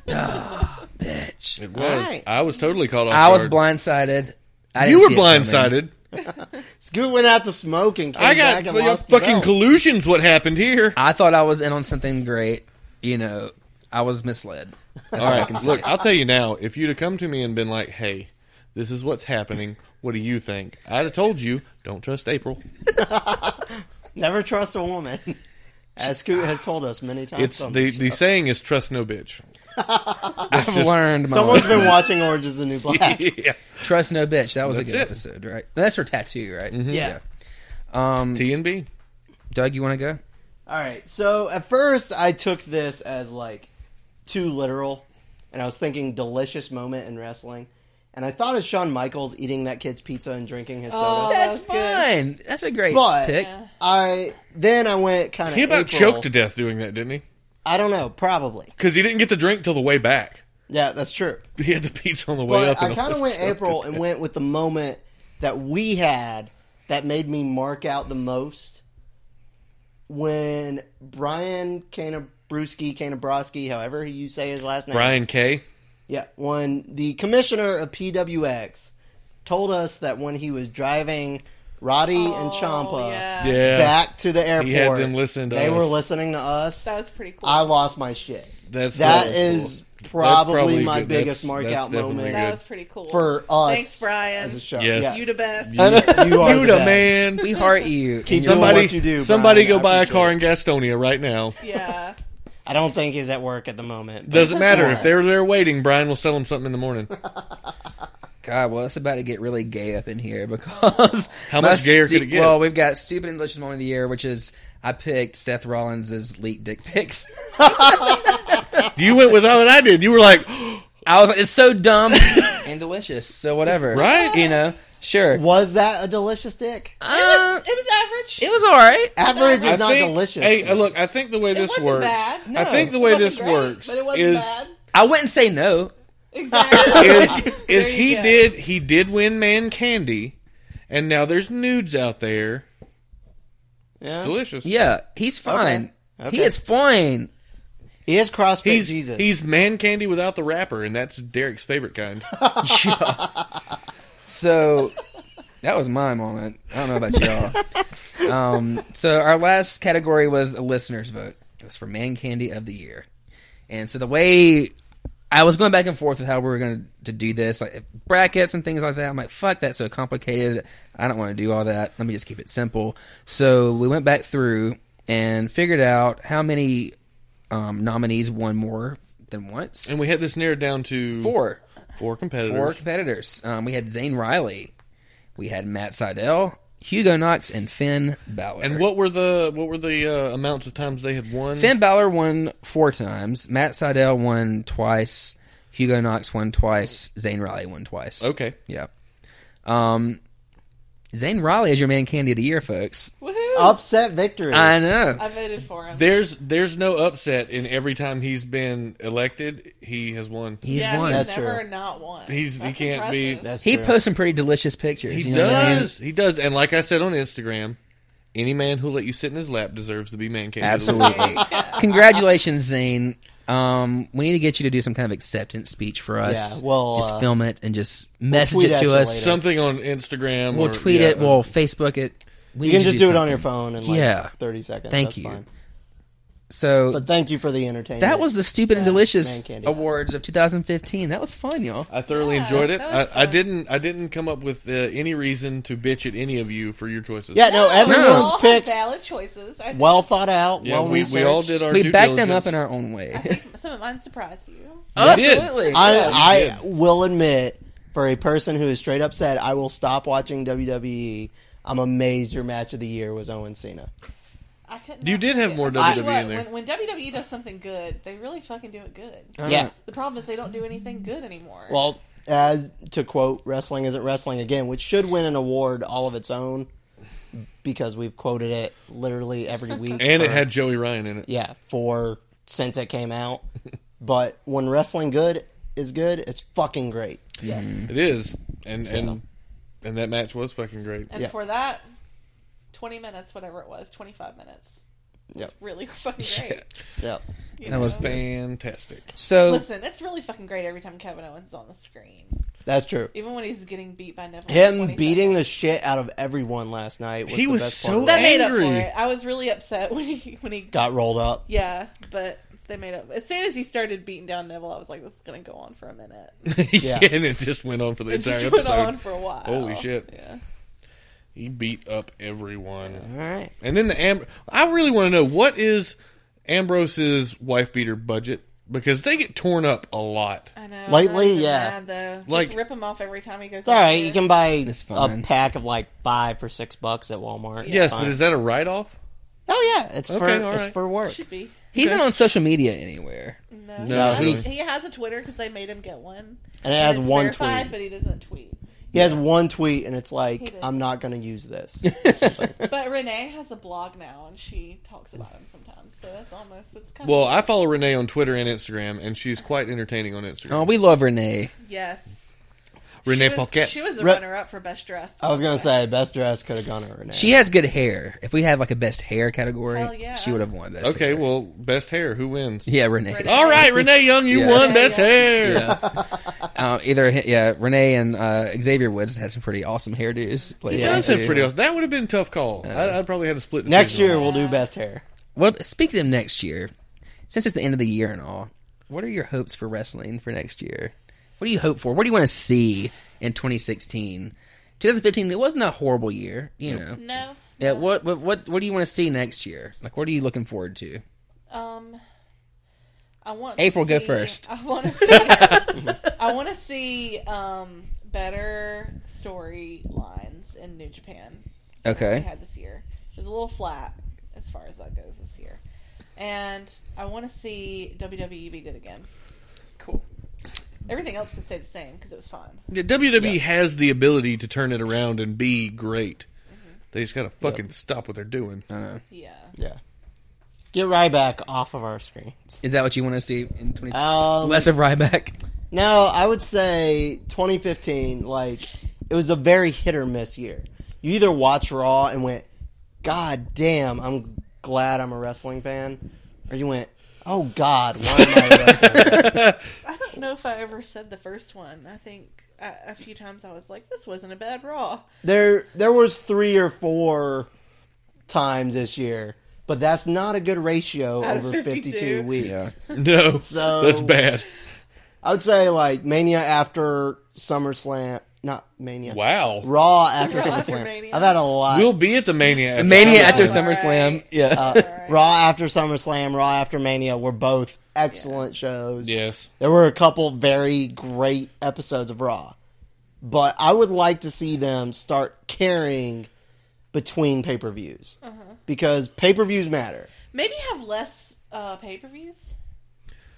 Speaker 3: bitch.
Speaker 4: It was.
Speaker 6: Right.
Speaker 4: I was totally caught off.
Speaker 3: I was
Speaker 4: guard.
Speaker 3: blindsided. I
Speaker 4: You
Speaker 3: didn't
Speaker 4: were
Speaker 3: see it coming.
Speaker 4: blindsided.
Speaker 6: Scoot went out to smoke and came
Speaker 4: I
Speaker 6: back
Speaker 4: got
Speaker 6: and
Speaker 4: fucking
Speaker 6: lost the belt.
Speaker 4: collusions. What happened here?
Speaker 3: I thought I was in on something great. You know, I was misled. That's all I can say.
Speaker 4: Look, I'll tell you now. If you'd have come to me and been like, "Hey, this is what's happening. What do you think?" I'd have told you, "Don't trust *laughs* April.
Speaker 6: Never trust a woman. *laughs* As Scoot has told us many times.
Speaker 4: It's
Speaker 6: on
Speaker 4: the *laughs*
Speaker 6: show.
Speaker 4: the saying is trust no bitch."
Speaker 3: I've learned my
Speaker 6: Someone's
Speaker 3: lesson.
Speaker 6: been watching Orange is the New Black.
Speaker 4: *laughs* yeah.
Speaker 3: Trust no bitch. That was a
Speaker 4: That's
Speaker 3: good
Speaker 4: it. Mm-hmm.
Speaker 3: episode, right? No, That's her tattoo, right?
Speaker 6: Yeah.
Speaker 3: Um,
Speaker 4: *laughs* T and B.
Speaker 3: Doug, you want to go?
Speaker 4: Mm-hmm.
Speaker 6: All right. So at first, I took this as like too literal, and I was thinking delicious moment in wrestling, and I thought of Shawn Michaels eating that kid's pizza and drinking his
Speaker 5: Oh,
Speaker 6: soda.
Speaker 5: that
Speaker 3: That's
Speaker 5: was good.
Speaker 3: fine. That's a great
Speaker 6: But-
Speaker 3: pick.
Speaker 5: Yeah.
Speaker 6: I then I went kind of.
Speaker 4: He about
Speaker 6: April.
Speaker 4: choked to death doing that, didn't he?
Speaker 6: I don't know. Probably.
Speaker 4: Because he didn't get the drink till the way back.
Speaker 6: Yeah, that's true.
Speaker 4: He had the pizza on the way
Speaker 6: But
Speaker 4: up.
Speaker 6: I
Speaker 4: and
Speaker 6: kind of
Speaker 4: *laughs* all
Speaker 6: went
Speaker 4: that stuff.
Speaker 6: April and went with the moment that we had that made me mark out the most when Brian Kanabruski, Kanabrowski, however you say his last name,
Speaker 4: Brian K.
Speaker 6: Yeah, when the commissioner of PWX told us that when he was driving Roddy and Champa
Speaker 5: Oh, yeah.
Speaker 4: Yeah,
Speaker 6: back to the airport,
Speaker 4: had them listen to
Speaker 6: they
Speaker 4: us.
Speaker 6: were listening to us.
Speaker 5: That was pretty cool.
Speaker 6: I lost my shit.
Speaker 4: that's
Speaker 6: That
Speaker 4: that's
Speaker 6: is
Speaker 4: cool.
Speaker 6: probably
Speaker 4: That's
Speaker 6: my
Speaker 4: good.
Speaker 6: biggest
Speaker 4: That's-
Speaker 6: mark
Speaker 4: that's
Speaker 6: out
Speaker 4: definitely
Speaker 6: moment.
Speaker 5: that
Speaker 4: good.
Speaker 5: was pretty cool
Speaker 6: for us.
Speaker 5: Thanks, Brian.
Speaker 6: As a show.
Speaker 4: Yes.
Speaker 6: Yeah.
Speaker 5: You the best.
Speaker 6: *laughs* You are
Speaker 4: You
Speaker 6: the
Speaker 4: the
Speaker 6: best.
Speaker 4: man.
Speaker 3: We heart
Speaker 4: *laughs*
Speaker 3: you. And
Speaker 6: Keep
Speaker 3: you-
Speaker 6: doing
Speaker 4: Somebody,
Speaker 6: what you do,
Speaker 4: somebody
Speaker 6: Brian.
Speaker 4: go
Speaker 6: I
Speaker 4: buy a
Speaker 6: appreciate
Speaker 4: car
Speaker 6: it.
Speaker 4: in Gastonia right now.
Speaker 5: yeah.
Speaker 6: I don't think he's at work at the moment. but-
Speaker 4: Doesn't matter if they're there waiting. Brian will sell them something in the morning.
Speaker 3: God, well, it's about to get really gay up in here *laughs* because
Speaker 4: How
Speaker 3: my
Speaker 4: much gayer could it get?
Speaker 3: Well, we've got stupid English moment of the year, which is I picked Seth Rollins' leaked dick pics. *laughs*
Speaker 4: You went without what I did. You
Speaker 6: *gasps*
Speaker 4: were like, right?
Speaker 3: I was like, it's so
Speaker 4: *laughs*
Speaker 3: dumb and delicious. So whatever, You know, sure.
Speaker 6: was that a delicious dick? *laughs*
Speaker 3: Uh,
Speaker 5: it was average.
Speaker 3: it was all right.
Speaker 6: Average
Speaker 4: I
Speaker 6: is not
Speaker 4: think-
Speaker 6: delicious.
Speaker 4: Hey,
Speaker 6: to me.
Speaker 4: look, I think the way this
Speaker 5: wasn't
Speaker 4: works.
Speaker 5: bad.
Speaker 4: I think the
Speaker 5: It
Speaker 4: way
Speaker 5: wasn't
Speaker 4: this
Speaker 5: great,
Speaker 4: works
Speaker 5: but it wasn't
Speaker 4: is
Speaker 5: *laughs* bad.
Speaker 3: I wouldn't say no.
Speaker 4: *laughs*
Speaker 5: Exactly.
Speaker 4: is is
Speaker 5: you
Speaker 4: he
Speaker 5: go.
Speaker 4: did he did win man candy, and now there's nudes out there.
Speaker 6: Yeah.
Speaker 4: Delicious.
Speaker 3: Yeah, he's fine.
Speaker 6: Okay.
Speaker 3: He is fine.
Speaker 6: he is CrossFit
Speaker 4: He's
Speaker 6: Jesus.
Speaker 4: he's man candy without the wrapper, and that's Derek's
Speaker 6: *laughs*
Speaker 4: favorite kind.
Speaker 3: *laughs* So that was my moment. I don't know about y'all. um, so our last category was a listener's vote. It was for man candy of the year. And so the way I was going back and forth with how we were going to do this, like brackets and things like that. I'm like, fuck, that's so complicated. I don't want to do all that. Let me just keep it simple. So we went back through and figured out how many um, nominees won more than once.
Speaker 4: and we had this narrowed down to
Speaker 3: Four
Speaker 4: four
Speaker 3: four
Speaker 4: competitors.
Speaker 3: competitors. Um, we had Zane Riley, we had Matt Seidel, Hugo Knox, and Finn Balor.
Speaker 4: and what were the what were the uh, amounts of times they had won?
Speaker 3: Finn Balor won four times. Matt Seidel won twice. Hugo Knox won twice. Zane Riley won twice.
Speaker 4: Okay.
Speaker 3: Yeah. Um, Zane Riley is your man candy of the year, folks.
Speaker 5: Woohoo!
Speaker 6: Upset victory.
Speaker 3: I know.
Speaker 5: I voted for him.
Speaker 4: There's there's no upset in every time he's been elected. He has won.
Speaker 3: He's
Speaker 5: yeah,
Speaker 3: one.
Speaker 5: He's
Speaker 6: That's
Speaker 5: never
Speaker 6: true.
Speaker 5: not one.
Speaker 4: He's- he
Speaker 5: That's
Speaker 4: can't be-
Speaker 5: impressive.
Speaker 6: That's
Speaker 3: He
Speaker 6: true.
Speaker 3: posts some pretty delicious pictures.
Speaker 4: He
Speaker 3: you know what I mean?
Speaker 4: does. He does. And like I said on Instagram, any man who let you sit in his lap deserves to be man candy. of the week.
Speaker 3: Absolutely. *laughs* Congratulations, Zane. Um, we need to get you to do some kind of acceptance speech for us.
Speaker 6: Yeah, well,
Speaker 3: just
Speaker 6: uh,
Speaker 3: film it and just message
Speaker 6: tweet
Speaker 3: it
Speaker 6: at
Speaker 3: to
Speaker 6: you
Speaker 3: us.
Speaker 6: later.
Speaker 4: *laughs* Something on Instagram.
Speaker 3: We'll
Speaker 4: or-
Speaker 3: tweet
Speaker 4: yeah,
Speaker 3: it. We'll Facebook it. We
Speaker 6: You
Speaker 3: need
Speaker 6: can
Speaker 3: to
Speaker 6: just do, it on
Speaker 3: something.
Speaker 6: your phone in like
Speaker 3: Yeah.
Speaker 6: 30 seconds.
Speaker 3: Thank
Speaker 6: That's
Speaker 3: you.
Speaker 6: Fine.
Speaker 3: So
Speaker 6: But thank you for the entertainment.
Speaker 3: that was the Stupid and
Speaker 6: man
Speaker 3: Delicious
Speaker 6: candy.
Speaker 3: Awards of 2015. That was fun, y'all.
Speaker 4: I thoroughly
Speaker 5: Yeah,
Speaker 4: enjoyed it.
Speaker 5: that was
Speaker 4: I, I
Speaker 5: fun.
Speaker 4: didn't. I didn't come up with uh, any reason to bitch at any of you for your choices.
Speaker 6: Yeah, no,
Speaker 5: They
Speaker 6: everyone's
Speaker 5: all have
Speaker 6: picks
Speaker 5: valid choices. I think
Speaker 6: well thought out,
Speaker 4: Yeah,
Speaker 6: well
Speaker 4: we, we
Speaker 6: researched.
Speaker 4: all did our.
Speaker 3: We
Speaker 4: due
Speaker 3: backed them up
Speaker 4: diligence.
Speaker 3: in our own *laughs* way.
Speaker 5: *laughs* some of mine surprised you.
Speaker 4: We did.
Speaker 3: Absolutely.
Speaker 6: I,
Speaker 4: Yeah,
Speaker 6: I will admit, for a person who is straight up said, I will stop watching WWE, I'm amazed your match of the year was Owen Cena.
Speaker 5: I couldn't.
Speaker 4: You did have more
Speaker 5: I tell you
Speaker 4: WWE in
Speaker 5: what,
Speaker 4: there.
Speaker 5: When, when WWE does something good, they really fucking do it good.
Speaker 3: Uh,
Speaker 6: Yeah.
Speaker 5: The problem is they don't do anything good anymore.
Speaker 6: Well, as to quote Wrestling Isn't Wrestling Again, which should win an award all of its own because we've quoted it literally
Speaker 4: *laughs*
Speaker 6: every week.
Speaker 4: And it
Speaker 6: for-
Speaker 4: had Joey Ryan in it.
Speaker 6: yeah, for since it came out. but when wrestling good is good, it's fucking great.
Speaker 5: yes.
Speaker 6: mm-hmm.
Speaker 4: It is, and
Speaker 6: So.
Speaker 4: and and that match was fucking great.
Speaker 5: And
Speaker 6: yeah.
Speaker 5: for that, twenty minutes, whatever it was, twenty five minutes,
Speaker 6: Yep.
Speaker 5: really *laughs* fucking great.
Speaker 6: Yep.
Speaker 5: you
Speaker 3: That was *laughs*
Speaker 5: know?
Speaker 4: Fantastic.
Speaker 3: So
Speaker 5: Listen, it's really fucking great every time Kevin Owens is on the screen,
Speaker 6: That's true.
Speaker 5: even when he's getting beat by Neville. for 20
Speaker 6: Him beating
Speaker 5: seconds.
Speaker 6: the shit out of everyone last night was
Speaker 4: He
Speaker 6: the
Speaker 4: was
Speaker 6: best
Speaker 4: so
Speaker 6: part.
Speaker 5: that made up for
Speaker 4: Angry.
Speaker 5: it. I was really upset when he when he
Speaker 6: got rolled up.
Speaker 5: Yeah, but they made up. As soon as he started beating down Neville, I was like, this is going to go on for a minute.
Speaker 4: yeah. *laughs* and it just went on for the
Speaker 5: It
Speaker 4: entire
Speaker 5: just went
Speaker 4: episode.
Speaker 5: on for a while.
Speaker 4: Holy shit.
Speaker 5: Yeah.
Speaker 4: He beat up everyone.
Speaker 6: All right.
Speaker 4: And then the Am- I really want to know what is Ambrose's wife beater budget because they get torn up a lot.
Speaker 5: I know.
Speaker 6: Lately,
Speaker 5: I'm
Speaker 6: yeah.
Speaker 5: mad, though.
Speaker 4: Like-
Speaker 5: just rip him off every time he goes.
Speaker 6: It's all right. You can buy
Speaker 3: It's
Speaker 6: a
Speaker 3: fine.
Speaker 6: pack of like five for six bucks at Walmart.
Speaker 4: yes,
Speaker 6: It's fine.
Speaker 4: but is that a write off?
Speaker 6: oh yeah, it's
Speaker 4: Okay,
Speaker 6: for
Speaker 4: all
Speaker 6: it's
Speaker 4: right.
Speaker 6: for work.
Speaker 5: Should be.
Speaker 3: he's not on social media anywhere.
Speaker 5: No,
Speaker 4: No,
Speaker 5: he,
Speaker 6: he-
Speaker 5: he has a Twitter because they made him get one.
Speaker 6: And it has
Speaker 5: it's
Speaker 6: one
Speaker 5: verified,
Speaker 6: tweet.
Speaker 5: but he doesn't
Speaker 6: *laughs*
Speaker 5: tweet.
Speaker 6: He has one tweet, and it's like,
Speaker 5: does.
Speaker 6: I'm not going to use this.
Speaker 5: But Renee has a blog now, and she talks about him sometimes. So that's almost it's kind
Speaker 4: Well,
Speaker 5: of
Speaker 4: I follow Renee on Twitter and Instagram, and she's quite entertaining on Instagram.
Speaker 3: Oh, we love Renee.
Speaker 5: yes. she
Speaker 4: Renee
Speaker 5: was,
Speaker 4: Paquette.
Speaker 5: She was a
Speaker 6: Re-
Speaker 5: runner-up for best dressed.
Speaker 6: I was going to say, best dress could have gone to Renee.
Speaker 3: She has good hair. If we had like a best hair category,
Speaker 5: Hell yeah.
Speaker 3: she would have won best.
Speaker 4: okay,
Speaker 3: hair.
Speaker 4: well, best hair. Who wins?
Speaker 3: yeah, Renee.
Speaker 5: Renee.
Speaker 4: All right, Renee Young, you
Speaker 3: Yeah.
Speaker 4: won
Speaker 5: Yeah,
Speaker 4: best
Speaker 5: yeah.
Speaker 4: hair.
Speaker 3: Uh, either yeah, Renee and uh, Xavier Woods had some pretty awesome hairdos.
Speaker 4: It
Speaker 3: lately,
Speaker 4: does have
Speaker 3: too.
Speaker 4: pretty awesome. That would have been a tough call. I, I probably had to split. decision
Speaker 6: Next year,
Speaker 4: on
Speaker 6: we'll do best hair.
Speaker 3: Well, speaking of next year, since it's the end of the year and all, what are your hopes for wrestling for next year? What do you hope for? What do you want to see in 2016? 2015, it wasn't a horrible year, you know.
Speaker 5: No.
Speaker 3: Yeah, what, what what what do you want to see next year? Like, what are you looking forward to?
Speaker 5: Um, I want
Speaker 3: April,
Speaker 5: to
Speaker 3: go
Speaker 5: see-
Speaker 3: first.
Speaker 5: I want to
Speaker 3: *laughs*
Speaker 5: see. I want to see um, better storylines in New Japan. than we
Speaker 3: Okay,
Speaker 5: had this year. It was a little flat as far as that goes this year, and I want to see WWE be good again. Cool. Everything else can stay the same because it was fun.
Speaker 4: Yeah, WWE has the ability to turn it around and be great. They just gotta fucking stop what they're doing.
Speaker 3: I know.
Speaker 5: Yeah.
Speaker 6: Yeah. Get Ryback off of our screens.
Speaker 3: Is that what you want to see in 2016?
Speaker 6: Um,
Speaker 3: Less of Ryback.
Speaker 6: No, I would say 2015, like, it was a very hit or miss year. You either watch Raw and went, God damn, I'm glad I'm a wrestling fan, or you went, Oh God, why am I a wrestling fan?
Speaker 5: I don't know if I ever said the first one. I think uh, a few times I was like, "This wasn't a bad Raw."
Speaker 6: *laughs* There, there was three or four times this year, but that's not a good ratio
Speaker 5: Out of
Speaker 6: over
Speaker 5: 52.
Speaker 6: 52, weeks.
Speaker 4: No,
Speaker 6: So-
Speaker 4: *laughs* that's bad.
Speaker 6: I would say like Mania after SummerSlam, not Mania.
Speaker 4: Wow,
Speaker 6: Raw after
Speaker 5: Raw after
Speaker 6: SummerSlam.
Speaker 5: Mania.
Speaker 6: I've had a lot.
Speaker 4: we'll be at the Mania. After
Speaker 3: Mania
Speaker 4: SummerSlam.
Speaker 3: after
Speaker 5: All right.
Speaker 3: SummerSlam. Yeah.
Speaker 6: Uh,
Speaker 4: *laughs*
Speaker 6: Raw after SummerSlam, Raw after Mania were both excellent shows.
Speaker 4: Yes,
Speaker 6: There were a couple very great episodes of Raw. But I would like to see them start carrying between pay per views.
Speaker 5: Uh-huh.
Speaker 6: Because pay per views matter.
Speaker 5: Maybe have less uh, pay per views.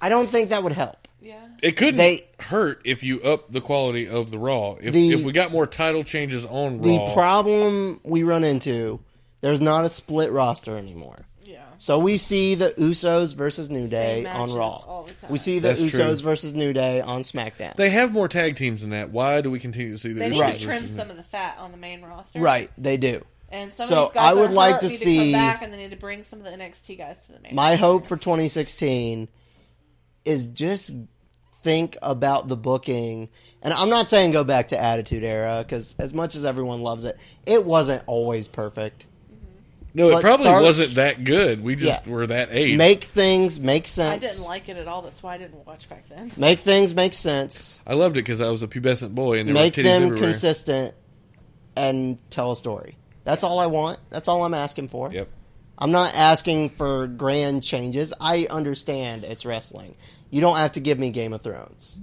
Speaker 6: I don't think that would help.
Speaker 5: Yeah.
Speaker 4: It couldn't
Speaker 6: They-
Speaker 4: hurt if you up the quality of the Raw. If,
Speaker 6: The-
Speaker 4: if we got more title changes on
Speaker 6: The
Speaker 4: Raw,
Speaker 6: problem we run into, there's not a split roster anymore.
Speaker 5: Yeah.
Speaker 6: So we see the Usos versus New Day on
Speaker 5: matches
Speaker 6: Raw.
Speaker 5: all the time.
Speaker 6: We see the
Speaker 4: That's true.
Speaker 6: Usos versus New Day on SmackDown.
Speaker 4: they have more tag teams than that. Why do we continue to see the
Speaker 5: They need
Speaker 4: Usos
Speaker 5: to trim
Speaker 4: versus-
Speaker 5: some of the fat on the main roster.
Speaker 6: right, they do.
Speaker 5: And some
Speaker 6: So,
Speaker 5: of these guys
Speaker 6: I would
Speaker 5: are
Speaker 6: like
Speaker 5: hurt,
Speaker 6: to
Speaker 5: need
Speaker 6: see-
Speaker 5: to come back and they need to bring some of the NXT guys to the main.
Speaker 6: My hope for 2016 is just think about the booking. And I'm not saying go back to Attitude Era because as much as everyone loves it, it wasn't always perfect.
Speaker 4: No, it
Speaker 6: Let's
Speaker 4: probably
Speaker 6: start-
Speaker 4: wasn't that good. We just
Speaker 6: Yeah.
Speaker 4: were that age.
Speaker 6: Make things make
Speaker 5: I
Speaker 6: sense.
Speaker 5: didn't like it at all. That's why I didn't watch back then.
Speaker 6: make things make sense.
Speaker 4: I loved it because I was a pubescent boy and there
Speaker 6: make
Speaker 4: were titties
Speaker 6: them
Speaker 4: everywhere.
Speaker 6: consistent and tell a story. That's all I want. That's all I'm asking for.
Speaker 4: Yep.
Speaker 6: I'm not asking for grand changes. I understand it's wrestling. You don't have to give me Game of Thrones.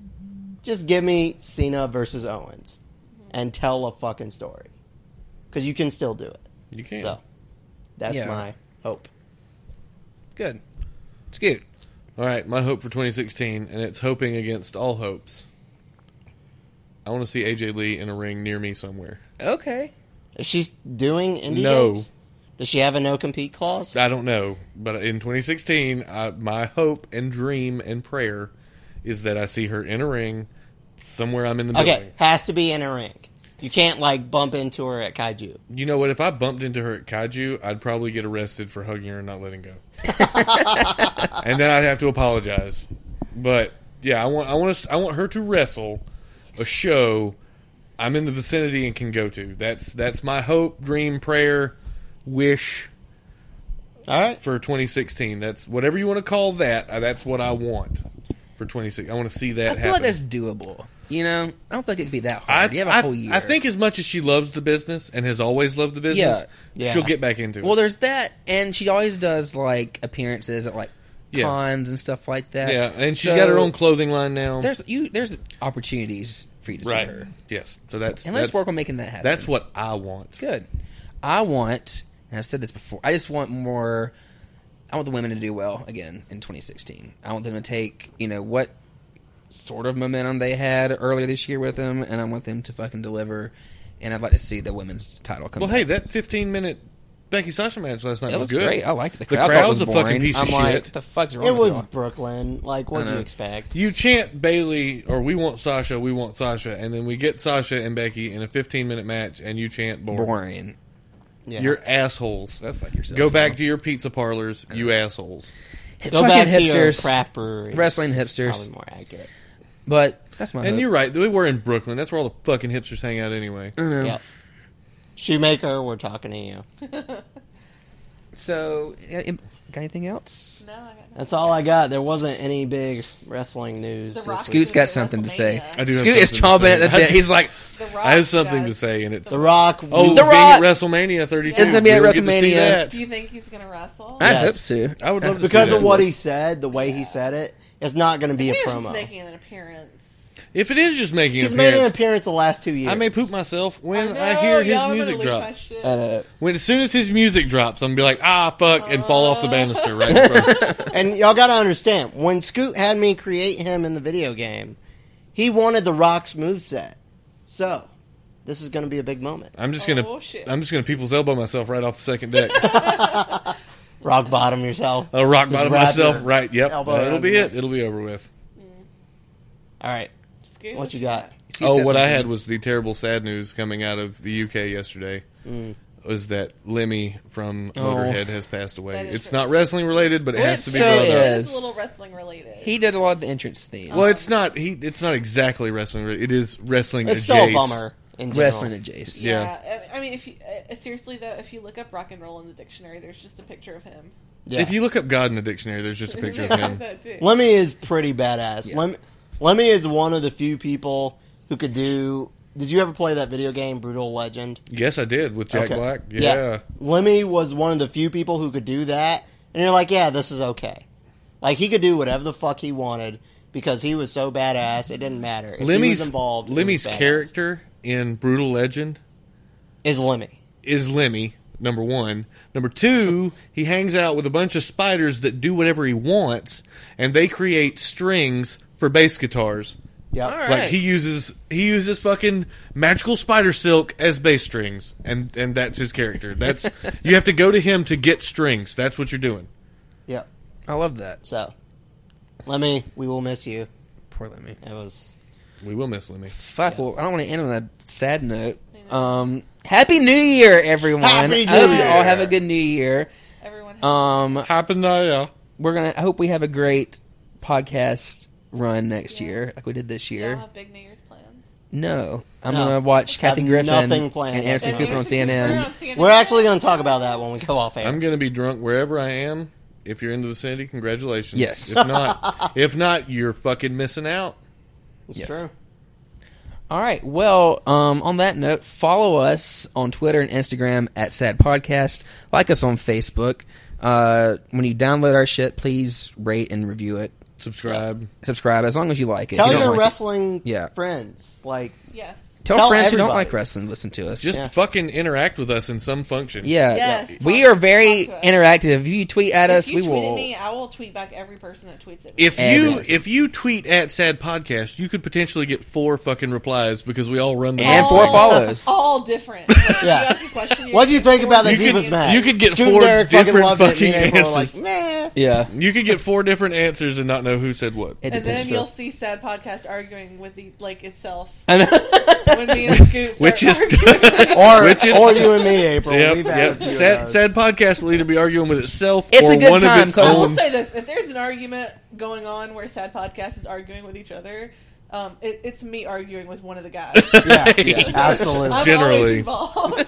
Speaker 6: Just give me Cena versus Owens and tell a fucking story. Because you can still do it.
Speaker 4: You can.
Speaker 6: So that's
Speaker 3: Yeah.
Speaker 6: my hope.
Speaker 3: Good. It's cute.
Speaker 4: All right, my hope for 2016, and it's hoping against all hopes. I want to see AJ Lee in a ring near me somewhere.
Speaker 3: Okay.
Speaker 6: Is she doing indie
Speaker 4: No.
Speaker 6: dates? Does she have a no compete clause?
Speaker 4: I don't know, but in 2016, I, my hope and dream and prayer is that I see her in a ring somewhere. I'm in the building.
Speaker 6: Okay, has to be in a ring. You can't like bump into her at kaiju.
Speaker 4: You know what? If I bumped into her at Kaiju, I'd probably get arrested for hugging her and not
Speaker 3: *laughs*
Speaker 4: letting go, and then I'd have to apologize. But yeah, I want I want to, I want her to wrestle a show I'm in the vicinity and can go to. That's that's my hope, dream, prayer, wish
Speaker 6: All right.
Speaker 4: for 2016. That's whatever you want to call that. uh, That's what I want for 2016. I want to see that
Speaker 3: I feel
Speaker 4: happen.
Speaker 3: like that's doable. You know, I don't think it'd be that hard.
Speaker 4: I,
Speaker 3: you have a
Speaker 4: I-
Speaker 3: whole year.
Speaker 4: I think as much as she loves the business and has always loved the business,
Speaker 6: Yeah. Yeah.
Speaker 4: she'll get back into it.
Speaker 3: Well, there's that, and she always does like appearances at like
Speaker 4: Yeah.
Speaker 3: cons and stuff like that.
Speaker 4: Yeah, and she's
Speaker 3: So,
Speaker 4: got her own clothing line now.
Speaker 3: There's you. There's opportunities for you to see her,
Speaker 4: Yes. So that's
Speaker 3: and let's
Speaker 4: that's,
Speaker 3: work on making that happen.
Speaker 4: That's what I want.
Speaker 3: good. I want, and I've said this before. I just want more. I want the women to do well again in 2016. I want them to take you know what sort of momentum they had earlier this year with them, and I want them to fucking deliver. And I'd like to see the women's title come.
Speaker 4: Well,
Speaker 3: back.
Speaker 4: hey, that 15 minute Becky Sasha match last night
Speaker 3: That was
Speaker 4: was good.
Speaker 3: great. I liked it. The,
Speaker 4: the
Speaker 3: crowd thought it
Speaker 4: crowd's
Speaker 3: was
Speaker 4: a
Speaker 3: boring.
Speaker 4: fucking piece of
Speaker 3: I'm like,
Speaker 4: shit.
Speaker 3: The fuck's wrong
Speaker 6: It
Speaker 3: with
Speaker 6: was
Speaker 3: y'all?
Speaker 6: Brooklyn. Like, what
Speaker 3: I
Speaker 6: do you
Speaker 3: know.
Speaker 6: expect?
Speaker 4: you chant Bailey or we want Sasha, we want Sasha, and then we get Sasha and Becky in a 15 minute match, and you chant boring.
Speaker 3: boring.
Speaker 6: Yeah.
Speaker 4: You're assholes.
Speaker 3: Go fuck yourself. Uh-huh.
Speaker 4: Go back to your pizza parlors, you assholes.
Speaker 6: Go
Speaker 3: fucking
Speaker 6: back to your
Speaker 3: hipsters.
Speaker 6: craft brewery.
Speaker 3: Wrestling hipsters.
Speaker 6: Probably more accurate.
Speaker 3: but that's my.
Speaker 4: And
Speaker 3: hope.
Speaker 4: you're right. We were in Brooklyn. That's where all the fucking hipsters hang out anyway.
Speaker 3: Uh-huh.
Speaker 6: Yep. Shoemaker, we're talking to you.
Speaker 3: So, uh, im- got anything else?
Speaker 5: No, I got no.
Speaker 6: That's all I got. There wasn't any big wrestling news.
Speaker 5: The
Speaker 6: this
Speaker 5: Rock
Speaker 6: week.
Speaker 3: Scoot's
Speaker 5: is
Speaker 3: got
Speaker 5: gonna be at
Speaker 3: something to say.
Speaker 5: WrestleMania.
Speaker 4: I do. have
Speaker 3: Scoot is
Speaker 4: something to
Speaker 3: chomping
Speaker 4: say.
Speaker 3: at the
Speaker 4: *laughs* I
Speaker 3: bit.
Speaker 4: do-
Speaker 3: He's like,
Speaker 5: The Rock,
Speaker 4: I have something to
Speaker 5: guys.
Speaker 4: say, and it's
Speaker 6: The Rock.
Speaker 4: Oh,
Speaker 3: The
Speaker 4: being at
Speaker 3: Rock!
Speaker 4: WrestleMania 32
Speaker 3: It's gonna be at
Speaker 4: We'll get to see
Speaker 3: WrestleMania.
Speaker 4: that.
Speaker 5: Do you think he's gonna wrestle?
Speaker 3: I
Speaker 6: Yes.
Speaker 3: hope so.
Speaker 4: I would love to
Speaker 6: because
Speaker 4: see
Speaker 6: of
Speaker 4: that.
Speaker 6: what he said, the way he said it, it's not going to be
Speaker 5: He
Speaker 6: a
Speaker 5: was just
Speaker 6: promo.
Speaker 5: making an appearance.
Speaker 4: If it is just making
Speaker 6: He's
Speaker 4: an
Speaker 6: made
Speaker 4: appearance,
Speaker 6: an appearance the last two years.
Speaker 4: I may poop myself when
Speaker 5: know,
Speaker 4: I, hear his
Speaker 5: y'all are
Speaker 4: music
Speaker 5: gonna lose my
Speaker 4: drop.
Speaker 5: shit.
Speaker 3: Uh,
Speaker 4: When as soon as his music drops, I'm gonna be like, ah, fuck, and fall off the banister right in front. of-
Speaker 6: And y'all got to understand, when Scoot had me create him in the video game, he wanted the Rock's moveset. So, this is going to be a big moment.
Speaker 4: I'm just gonna,
Speaker 5: Oh, shit.
Speaker 4: I'm just gonna people's elbow myself right off the second deck.
Speaker 6: Rock bottom yourself.
Speaker 4: A rock
Speaker 6: Just
Speaker 4: bottom
Speaker 6: wrap
Speaker 4: myself,
Speaker 6: your
Speaker 4: right? Yep,
Speaker 6: elbow
Speaker 4: Uh, it'll
Speaker 6: around
Speaker 4: be
Speaker 6: your
Speaker 4: it. It'll be over with.
Speaker 6: All right.
Speaker 5: Scoot,
Speaker 6: What you got?
Speaker 3: Scoot's
Speaker 4: Oh,
Speaker 3: got
Speaker 4: what I
Speaker 3: something.
Speaker 4: had was the terrible sad news coming out of the UK yesterday.
Speaker 6: Mm.
Speaker 4: Was that Lemmy from Motorhead has passed away?
Speaker 5: That is
Speaker 4: It's
Speaker 5: true.
Speaker 4: not wrestling related, but it
Speaker 3: Well,
Speaker 4: has
Speaker 3: it
Speaker 4: to be
Speaker 3: so
Speaker 4: brought up.
Speaker 3: is.
Speaker 5: It's a little wrestling related.
Speaker 3: He did a lot of the entrance themes.
Speaker 4: Well, it's not. He. It's not exactly wrestling. related. It is wrestling.
Speaker 6: It's still a
Speaker 4: adjace.
Speaker 6: bummer. In general.
Speaker 3: wrestling and Jace.
Speaker 4: Yeah.
Speaker 5: I- I mean, if you uh, seriously though, if you look up rock and roll in the dictionary, there's just a picture of him.
Speaker 6: Yeah.
Speaker 4: If you look up God in the dictionary,
Speaker 6: *laughs*
Speaker 4: there's just
Speaker 5: *laughs*
Speaker 4: a picture of him.
Speaker 5: That too.
Speaker 6: Lemmy is pretty badass. Lem Lemmy, is one of the few people who could do. Did you ever play that video game, Brutal Legend?
Speaker 4: Yes, I did with Jack
Speaker 6: Okay.
Speaker 4: Black. Yeah.
Speaker 6: Lemmy was one of the few people who could do that, and you're like, yeah, this is okay. Like he could do whatever the fuck he wanted because he was so badass. It didn't matter. If he was
Speaker 4: Lemmy's
Speaker 6: involved. he was
Speaker 4: Lemmy's
Speaker 6: badass.
Speaker 4: character in Brutal Legend
Speaker 6: is Lemmy.
Speaker 4: is Lemmy. Number one. Number two, he hangs out with a bunch of spiders that do whatever he wants, and they create strings for bass guitars.
Speaker 6: Yep.
Speaker 3: All right.
Speaker 4: Like he uses he uses fucking magical spider silk as bass strings, and and that's his character. That's you have to go to him to get strings. That's what you're doing.
Speaker 6: Yep.
Speaker 3: I love that.
Speaker 6: So, Lemmy, we will miss you.
Speaker 3: Poor Lemmy.
Speaker 6: It was
Speaker 4: We will miss Lemmy.
Speaker 3: Fuck. Well, I don't want to end on a sad note. Um, Happy New Year, everyone.
Speaker 6: Happy
Speaker 3: I hope
Speaker 6: New
Speaker 3: you all
Speaker 6: Year.
Speaker 3: have a good New Year.
Speaker 5: Everyone. Has-
Speaker 3: Um,
Speaker 4: Happen now, yeah.
Speaker 3: we're gonna. I hope we have a great podcast run next year, like we did this
Speaker 5: y'all
Speaker 3: year.
Speaker 5: have big New Year's plans.
Speaker 3: No, I'm
Speaker 6: No.
Speaker 3: gonna watch Kathy
Speaker 6: Have
Speaker 3: Griffin
Speaker 6: nothing planned.
Speaker 3: and Anderson
Speaker 5: Big
Speaker 3: Cooper on
Speaker 5: New Year's- We're on
Speaker 3: CNN.
Speaker 5: CNN.
Speaker 6: We're actually going to talk about that when we go off air.
Speaker 4: I'm gonna be drunk wherever I am. If you're in the vicinity, congratulations.
Speaker 3: Yes.
Speaker 4: If not, if not, you're fucking missing out.
Speaker 6: it's
Speaker 3: Yes.
Speaker 6: true.
Speaker 3: All right. Well, um, on that note, follow us on Twitter and Instagram at Sad Podcast. Like us on Facebook. Uh, when you download our shit, please rate and review it.
Speaker 4: *laughs* Subscribe.
Speaker 3: Subscribe as long as you like it. If
Speaker 6: Tell
Speaker 3: you don't
Speaker 6: your
Speaker 3: like it-
Speaker 6: wrestling
Speaker 3: Yeah.
Speaker 6: friends, like
Speaker 5: Yes.
Speaker 3: Tell,
Speaker 6: Tell
Speaker 3: friends who don't
Speaker 6: everybody.
Speaker 3: like wrestling, listen to us.
Speaker 4: Just
Speaker 6: Yeah.
Speaker 4: fucking interact with us in some function.
Speaker 3: yeah,
Speaker 5: Yes,
Speaker 3: yeah.
Speaker 5: talk-
Speaker 3: we are very
Speaker 5: talk to us.
Speaker 3: interactive. If you tweet at us,
Speaker 5: if you
Speaker 3: we
Speaker 5: tweet at
Speaker 3: will.
Speaker 5: me, I will tweet back every person that tweets at me.
Speaker 4: If
Speaker 3: Every
Speaker 4: you
Speaker 3: person.
Speaker 4: if you tweet at sad podcast, you could potentially get four fucking replies because we all run the
Speaker 3: And
Speaker 5: all,
Speaker 3: four follows.
Speaker 5: All
Speaker 3: *laughs*
Speaker 5: different. Like,
Speaker 6: Yeah.
Speaker 5: You ask a question,
Speaker 6: What do you think about the
Speaker 4: You
Speaker 6: Divas
Speaker 4: could-
Speaker 6: match?
Speaker 4: you could get
Speaker 6: Scoot and
Speaker 4: four
Speaker 6: Derek fucking
Speaker 4: different
Speaker 6: loved it, and me
Speaker 4: fucking
Speaker 6: and April were
Speaker 4: answers. *laughs*
Speaker 6: Like, meh.
Speaker 3: Yeah,
Speaker 4: You could get four different answers and not know who said what.
Speaker 3: it
Speaker 5: And
Speaker 3: depends.
Speaker 5: then
Speaker 3: on-
Speaker 5: you'll see sad podcast arguing with the, like itself
Speaker 3: I know.
Speaker 5: *laughs* when me and
Speaker 3: *laughs*
Speaker 5: Scoot start
Speaker 4: Which is
Speaker 5: arguing.
Speaker 6: Or,
Speaker 4: Which is-
Speaker 6: or you and me, April.
Speaker 4: Yep,
Speaker 6: We've had a
Speaker 4: yep.
Speaker 6: few of
Speaker 4: Sad,
Speaker 6: those.
Speaker 4: sad podcast will either be arguing with itself
Speaker 3: It's
Speaker 4: or
Speaker 3: a good
Speaker 4: one
Speaker 3: time,
Speaker 4: of its
Speaker 3: 'cause
Speaker 5: *laughs* I will
Speaker 4: own.
Speaker 5: say this: if there's an argument going on where sad podcast is arguing with each other, um, it, it's me arguing with one of
Speaker 3: *laughs*
Speaker 5: the guys.
Speaker 6: Yeah, yeah, absolutely.
Speaker 5: I'm
Speaker 4: Generally.
Speaker 5: always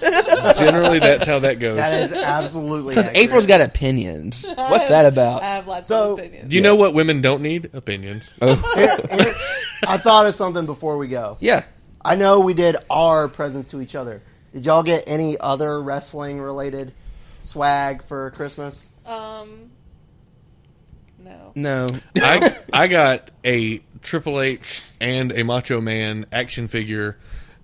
Speaker 3: *laughs*
Speaker 5: involved.
Speaker 4: Generally, that's how that goes.
Speaker 6: That is absolutely
Speaker 3: Because
Speaker 6: accurate.
Speaker 3: April's got opinions. What's
Speaker 5: *laughs*
Speaker 3: that
Speaker 5: I
Speaker 3: about?
Speaker 5: have lots
Speaker 6: So-
Speaker 5: of opinions.
Speaker 4: Do you know what women don't need? Opinions.
Speaker 6: I thought of something before we go.
Speaker 3: Yeah.
Speaker 6: I know we did our presents to each other. Did y'all get any other wrestling related swag for Christmas?
Speaker 5: Um, no.
Speaker 3: No.
Speaker 4: I I got a Triple H and a Macho Man action figure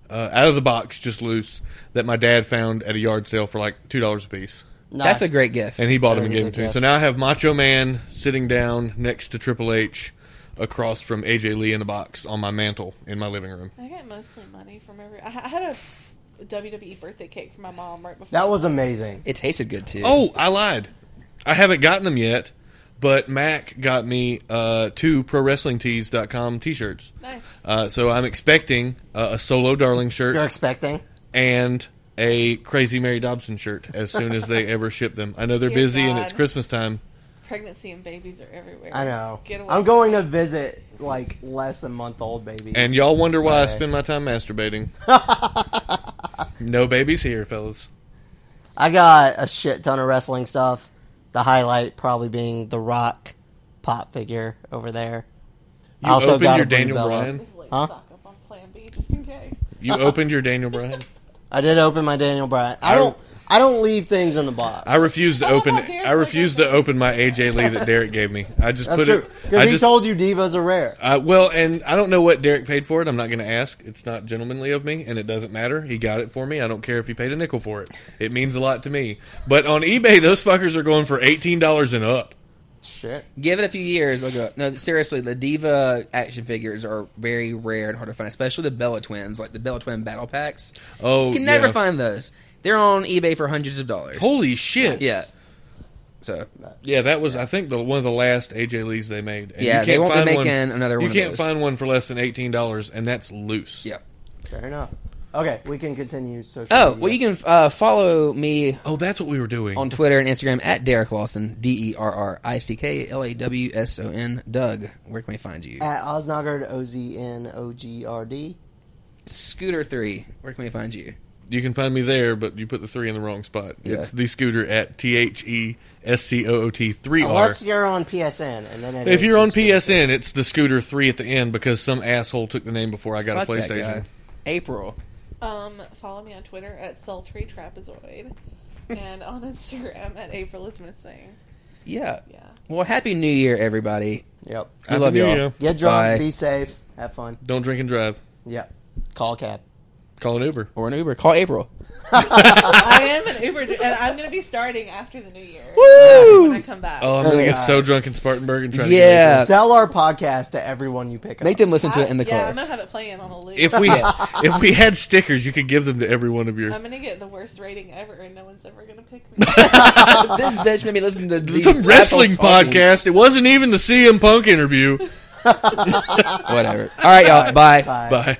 Speaker 4: uh, out of the box, just loose, that my dad found at a yard sale for like two dollars a piece,
Speaker 3: That's a
Speaker 6: Nice.
Speaker 3: great gift.
Speaker 4: and he
Speaker 6: That
Speaker 4: bought them
Speaker 6: is
Speaker 4: and
Speaker 6: a
Speaker 4: gave them
Speaker 6: good
Speaker 4: to me.
Speaker 6: gift.
Speaker 4: So now I have Macho Man sitting down next to Triple H, across from AJ Lee in the box on my mantle in my living room.
Speaker 5: I got mostly money from every. I I had a WWE birthday cake for my mom right before.
Speaker 6: That was amazing.
Speaker 3: It tasted good too.
Speaker 4: Oh, I lied. I haven't gotten them yet, but Mac got me uh, two ProWrestlingTees.com t-shirts.
Speaker 5: nice.
Speaker 4: Uh, so I'm expecting uh, a Solo Darling shirt.
Speaker 6: You're expecting?
Speaker 4: and a crazy Mary Dobson shirt as soon as they ever ship them. I know they're
Speaker 5: Dear
Speaker 4: busy and
Speaker 5: God.
Speaker 4: it's Christmas time.
Speaker 5: Pregnancy and babies are everywhere.
Speaker 6: I know.
Speaker 5: Get away.
Speaker 6: I'm going to visit like less than month old babies.
Speaker 4: And y'all wonder why I
Speaker 6: Okay.
Speaker 4: spend my
Speaker 6: *laughs*
Speaker 4: time masturbating. no babies here, fellas.
Speaker 6: I got a shit ton of wrestling stuff. The highlight probably being the Rock pop figure over there.
Speaker 4: You
Speaker 6: also
Speaker 4: opened
Speaker 6: got
Speaker 4: your
Speaker 6: a
Speaker 4: Daniel
Speaker 6: Brunella.
Speaker 4: Bryan.
Speaker 5: Just, like,
Speaker 6: Huh?
Speaker 5: stock up on Plan B just in case.
Speaker 4: You opened your Daniel Bryan.
Speaker 6: I did open my Daniel Bryan. I
Speaker 4: I-
Speaker 6: don't. I don't leave things in the box.
Speaker 4: I refuse
Speaker 5: *laughs*
Speaker 4: to
Speaker 5: Oh,
Speaker 4: open.
Speaker 5: Derek's
Speaker 4: I refuse
Speaker 5: like
Speaker 4: to open my AJ Lee that Derek gave me. I just
Speaker 6: That's
Speaker 4: put
Speaker 6: true.
Speaker 4: it. I
Speaker 6: Because he
Speaker 4: just.
Speaker 6: told you divas are rare.
Speaker 4: I- Uh, well, and I don't know what Derek paid for it. I'm not going to ask. It's not gentlemanly of me, and it doesn't matter. He got it for me. I don't care if he paid a nickel for it. It means a lot to me. But on eBay, those fuckers are going for eighteen dollars and up.
Speaker 6: Shit.
Speaker 3: Give it a few years. They'll go. No, seriously, the Diva action figures are very rare and hard to find, especially the Bella Twins, like the Bella Twin battle packs.
Speaker 4: Oh,
Speaker 3: You can never
Speaker 4: yeah.
Speaker 3: find those. They're on eBay for hundreds of dollars.
Speaker 4: Holy shit!
Speaker 3: Yeah. So
Speaker 4: yeah, that was I think the one of the last AJ Lees they made. And
Speaker 3: Yeah, they won't be
Speaker 4: find
Speaker 3: making another
Speaker 4: You
Speaker 3: one of
Speaker 4: can't
Speaker 3: those.
Speaker 4: find one for less than eighteen dollars, and that's loose.
Speaker 3: yeah.
Speaker 6: Fair enough. Okay, we can continue. Social
Speaker 3: Oh
Speaker 6: media.
Speaker 3: well, you can uh, follow me
Speaker 4: Oh, that's what we were doing.
Speaker 3: on Twitter and Instagram at Derek Lawson D E R R I C K L A W S O N Doug. Where can we find you?
Speaker 6: at Osnogard O Z N O G E R D.
Speaker 3: Scooter Three. Where can we find you?
Speaker 4: you can find me there, but you put the three in the wrong spot.
Speaker 3: Yeah.
Speaker 4: It's the scooter at T H E S C O O T three
Speaker 3: Oh,
Speaker 4: R.
Speaker 6: Unless you're on PSN, and then it
Speaker 4: If
Speaker 6: is
Speaker 4: you're on
Speaker 6: this week.
Speaker 4: PSN, it's the scooter three at the end because some asshole took the name before I got
Speaker 3: Fuck
Speaker 4: a
Speaker 3: that
Speaker 4: PlayStation.
Speaker 3: guy. April.
Speaker 5: Um, follow me on Twitter at Sultry Trapezoid, and on Instagram at April is missing.
Speaker 3: Yeah.
Speaker 5: Yeah.
Speaker 3: Well, happy New Year, everybody.
Speaker 6: Yep.
Speaker 3: We
Speaker 4: Happy
Speaker 3: love
Speaker 4: New
Speaker 3: y'all.
Speaker 4: Year.
Speaker 6: Get drunk.
Speaker 3: Bye.
Speaker 6: Be safe. Have fun.
Speaker 4: Don't drink and drive.
Speaker 6: Yep. Call a cab.
Speaker 4: Call an Uber.
Speaker 3: or an Uber. Call April.
Speaker 5: I am an Uber, and I'm going to be starting after the new year when I come back.
Speaker 4: Oh, I'm gonna get so drunk in Spartanburg and try to. get
Speaker 3: Yeah.
Speaker 6: Sell our podcast to everyone you pick up.
Speaker 3: Make them listen to
Speaker 5: I-
Speaker 3: it in the
Speaker 5: yeah,
Speaker 3: car.
Speaker 5: I'm gonna have it playing on a loop.
Speaker 4: If we
Speaker 3: *laughs*
Speaker 4: if we had stickers, you could give them to every one of your.
Speaker 5: I'm gonna get the worst rating ever, and no one's ever gonna pick me.
Speaker 3: this bitch made me listen to these
Speaker 4: *laughs* Some wrestling
Speaker 3: assholes talking.
Speaker 4: podcast. It
Speaker 3: *laughs*
Speaker 4: wasn't even the CM Punk interview.
Speaker 3: Whatever. All right, y'all. Bye.
Speaker 6: Bye.
Speaker 4: Bye.